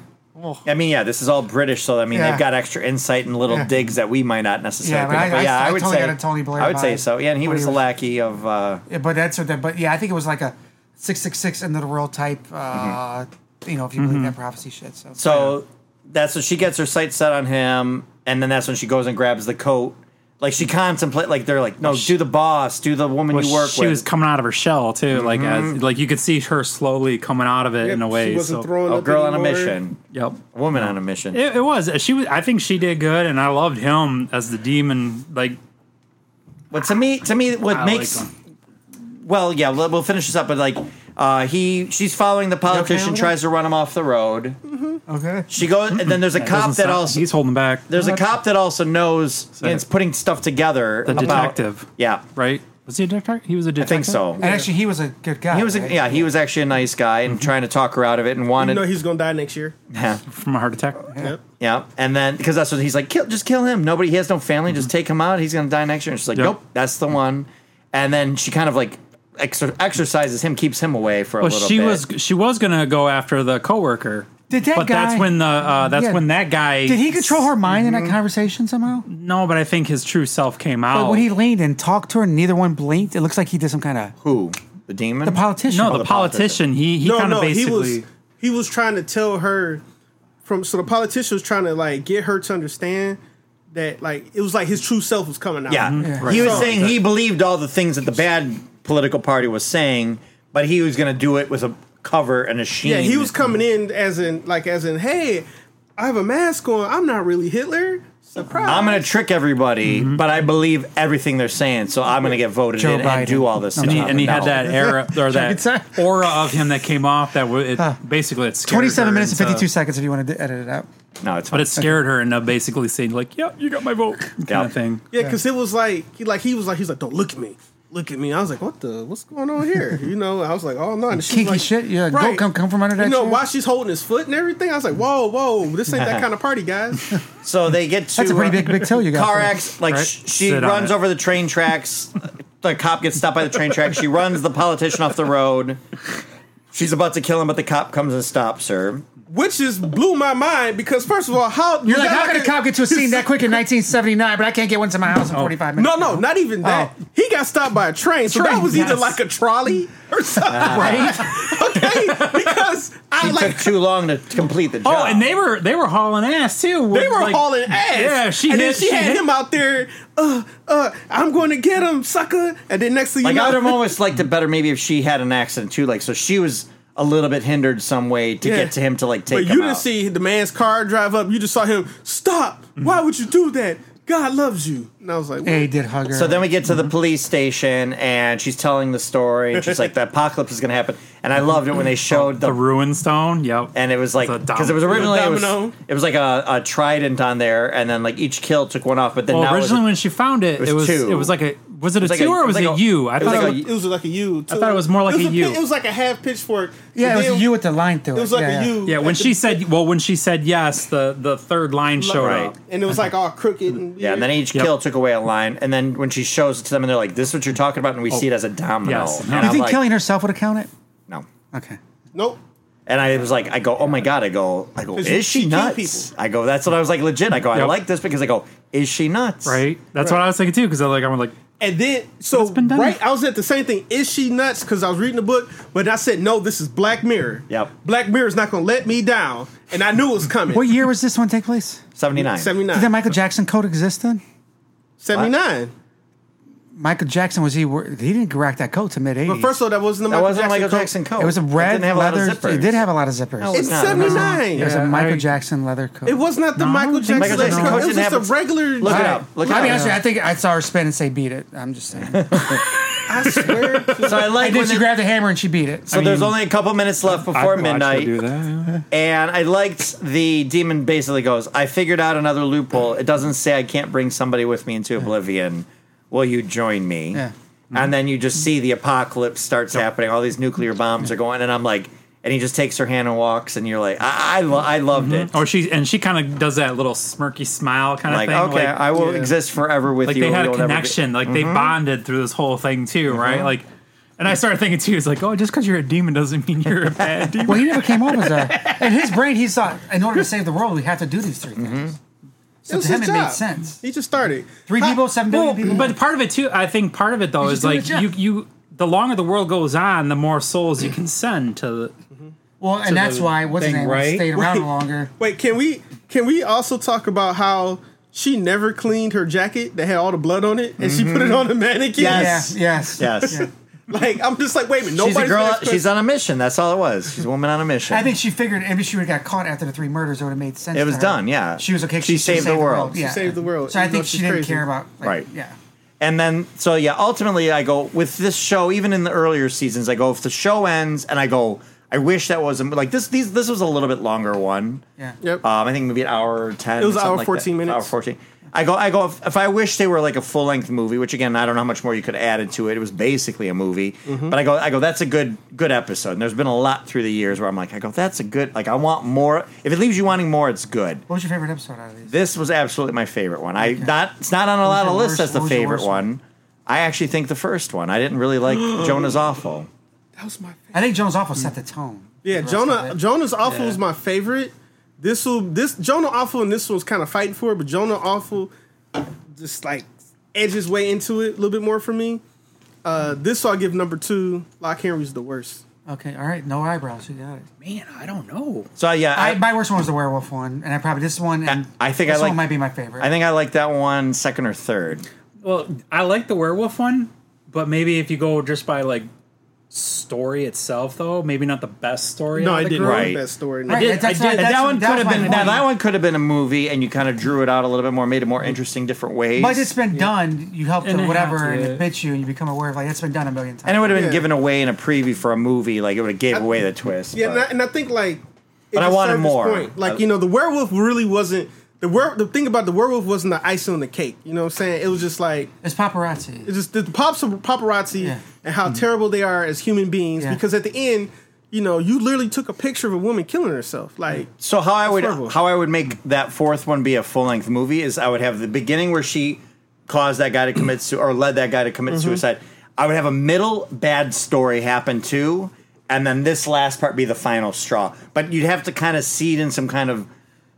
Speaker 3: I mean, yeah, this is all British, so I mean
Speaker 8: Yeah.
Speaker 3: they've got extra insight and little
Speaker 8: Yeah.
Speaker 3: digs that we might not necessarily.
Speaker 8: Yeah, but
Speaker 3: pick up.
Speaker 8: I- I-
Speaker 3: yeah,
Speaker 8: I
Speaker 3: would
Speaker 8: totally
Speaker 3: say
Speaker 8: got a Tony Blair
Speaker 3: I would say
Speaker 8: vibe
Speaker 3: so. Yeah, and he
Speaker 8: when
Speaker 3: was
Speaker 8: he
Speaker 3: the
Speaker 8: was-
Speaker 3: lackey of. Uh,
Speaker 8: Yeah, but that's what that. But yeah, I think it was like a six six six end of the world type. Uh, You know, if you believe that prophecy shit. So,
Speaker 3: so that's when she gets her sights set on him, and then that's when she goes and grabs the coat. Like she contemplate, like they're like, no, do the boss, do the woman
Speaker 4: Well,
Speaker 3: you work
Speaker 4: she
Speaker 3: with. Mm-hmm.
Speaker 4: was coming out of her shell too, like as like you could see her slowly coming out of it in a way.
Speaker 6: She wasn't
Speaker 4: so,
Speaker 6: throwing
Speaker 3: a
Speaker 6: up
Speaker 3: Oh, girl on a
Speaker 6: anymore.
Speaker 3: mission,
Speaker 4: yep.
Speaker 3: a woman on a mission.
Speaker 4: It, it was. She was. I think she did good, and I loved him as the demon. Like
Speaker 3: But to me, to me, what
Speaker 4: I
Speaker 3: makes
Speaker 4: liked
Speaker 3: well, yeah, we'll, we'll finish this up. But like, uh, he she's following the politician,
Speaker 8: with that?
Speaker 3: tries to run him off the road.
Speaker 8: okay.
Speaker 3: She goes, and then there's a cop
Speaker 4: doesn't
Speaker 3: that
Speaker 4: stop-
Speaker 3: also
Speaker 4: he's holding back.
Speaker 3: there's a cop that also knows and is putting stuff together.
Speaker 4: The
Speaker 3: about-
Speaker 4: detective.
Speaker 3: yeah,
Speaker 4: right? Was he a detective? He was a
Speaker 3: I
Speaker 4: detective. Mm-hmm.
Speaker 3: think so.
Speaker 5: And actually, he was a good guy.
Speaker 3: He was, a,
Speaker 5: right?
Speaker 3: yeah, he was actually a nice guy and trying to talk her out of it and
Speaker 6: You
Speaker 3: wanted,
Speaker 6: know he's gonna die next year.
Speaker 3: yeah,
Speaker 4: From a heart attack.
Speaker 6: Yep.
Speaker 3: yeah, and then because that's what he's like, kill, just kill him. Nobody, he has no family. Just take him out. He's gonna die next year. And she's like,
Speaker 4: Yep.
Speaker 3: nope, that's the one. And then she kind of like exer- exercises him, keeps him away for a
Speaker 4: Well,
Speaker 3: little
Speaker 4: she
Speaker 3: bit.
Speaker 4: was she was gonna go after the coworker.
Speaker 8: Did that
Speaker 4: but
Speaker 8: guy-
Speaker 4: that's when the uh, that's
Speaker 8: Yeah.
Speaker 4: when that guy
Speaker 8: Did he control her mind in that conversation somehow?
Speaker 4: No, but I think his true self came out.
Speaker 8: But when he leaned and talked to her, neither one blinked. It looks like he did some kind of
Speaker 3: who the demon,
Speaker 8: the politician.
Speaker 4: no, the,
Speaker 3: the politician.
Speaker 4: politician, he he
Speaker 6: no,
Speaker 4: kind of
Speaker 6: no, he
Speaker 4: basically
Speaker 6: was he was trying to tell her from so the politician was trying to like get her to understand that like it was like his true self was coming out.
Speaker 3: Mm-hmm. Yeah.
Speaker 6: Mm-hmm. Right.
Speaker 3: He was
Speaker 6: So-
Speaker 3: saying he believed all the things that the bad political party was saying, but he was going to do it with a cover and a sheen.
Speaker 6: Yeah, he was coming in as in like as in, hey, I have a mask on. I'm not really Hitler. Surprise!
Speaker 3: I'm going to trick everybody, but I believe everything they're saying, so I'm going to get voted
Speaker 8: Joe
Speaker 3: in and
Speaker 8: Biden.
Speaker 3: do all this
Speaker 4: and he,
Speaker 3: stuff.
Speaker 4: and he had that era or
Speaker 8: Sorry.
Speaker 4: that aura of him that came off that w- it basically it scared her
Speaker 8: Twenty-seven minutes and
Speaker 4: into-
Speaker 8: fifty-two seconds. If you want to edit it out,
Speaker 3: No, it's
Speaker 4: But
Speaker 3: fine.
Speaker 4: it scared her and uh, basically saying like, "Yeah, you got my vote," kind
Speaker 3: Yeah.
Speaker 4: of thing.
Speaker 6: Yeah, because it was like he like he was like he's like, don't look at me, look at me. I was like, what the what's going on here? You know, I was like, oh no, and she's
Speaker 8: Kinky
Speaker 6: like,
Speaker 8: shit, yeah, don't come- come from under that
Speaker 6: You know,
Speaker 8: chair.
Speaker 6: while she's holding his foot and everything, I was like, whoa, whoa, this ain't that kind of party, guys.
Speaker 3: so they get to uh,
Speaker 8: that's a pretty big big toe you got.
Speaker 3: car
Speaker 8: there.
Speaker 3: accident. Like
Speaker 4: Right?
Speaker 3: sh- she
Speaker 4: Sit on
Speaker 3: runs
Speaker 4: it.
Speaker 3: over the train tracks. the cop gets stopped by the train tracks. She runs the politician off the road. She's about to kill him, but the cop comes and stops her.
Speaker 6: Which is blew my mind because first of all, how
Speaker 8: You're like, how could a cop get to a scene that quick in 1979? But I can't get one to my house in
Speaker 3: Oh.
Speaker 8: 45 minutes.
Speaker 6: No, no, not even that. He got stopped by a train, so that
Speaker 8: Train,
Speaker 6: was either
Speaker 8: yes.
Speaker 6: like a trolley or something, right? okay, because I
Speaker 3: It
Speaker 6: like
Speaker 3: took too long to complete the job.
Speaker 4: Oh, and they were they were hauling ass too.
Speaker 6: They were
Speaker 4: Like-
Speaker 6: hauling ass.
Speaker 4: Yeah, she
Speaker 6: and
Speaker 4: hit,
Speaker 6: then she, had
Speaker 4: hit-
Speaker 6: him out there. Uh, uh, I'm going to get him, sucker. And then next thing you
Speaker 3: Like I would have
Speaker 6: know,
Speaker 3: almost liked it better maybe if she had an accident too. Like so she was a little bit hindered some way to
Speaker 6: Yeah.
Speaker 3: get to him to like
Speaker 6: but
Speaker 3: take
Speaker 6: you
Speaker 3: him
Speaker 6: didn't
Speaker 3: out.
Speaker 6: see the man's car drive up. You just saw him stop. Why would you do that? God loves you. And I was like,
Speaker 8: Yeah, he did hug her.
Speaker 3: so then we get to the police station and she's telling the story and she's like the apocalypse is going to happen. And I loved it when they showed
Speaker 4: the
Speaker 3: the
Speaker 4: ruin stone. Yep,
Speaker 3: and it was like
Speaker 4: The dom-
Speaker 3: because it was originally it was,
Speaker 6: domino.
Speaker 3: it was like a, a trident on there and then like each kill took one off but then
Speaker 4: Well,
Speaker 3: now it's
Speaker 4: originally when she found it,
Speaker 3: was
Speaker 4: it was
Speaker 3: two.
Speaker 4: it was like a was it a
Speaker 3: was like
Speaker 4: two
Speaker 3: a-
Speaker 4: or
Speaker 3: it
Speaker 4: was
Speaker 3: was
Speaker 4: it
Speaker 3: like a-
Speaker 4: you? I
Speaker 3: it was
Speaker 4: thought
Speaker 3: like
Speaker 4: it
Speaker 3: a-
Speaker 4: was,
Speaker 6: it was like a U. too.
Speaker 4: thought it was more like
Speaker 6: it was
Speaker 4: a U.
Speaker 6: pi- It was like a half pitchfork.
Speaker 8: yeah, it
Speaker 6: But
Speaker 8: was
Speaker 6: then
Speaker 8: you with the line through it.
Speaker 6: It was like
Speaker 8: yeah,
Speaker 6: a
Speaker 8: yeah.
Speaker 6: U.
Speaker 4: yeah. When
Speaker 6: at the
Speaker 4: she said well, when she said yes, the the third line
Speaker 6: bit,
Speaker 4: showed
Speaker 6: like,
Speaker 4: up.
Speaker 6: and it was like all crooked. And
Speaker 3: yeah, and then
Speaker 6: weird.
Speaker 3: each
Speaker 4: Yep.
Speaker 3: kill took away a line, and then when she shows it to them, and they're like, "This is what you're talking about," and we see it as a domino.
Speaker 4: Yes.
Speaker 3: And
Speaker 4: You
Speaker 8: You
Speaker 3: I'm
Speaker 8: think
Speaker 3: like,
Speaker 8: killing herself would have counted?
Speaker 3: No,
Speaker 8: Okay.
Speaker 6: nope.
Speaker 3: And I was like, I go, oh my god, I go, I go,
Speaker 6: 'Cause
Speaker 3: is she
Speaker 6: she killed
Speaker 3: nuts? I go, that's what I was like, legit. I go, I
Speaker 4: Yep.
Speaker 3: like this because I go, is she nuts?
Speaker 4: Right, that's what I was thinking too. Because I like I'm like
Speaker 6: And then, so
Speaker 4: been done.
Speaker 6: right, I was at the same thing. Is she nuts? Because I was reading the book, but I said no. This is Black Mirror.
Speaker 3: Yep.
Speaker 6: Black Mirror is not going to let me down, and I knew it was coming.
Speaker 8: What year was this one take place?
Speaker 3: Seventy nine.
Speaker 6: Seventy
Speaker 8: Did that
Speaker 6: nine.
Speaker 8: Michael Jackson code exist then?
Speaker 6: Seventy nine.
Speaker 8: Michael Jackson was he? wor- He didn't crack that code to mid
Speaker 6: But
Speaker 8: eighties.
Speaker 6: first of all, that wasn't the
Speaker 3: That
Speaker 6: Michael
Speaker 3: wasn't a Michael
Speaker 6: Jackson. coat.
Speaker 3: Jackson coat.
Speaker 8: it was a red
Speaker 3: didn't have a lot
Speaker 8: leather.
Speaker 3: of zippers.
Speaker 8: it did have a lot of zippers.
Speaker 3: No,
Speaker 6: It's
Speaker 3: No, no, no.
Speaker 6: seventy
Speaker 8: it was
Speaker 6: nine.
Speaker 8: a
Speaker 4: Yeah,
Speaker 8: Michael
Speaker 4: I-
Speaker 8: Jackson leather coat.
Speaker 6: It was not the
Speaker 4: No, I
Speaker 6: Michael
Speaker 4: don't think
Speaker 6: Jackson.
Speaker 4: Michael
Speaker 6: leather
Speaker 4: Jackson
Speaker 6: coat.
Speaker 3: coat
Speaker 6: It was
Speaker 3: didn't
Speaker 6: just
Speaker 3: have
Speaker 6: a
Speaker 3: it.
Speaker 6: regular.
Speaker 3: Look it up. Look it
Speaker 8: I'll be honest
Speaker 3: up.
Speaker 8: with you. I think I saw her spin and say beat it. I'm just saying. and
Speaker 6: I swear.
Speaker 3: So I like
Speaker 8: then
Speaker 3: when
Speaker 8: she
Speaker 3: they-
Speaker 8: grabbed the hammer and she beat it.
Speaker 3: So there's only a couple minutes left before
Speaker 4: I'd watch her
Speaker 3: midnight,
Speaker 4: do that.
Speaker 3: and I liked the demon. Basically, goes, I figured out another loophole. It doesn't say I can't bring somebody with me into oblivion. Will you join me?
Speaker 8: Yeah.
Speaker 3: And then you just see the apocalypse starts happening. All these nuclear bombs are going, and I'm like, and he just takes her hand and walks, and you're like, I, I, lo- I loved it.
Speaker 4: Or she and she kind of does that little smirky smile kind
Speaker 3: like,
Speaker 4: of Oh, thing.
Speaker 3: okay,
Speaker 4: like,
Speaker 3: I will
Speaker 6: yeah.
Speaker 3: exist forever with
Speaker 4: like
Speaker 3: you.
Speaker 4: they had a
Speaker 3: You'll never be- Mm-hmm.
Speaker 4: connection like they bonded through this whole thing too right like and i started thinking too it's like oh just because you're a demon doesn't mean you're a bad demon
Speaker 8: Well, he never came off as a. In his brain, he thought, in order to save the world, we have to do these three things.
Speaker 3: Mm-hmm.
Speaker 6: It
Speaker 8: So
Speaker 6: was
Speaker 8: to him,
Speaker 6: his
Speaker 8: it made
Speaker 6: job.
Speaker 8: sense.
Speaker 6: He just started.
Speaker 8: Three people, seven billion
Speaker 4: well,
Speaker 8: people.
Speaker 4: but part of it too i think part of it though
Speaker 8: You
Speaker 4: is
Speaker 8: should do
Speaker 4: like
Speaker 8: it, yeah.
Speaker 4: you you the longer the world goes on the more souls you can send to the
Speaker 8: well, and that's
Speaker 4: the
Speaker 8: why what's his
Speaker 4: thing,
Speaker 8: name
Speaker 4: right?
Speaker 8: stayed around
Speaker 6: Wait.
Speaker 8: longer.
Speaker 6: Wait, can we can we also talk about how she never cleaned her jacket that had all the blood on it, and she put it on the mannequin?
Speaker 3: Yes.
Speaker 8: Yeah, yes.
Speaker 3: Yes.
Speaker 6: Like I'm just like, wait a minute.
Speaker 3: She's
Speaker 6: Nobody's
Speaker 3: a girl.
Speaker 6: gonna
Speaker 3: She's on a mission. That's all it was. She's a woman on a mission.
Speaker 8: I think she figured if she would have got caught after the three murders, it would have made sense.
Speaker 3: It
Speaker 8: to
Speaker 3: was
Speaker 8: her.
Speaker 3: done, yeah.
Speaker 8: She was okay.
Speaker 3: She saved the world. She
Speaker 8: Yeah.
Speaker 6: saved the world,
Speaker 8: So I
Speaker 6: even though
Speaker 8: think she
Speaker 6: she's
Speaker 8: didn't
Speaker 6: crazy.
Speaker 8: care about. Like,
Speaker 3: Right.
Speaker 8: Yeah.
Speaker 3: And then, so yeah, ultimately, I go with this show. Even in the earlier seasons, I go if the show ends, and I go, I wish that wasn't like this. These this was a little bit longer one.
Speaker 8: Yeah.
Speaker 6: Yep.
Speaker 3: Um, I think maybe an hour or ten.
Speaker 6: It was
Speaker 3: something
Speaker 6: hour
Speaker 3: like
Speaker 6: 14
Speaker 3: that.
Speaker 6: minutes.
Speaker 3: Hour fourteen. I go, I go. If, if I wish they were like a full length movie, which again, I don't know how much more you could add into it. It was basically a movie,
Speaker 6: Mm-hmm.
Speaker 3: but I go, I go. That's a good, good episode. And there's been a lot through the years where I'm like, I go, that's a good. Like, I want more. If it leaves you wanting more, it's good.
Speaker 5: What was your favorite episode out of these?
Speaker 3: This was absolutely my favorite one. I not, it's not on a lot of
Speaker 5: your
Speaker 3: lists
Speaker 5: worst-
Speaker 3: as the
Speaker 5: what was your
Speaker 3: favorite
Speaker 5: worst
Speaker 3: one. I actually think the first one. I didn't really like Jonah's awful.
Speaker 6: That was my favorite.
Speaker 5: I think Jones Awful
Speaker 3: Mm.
Speaker 5: set the tone.
Speaker 6: Yeah, Jonah Jonah's Awful is my favorite. This will this Jonah Awful and this one's kind of fighting for it, but Jonah Awful just like edges way into it a little bit more for me. Uh, this I'll give number two. Lock Henry's the worst.
Speaker 5: Okay, all right, no eyebrows. You got it.
Speaker 4: Man, I don't know.
Speaker 3: So yeah,
Speaker 5: I,
Speaker 3: I,
Speaker 5: my worst one was the werewolf one, and I probably this one. And
Speaker 3: I think I
Speaker 5: this
Speaker 3: like-
Speaker 5: one might be my favorite.
Speaker 3: I think I like that one second or third.
Speaker 4: Well, I like the werewolf one, but maybe if you go just by like story itself, though, maybe not the best story.
Speaker 6: No,
Speaker 4: out
Speaker 6: I
Speaker 4: of the
Speaker 6: didn't
Speaker 4: group.
Speaker 3: Right.
Speaker 6: like that story. No.
Speaker 4: I did- I did-
Speaker 3: And that one could
Speaker 5: was
Speaker 3: have
Speaker 5: my
Speaker 3: been
Speaker 5: point.
Speaker 3: now that one could have been a movie, and you kind of drew it out a little bit more, made it more interesting, different ways.
Speaker 5: But it's been done. You helped
Speaker 4: And
Speaker 5: it,
Speaker 4: it
Speaker 5: whatever,
Speaker 4: happened,
Speaker 5: and
Speaker 4: yeah.
Speaker 5: it bits you, and you become aware of like it's been done a million times.
Speaker 3: and it would have been
Speaker 6: Yeah.
Speaker 3: given away in a preview for a movie, like it would have gave away the twist.
Speaker 6: Yeah,
Speaker 3: but-
Speaker 6: and I, and I think like, it
Speaker 3: But I
Speaker 6: just
Speaker 3: wanted
Speaker 6: served its
Speaker 3: more. I-
Speaker 6: Like you know, the werewolf really wasn't the were the thing about the werewolf wasn't the icing on the cake. You know what I'm saying? It was just like
Speaker 5: it's paparazzi.
Speaker 6: it's just the pops paparazzi
Speaker 5: Yeah.
Speaker 6: and
Speaker 3: Mm-hmm.
Speaker 6: how terrible they are as human beings.
Speaker 5: Yeah.
Speaker 6: Because at the end, you know, you literally took a picture of a woman killing herself. Like
Speaker 3: so how I would
Speaker 6: horrible.
Speaker 3: how I would make that fourth one be a full length movie is I would have the beginning where she caused that guy to commit su- or led that guy to
Speaker 5: Mm-hmm.
Speaker 3: commit suicide. I would have a middle bad story happen too, and then this last part be the final straw. But you'd have to kind of seed in some kind of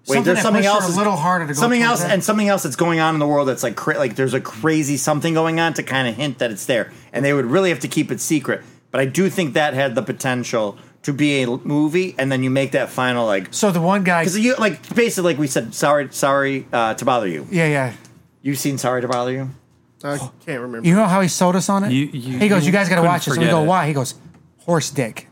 Speaker 3: wait.
Speaker 5: Something
Speaker 3: there's
Speaker 5: that
Speaker 3: something
Speaker 5: pushed her
Speaker 3: else
Speaker 5: a
Speaker 3: is-
Speaker 5: little harder to go
Speaker 3: something
Speaker 5: towards
Speaker 3: else
Speaker 5: that.
Speaker 3: and something else that's going on in the world that's like cra- like there's a crazy something going on to kind of hint that it's there, and they would really have to keep it secret. But I do think that had the potential to be a l- movie, and then you make that final like
Speaker 5: so the one guy,
Speaker 3: because you like basically like we said, sorry, sorry uh, to bother you.
Speaker 5: yeah, yeah.
Speaker 3: You've seen Sorry to Bother You.
Speaker 6: I can't remember.
Speaker 5: You know how he sold us on it?
Speaker 4: You- you-
Speaker 5: he goes,
Speaker 4: you
Speaker 5: "You guys got to
Speaker 4: couldn't
Speaker 5: watch this." And we
Speaker 4: forget
Speaker 5: go,
Speaker 4: it.
Speaker 5: "Why?" He goes, "Horse dick,"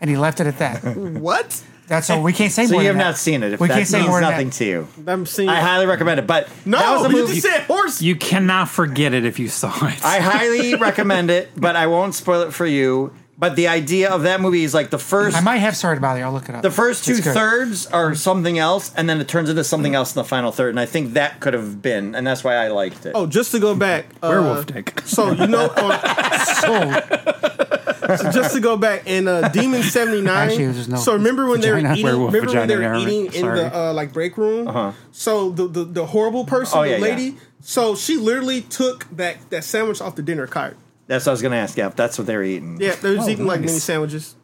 Speaker 5: and he left it at that.
Speaker 6: what?
Speaker 5: That's all. We can't say
Speaker 3: So
Speaker 5: more.
Speaker 3: you have
Speaker 5: than that.
Speaker 3: not seen it. If
Speaker 5: we
Speaker 3: that
Speaker 5: can't say
Speaker 3: means
Speaker 5: more.
Speaker 3: nothing
Speaker 5: Than
Speaker 3: to you,
Speaker 6: I'm seeing.
Speaker 3: I highly recommend it. But
Speaker 6: no,
Speaker 3: that was a
Speaker 6: you
Speaker 3: movie.
Speaker 6: just said horse.
Speaker 4: You cannot forget it if you saw it.
Speaker 3: I highly recommend it, but I won't spoil it for you. But the idea of that movie is like the
Speaker 5: that.
Speaker 3: first,
Speaker 5: I might have started about it. I'll look it up.
Speaker 3: the first two
Speaker 5: It's good. Mm.
Speaker 3: thirds are something else, and then it turns into something else in the final third. And I think that could have been, and that's why I liked it.
Speaker 6: Oh, just to go back, uh,
Speaker 4: Werewolf dick.
Speaker 6: So you know, on,
Speaker 3: Oh,
Speaker 5: Sold.
Speaker 6: so just to go back in uh, Demon seventy nine.
Speaker 5: Actually, there's no
Speaker 6: so remember when they were
Speaker 5: vagina.
Speaker 6: eating?
Speaker 4: Werewolf
Speaker 6: remember when they
Speaker 4: vagina,
Speaker 6: were
Speaker 4: yeah,
Speaker 6: eating
Speaker 4: right.
Speaker 6: in the
Speaker 4: Sorry.
Speaker 6: uh, like break room? So the, the the horrible person,
Speaker 3: Oh, yeah,
Speaker 6: the lady.
Speaker 3: yeah.
Speaker 6: So she literally took that that sandwich off the dinner cart.
Speaker 3: That's what I was going to ask. Yeah, if that's what they were eating.
Speaker 6: Yeah, they was
Speaker 4: Oh,
Speaker 6: eating like
Speaker 4: nice.
Speaker 6: mini sandwiches.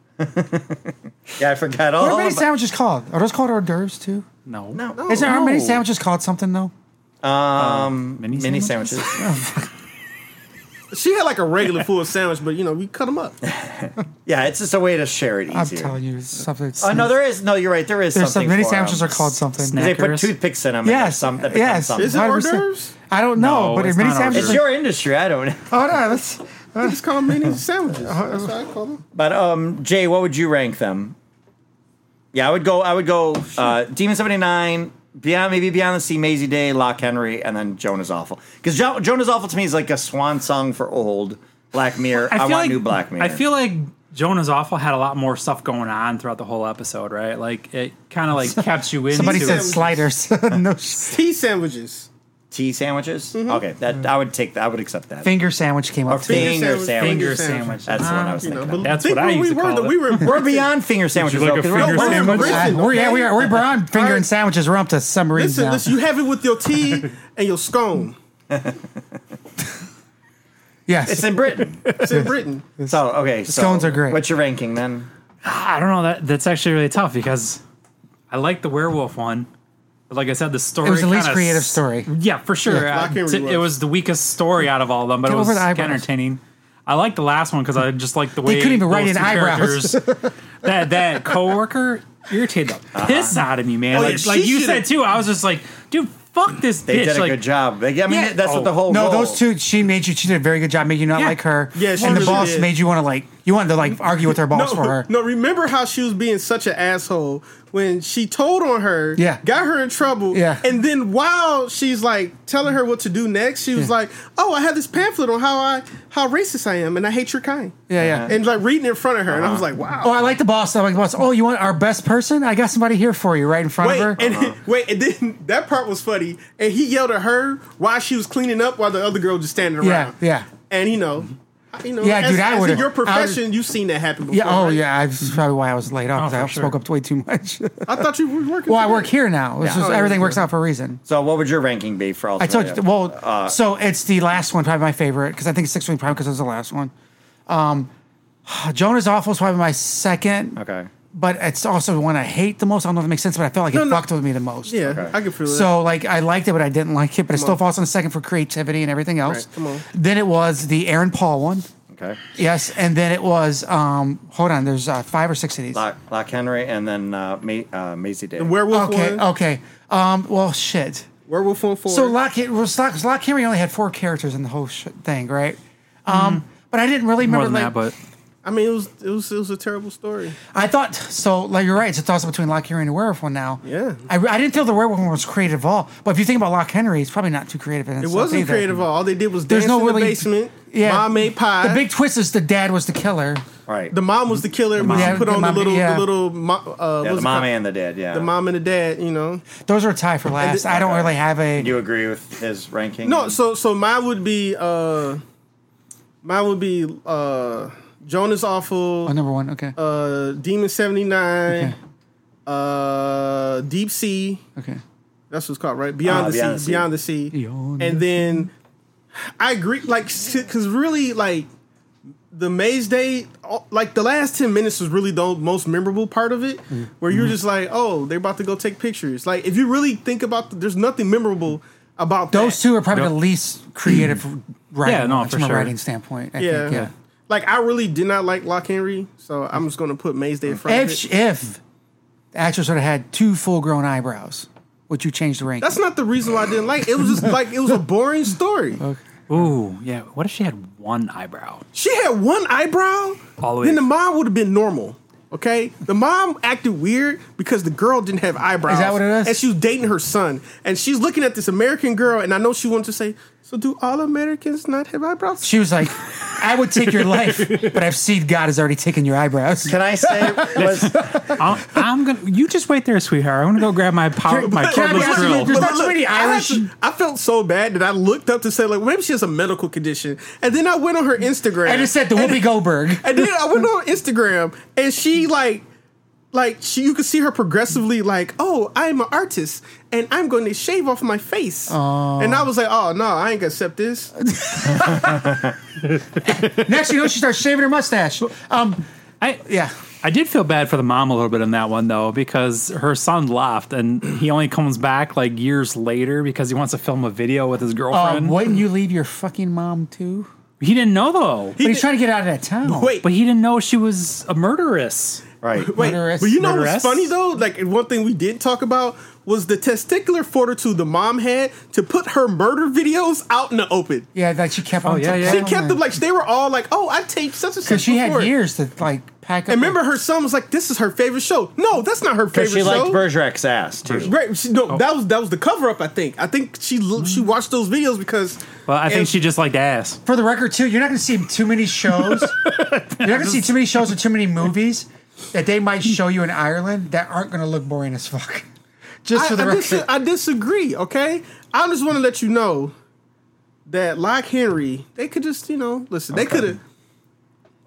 Speaker 3: yeah I forgot all.
Speaker 5: What are many
Speaker 3: about-
Speaker 5: sandwiches called? Are those called hors d'oeuvres too?
Speaker 4: no.
Speaker 3: No,
Speaker 5: Is there
Speaker 3: no.
Speaker 5: are many sandwiches called something though?
Speaker 4: Mini,
Speaker 3: Mini
Speaker 4: sandwiches?
Speaker 3: sandwiches.
Speaker 6: She had like a regular full sandwich, but you know we cut them up.
Speaker 3: yeah, it's just a way to share it easier.
Speaker 5: I'm telling you, it's something.
Speaker 3: Oh no, there is no. You're right. There is
Speaker 5: There's some
Speaker 3: something.
Speaker 5: many
Speaker 3: for
Speaker 5: sandwiches
Speaker 3: them.
Speaker 5: are called something.
Speaker 4: Snack.
Speaker 3: They put
Speaker 4: Knackers.
Speaker 3: toothpicks in them. and
Speaker 5: Yes,
Speaker 3: there's some, that becomes
Speaker 5: yes.
Speaker 3: something.
Speaker 6: Is it hors
Speaker 5: 100%.
Speaker 6: d'oeuvres?
Speaker 5: I don't know,
Speaker 4: No,
Speaker 5: but
Speaker 4: it's
Speaker 5: many
Speaker 4: not hors
Speaker 5: sandwiches. uh,
Speaker 3: It's
Speaker 4: d'oeuvres.
Speaker 3: your industry. I don't. know.
Speaker 5: Hold on, let's.
Speaker 6: They just call them mini sandwiches. That's what I call them.
Speaker 3: But um, Jay, what would you rank them? Yeah, I would go. I would go. Uh, Demon seventy nine. Beyond maybe Beyond the Sea, Maisie Day, Lock Henry, and then Jonah's Awful. Because jo- Jonah's Awful to me is like a swan song for old Black Mirror. I, want new Black Mirror.
Speaker 4: I feel like Jonah's Awful had a lot more stuff going on throughout the whole episode, right? Like it kind of like kept you in.
Speaker 5: Somebody
Speaker 4: into
Speaker 5: said
Speaker 4: it.
Speaker 5: sliders. no sh-
Speaker 6: Tea sandwiches.
Speaker 3: tea sandwiches.
Speaker 6: Mm-hmm.
Speaker 3: Okay, that I would take. that. I would accept that.
Speaker 5: finger sandwich came
Speaker 3: or
Speaker 5: up. too.
Speaker 3: finger,
Speaker 6: sandwich.
Speaker 3: sandwiches.
Speaker 4: finger
Speaker 6: Finger sandwich.
Speaker 4: sandwich.
Speaker 3: That's the one I was
Speaker 6: You know,
Speaker 3: thinking.
Speaker 6: but
Speaker 3: about.
Speaker 4: That's
Speaker 6: think
Speaker 4: what I
Speaker 6: where we
Speaker 4: used to
Speaker 6: were.
Speaker 4: call
Speaker 6: that
Speaker 4: it.
Speaker 6: we were.
Speaker 3: We're beyond finger sandwiches.
Speaker 4: like
Speaker 3: though,
Speaker 4: a
Speaker 3: 'cause we're-
Speaker 4: finger
Speaker 3: we're-
Speaker 4: sandwich?
Speaker 5: Uh,
Speaker 6: Britain,
Speaker 5: we're, yeah, we
Speaker 6: okay?
Speaker 5: are. We're on finger and sandwiches. We're up to submarines
Speaker 6: Listen,
Speaker 5: now.
Speaker 6: listen, you have it with your tea and your scone.
Speaker 3: It's
Speaker 5: yes,
Speaker 3: in Britain.
Speaker 6: It's in Britain.
Speaker 3: So okay, so
Speaker 5: Scones are great.
Speaker 3: What's your ranking then?
Speaker 4: I don't know. That that's actually really tough because I like the werewolf one. But like I said, the story
Speaker 5: it was the least
Speaker 4: kinda
Speaker 5: creative
Speaker 4: s-
Speaker 5: story.
Speaker 4: Yeah, for sure.
Speaker 6: Yeah,
Speaker 4: Uh,
Speaker 6: Black Mirror
Speaker 4: t-
Speaker 6: was.
Speaker 4: it was the weakest story out of all of them, but
Speaker 5: Get
Speaker 4: it
Speaker 5: over
Speaker 4: was
Speaker 5: the eyebrows.
Speaker 4: entertaining. I like the last one because I just like the way
Speaker 5: couldn't even write
Speaker 4: those
Speaker 5: in
Speaker 4: two
Speaker 5: eyebrows.
Speaker 4: characters- that that coworker irritated
Speaker 5: Uh-huh.
Speaker 4: the piss out of me, man.
Speaker 6: Oh, yeah,
Speaker 4: like
Speaker 6: she
Speaker 4: like you said
Speaker 6: should've-
Speaker 4: too, I was just like, dude, fuck this
Speaker 3: They
Speaker 4: bitch.
Speaker 3: did a
Speaker 4: like,
Speaker 3: good job. Like, I mean,
Speaker 4: Yeah.
Speaker 3: that's what the
Speaker 4: Oh.
Speaker 3: whole
Speaker 5: No,
Speaker 3: goal-
Speaker 5: those two. She made you. She did a very good job. Made you not
Speaker 4: Yeah.
Speaker 5: like her.
Speaker 6: Yeah, she
Speaker 5: and the
Speaker 6: really
Speaker 5: boss
Speaker 6: did.
Speaker 5: made you want to like. You wanted to like argue with her boss for her.
Speaker 6: no, remember how she was being such an asshole when she told on her,
Speaker 5: Yeah.
Speaker 6: got her in trouble,
Speaker 5: Yeah.
Speaker 6: and then while she's like telling her what to do next, she was like, "Oh, I have this pamphlet on how I how racist I am and I hate your kind,"
Speaker 5: Yeah, yeah.
Speaker 6: and like reading in front of her, and I was like, "Wow."
Speaker 5: Oh, I like the boss. I like the boss. Oh, you want our best person? I got somebody here for you right in front
Speaker 6: Wait,
Speaker 5: of her. Uh-huh.
Speaker 6: and wait, and then that part was funny. And he yelled at her while she was cleaning up, while the other girl just standing around.
Speaker 5: yeah, yeah.
Speaker 6: And you know, you know,
Speaker 5: Yeah,
Speaker 6: as,
Speaker 5: dude, I
Speaker 6: as in
Speaker 5: would've-
Speaker 6: your
Speaker 5: I would've-
Speaker 6: profession, you've seen that happen before.
Speaker 5: Yeah, oh
Speaker 6: right?
Speaker 5: yeah, I- that's probably why I was laid off.
Speaker 4: Oh,
Speaker 5: 'cause I
Speaker 4: for sure.
Speaker 5: spoke up way too much.
Speaker 6: I thought you were working.
Speaker 5: well, I
Speaker 6: today.
Speaker 5: work here now. It's just,
Speaker 6: Oh, yeah,
Speaker 5: everything
Speaker 6: yeah.
Speaker 5: works out for a reason.
Speaker 3: So, what would your ranking be for Uh, all?
Speaker 5: I
Speaker 3: three
Speaker 5: told you.
Speaker 3: of them?
Speaker 5: Well,
Speaker 6: Uh,
Speaker 5: so it's the last one, probably my favorite, because I think Six Wing Prime because it was the last one. Um, Jonah's Awful is probably my second.
Speaker 3: okay.
Speaker 5: But it's also the one I hate the most. I don't know if it makes sense, but I felt like it
Speaker 6: no.
Speaker 5: fucked with me the most.
Speaker 6: Yeah,
Speaker 3: Okay.
Speaker 6: I can feel that.
Speaker 5: So like I liked it, but I didn't like it. But it still
Speaker 6: on.
Speaker 5: falls on the second for creativity and everything else.
Speaker 6: Right, come on.
Speaker 5: Then it was the Aaron Paul one.
Speaker 3: Okay.
Speaker 5: Yes, and then it was um hold on, there's uh, five or six of these.
Speaker 3: Lock, Lock Henry, and then uh, Ma- uh, Maisie Day.
Speaker 6: The werewolf
Speaker 5: Okay,
Speaker 6: one,
Speaker 5: okay. Um well shit.
Speaker 6: werewolf one four.
Speaker 5: So Lock it was Lock, Lock Henry only had four characters in the whole sh- thing, right? Um
Speaker 6: Mm-hmm.
Speaker 5: but I didn't really
Speaker 4: More
Speaker 5: remember
Speaker 4: than
Speaker 5: like
Speaker 4: that, but
Speaker 6: I mean, it was it was it was a terrible story.
Speaker 5: I thought so. Like you're right. It's a toss up between Lock Henry and the werewolf one now.
Speaker 6: Yeah.
Speaker 5: I, I didn't feel the werewolf one was creative at all. But if you think about Lock Henry, it's probably not too creative. In
Speaker 6: It wasn't creative. at All All they did was dance
Speaker 5: There's no
Speaker 6: in
Speaker 5: really-
Speaker 6: the basement.
Speaker 5: Yeah.
Speaker 6: mom made pie.
Speaker 5: The big twist is the dad was the killer.
Speaker 3: right.
Speaker 6: the mom was the killer. when
Speaker 5: mom.
Speaker 6: she put
Speaker 5: The
Speaker 6: on the
Speaker 5: mom,
Speaker 6: little
Speaker 5: yeah.
Speaker 6: the little mo- uh,
Speaker 3: yeah,
Speaker 6: what's
Speaker 3: the
Speaker 6: it
Speaker 3: mom
Speaker 6: called?
Speaker 3: and the dad. Yeah.
Speaker 6: the mom and the dad. You know.
Speaker 5: Those are a tie for last. I don't really have a.
Speaker 3: You agree with his ranking?
Speaker 6: No, so so mine would be uh mine would be uh Jonas
Speaker 5: oh,
Speaker 6: Awful,
Speaker 5: number one. Okay.
Speaker 6: uh Demon 79,
Speaker 5: Okay.
Speaker 6: uh Deep Sea,
Speaker 5: okay.
Speaker 6: that's what's called, right? Beyond
Speaker 3: Uh,
Speaker 6: the
Speaker 3: Beyond
Speaker 6: Sea,
Speaker 3: the Sea.
Speaker 6: Beyond the Sea.
Speaker 5: Beyond
Speaker 6: and then I agree like cuz really like the maze day all- like the last 10 minutes was really the most memorable part of it
Speaker 5: Mm.
Speaker 6: where
Speaker 5: Mm-hmm.
Speaker 6: you're just like oh they're about to go take pictures like if you really think about the, there's nothing memorable about that.
Speaker 5: Those two are probably
Speaker 4: Yep.
Speaker 5: the least creative writing
Speaker 4: Yeah, no,
Speaker 5: ones
Speaker 4: for
Speaker 5: from
Speaker 4: sure.
Speaker 5: a writing standpoint. I
Speaker 6: Yeah.
Speaker 5: Think, yeah.
Speaker 6: Like I really did not like Lock Henry, so I'm just gonna put Maze Day in front
Speaker 5: If
Speaker 6: of
Speaker 5: sh-
Speaker 6: it.
Speaker 5: if the actress would have had two full grown eyebrows, would you change the rank?
Speaker 6: That's not the reason why I didn't like. It It was just like it was a boring story.
Speaker 4: ooh, yeah. What if she had one eyebrow?
Speaker 6: She had one eyebrow.
Speaker 4: All the way-
Speaker 6: then the mom would have been normal. Okay, the mom acted weird because the girl didn't have eyebrows.
Speaker 5: Is that what it is?
Speaker 6: And she was dating her son, and she's looking at this American girl, and I know she wanted to say, "So do all Americans not have eyebrows?"
Speaker 5: She was like, "I would take your life, but I've seen God has already taken your eyebrows."
Speaker 3: Can I say was
Speaker 4: I'm, I'm gonna. You just wait there, sweetheart. I'm gonna go grab my power, my
Speaker 6: But-
Speaker 4: cordless
Speaker 6: but-
Speaker 4: drill.
Speaker 6: but
Speaker 5: There's not
Speaker 6: look,
Speaker 5: too many
Speaker 6: I had
Speaker 5: Irish-
Speaker 6: to- I felt so bad that I looked up to say like maybe she has a medical condition, and then I went on her Instagram.
Speaker 5: I just said the Whoopi Goldberg.
Speaker 6: And then I went on Instagram and she like like she you could see her progressively like, oh, I'm an artist and I'm going to shave off my face. And I was like, oh no, I ain't gonna accept this.
Speaker 5: Next, you know, she starts shaving her mustache. Um,
Speaker 4: I,
Speaker 5: yeah.
Speaker 4: I did feel bad for the mom a little bit in that one though, because her son left and he only comes back like years later because he wants to film a video with his
Speaker 5: Um,
Speaker 4: girlfriend.
Speaker 5: wouldn't you leave your fucking mom too?
Speaker 4: He didn't know though,
Speaker 5: But he's trying to get out of that town.
Speaker 6: Wait,
Speaker 4: but he didn't know she was a murderess.
Speaker 3: right?
Speaker 6: wait.
Speaker 5: murderous-
Speaker 6: But you know what's
Speaker 4: murderess?
Speaker 6: funny though? Like and one thing we did talk about was the testicular fortitude the mom had to put her murder videos out in the open.
Speaker 5: Yeah, like she kept. Oh on
Speaker 4: yeah, yeah.
Speaker 6: She kept them like they were all like, oh, I taped such and such.
Speaker 5: because she had
Speaker 6: before.
Speaker 5: years to like pack up.
Speaker 6: And remember, her son was like, "This is her favorite show." No, that's not her
Speaker 3: Because
Speaker 6: favorite
Speaker 3: she
Speaker 6: show.
Speaker 3: liked Bergerac's ass too.
Speaker 6: Right. She, no,
Speaker 4: Oh.
Speaker 6: that was that was the cover up. I think. I think she lo- she
Speaker 4: Mm-hmm.
Speaker 6: watched those videos because.
Speaker 4: But I
Speaker 6: and-
Speaker 4: think she just liked ass.
Speaker 5: for the record too, you're not going to see too many shows. you're not going to see too many shows or too many movies that they might show you in Ireland that aren't going to look boring as fuck. Just
Speaker 6: I,
Speaker 5: for the
Speaker 6: I,
Speaker 5: record,
Speaker 6: dis- I disagree. Okay, I just want to let you know that Lock Henry, they could just you know listen. They could have.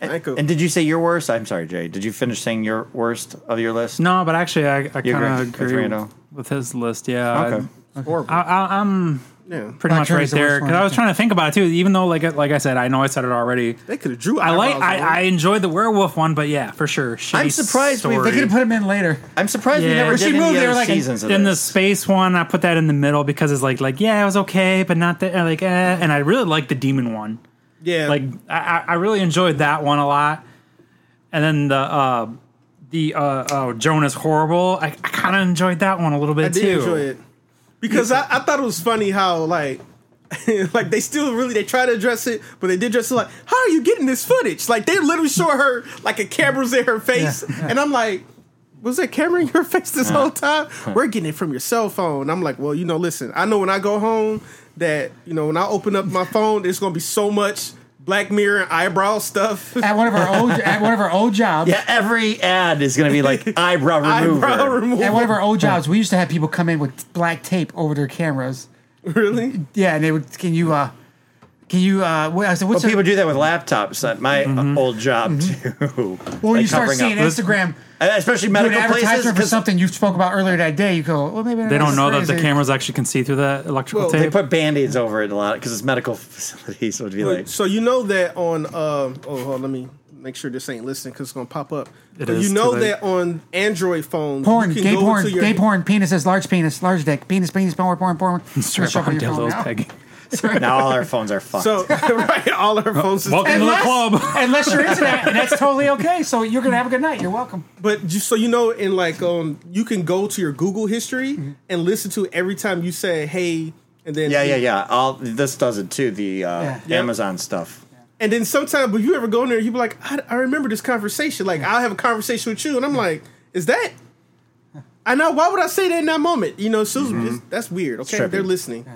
Speaker 3: And did you say your worst? I'm sorry, Jay. Did you finish saying your worst of your list?
Speaker 4: No, but actually, I, I
Speaker 3: You
Speaker 4: kind of
Speaker 3: agree with
Speaker 4: agree
Speaker 3: Randall?
Speaker 4: with his list. Yeah,
Speaker 3: Okay.
Speaker 6: it's horrible.
Speaker 4: I, I, I'm
Speaker 6: yeah,
Speaker 4: pretty
Speaker 5: Black
Speaker 4: much right
Speaker 5: Cherry's the
Speaker 4: there
Speaker 5: worst one,
Speaker 4: because I was
Speaker 5: yeah.
Speaker 4: trying to think about it too. Even though, like, like I said, I know I said it already.
Speaker 6: they could have drew.
Speaker 4: I like
Speaker 6: eyebrows on
Speaker 4: I, I
Speaker 6: it.
Speaker 4: enjoyed the werewolf one, but yeah, for sure.
Speaker 3: I'm
Speaker 4: Shitty
Speaker 3: surprised we-
Speaker 5: they
Speaker 4: story.
Speaker 5: could have put him in later.
Speaker 3: I'm surprised we
Speaker 4: Yeah.
Speaker 3: never
Speaker 4: When
Speaker 3: did
Speaker 4: she
Speaker 3: any
Speaker 5: moved, they
Speaker 3: other
Speaker 5: were like,
Speaker 3: seasons of
Speaker 4: in the
Speaker 3: this.
Speaker 4: space one, I put that in the middle because it's like like yeah, it was okay, but not that like eh. and I really like the demon one.
Speaker 6: yeah
Speaker 4: Like I, I- I really enjoyed that one a lot. And then the uh the uh, uh Jonas horrible, I, I kind of enjoyed that one a little bit
Speaker 6: I did
Speaker 4: too.
Speaker 6: enjoy it because I, I thought it was funny how like like they still really they try to address it, but they did address it like, how are you getting this footage? Like they literally showed her like a camera's in her face, and I'm like, was that camera in your face this whole time? We're getting it from your cell phone. I'm like, well, you know, listen, I know when I go home that you know when I open up my phone, there's gonna be so much Black Mirror eyebrow stuff.
Speaker 5: At one of our old at one of our old jobs.
Speaker 3: Yeah, every ad is going to be like eyebrow remover.
Speaker 6: Eyebrow removal.
Speaker 5: At one of our old jobs, we used to have people come in with black tape over their cameras.
Speaker 6: really?
Speaker 5: Yeah, and they would. Can you? uh Can you? uh what, I said,
Speaker 6: Oh,
Speaker 3: Well,
Speaker 5: what's
Speaker 3: people
Speaker 5: a,
Speaker 3: do that with laptops at my
Speaker 6: Mm-hmm.
Speaker 3: old job too.
Speaker 5: well, when
Speaker 3: Like
Speaker 5: you start
Speaker 3: covering up.
Speaker 5: seeing Instagram.
Speaker 3: Uh, especially
Speaker 5: Do an
Speaker 3: medical places
Speaker 5: advertisement for
Speaker 3: 'cause
Speaker 5: something you spoke about earlier that day. You go, well, maybe
Speaker 4: They don't know that
Speaker 5: that's
Speaker 4: the
Speaker 5: crazy.
Speaker 4: cameras actually can see through that electrical
Speaker 6: Well, they
Speaker 4: tape.
Speaker 3: they put band-aids over it a lot because it's medical facilities so it'd be like
Speaker 6: So you know that on um oh hold on, let me make sure this ain't listening because it's gonna pop up.
Speaker 4: It
Speaker 6: But
Speaker 4: is
Speaker 6: you know
Speaker 4: too late.
Speaker 6: that on Android phones,
Speaker 5: Porn,
Speaker 6: you can
Speaker 5: gay
Speaker 6: go
Speaker 5: porn,
Speaker 6: to your-
Speaker 5: gay porn, penises, large penis, large dick, penis, penis, porn, porn, porn.
Speaker 4: Strap
Speaker 5: Shuffle
Speaker 4: on
Speaker 5: your phone
Speaker 4: dildos,
Speaker 5: now.
Speaker 4: Peggy.
Speaker 3: now all our phones are fucked
Speaker 6: So right, all our phones. is-
Speaker 4: Welcome to the club.
Speaker 5: Unless you're into that, and that's totally okay. So you're gonna have a good night. You're welcome.
Speaker 6: But just so you know, in like um, you can go to your Google history and listen to every time you say "Hey," and then
Speaker 3: yeah yeah yeah all this does it too the uh,
Speaker 5: Yeah.
Speaker 6: Yeah.
Speaker 3: amazon stuff
Speaker 6: And then sometimes, but you ever go in there, you be like, I, "I remember this conversation." Like I'll have a conversation with you, and I'm like, "Is that?" I know. Why would I say that in that moment? You know, so it's- that's weird. Okay,
Speaker 3: trippy.
Speaker 6: they're listening.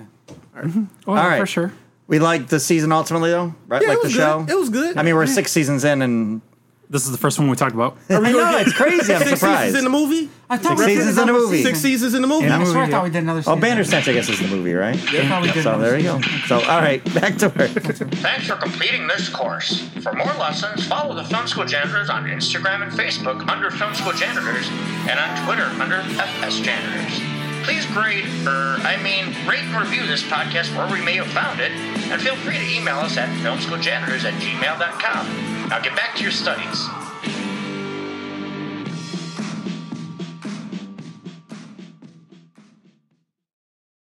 Speaker 4: Well,
Speaker 3: all right
Speaker 4: Oh, for sure.
Speaker 3: we liked the season ultimately though right
Speaker 6: Yeah,
Speaker 3: like
Speaker 6: it
Speaker 3: the
Speaker 6: was
Speaker 3: show
Speaker 6: good. It was good.
Speaker 3: i mean we're six seasons in and
Speaker 4: This is the first one we talked about.
Speaker 3: i know it's crazy i'm
Speaker 6: Six
Speaker 3: surprised
Speaker 6: seasons in the movie.
Speaker 5: I thought
Speaker 3: Six
Speaker 5: we did
Speaker 3: seasons in a
Speaker 5: another
Speaker 3: movie.
Speaker 5: season.
Speaker 6: Six seasons in the movie.
Speaker 5: I swear I
Speaker 4: movie,
Speaker 5: thought
Speaker 4: yeah.
Speaker 5: we did another
Speaker 3: oh
Speaker 5: season.
Speaker 3: bandersnatch i guess is the movie right
Speaker 5: I thought we did
Speaker 3: so
Speaker 5: another
Speaker 3: there you go
Speaker 5: season.
Speaker 3: so all right back to work
Speaker 1: Thanks for completing this course. For more lessons, follow the Film School Janitors on Instagram and Facebook under Film School Janitors and on Twitter under FS Janitors. Please grade, er, I mean, rate and review this podcast wherever you may have found it, and feel free to email us at filmschooljanitors at gmail.com. Now get back to your studies.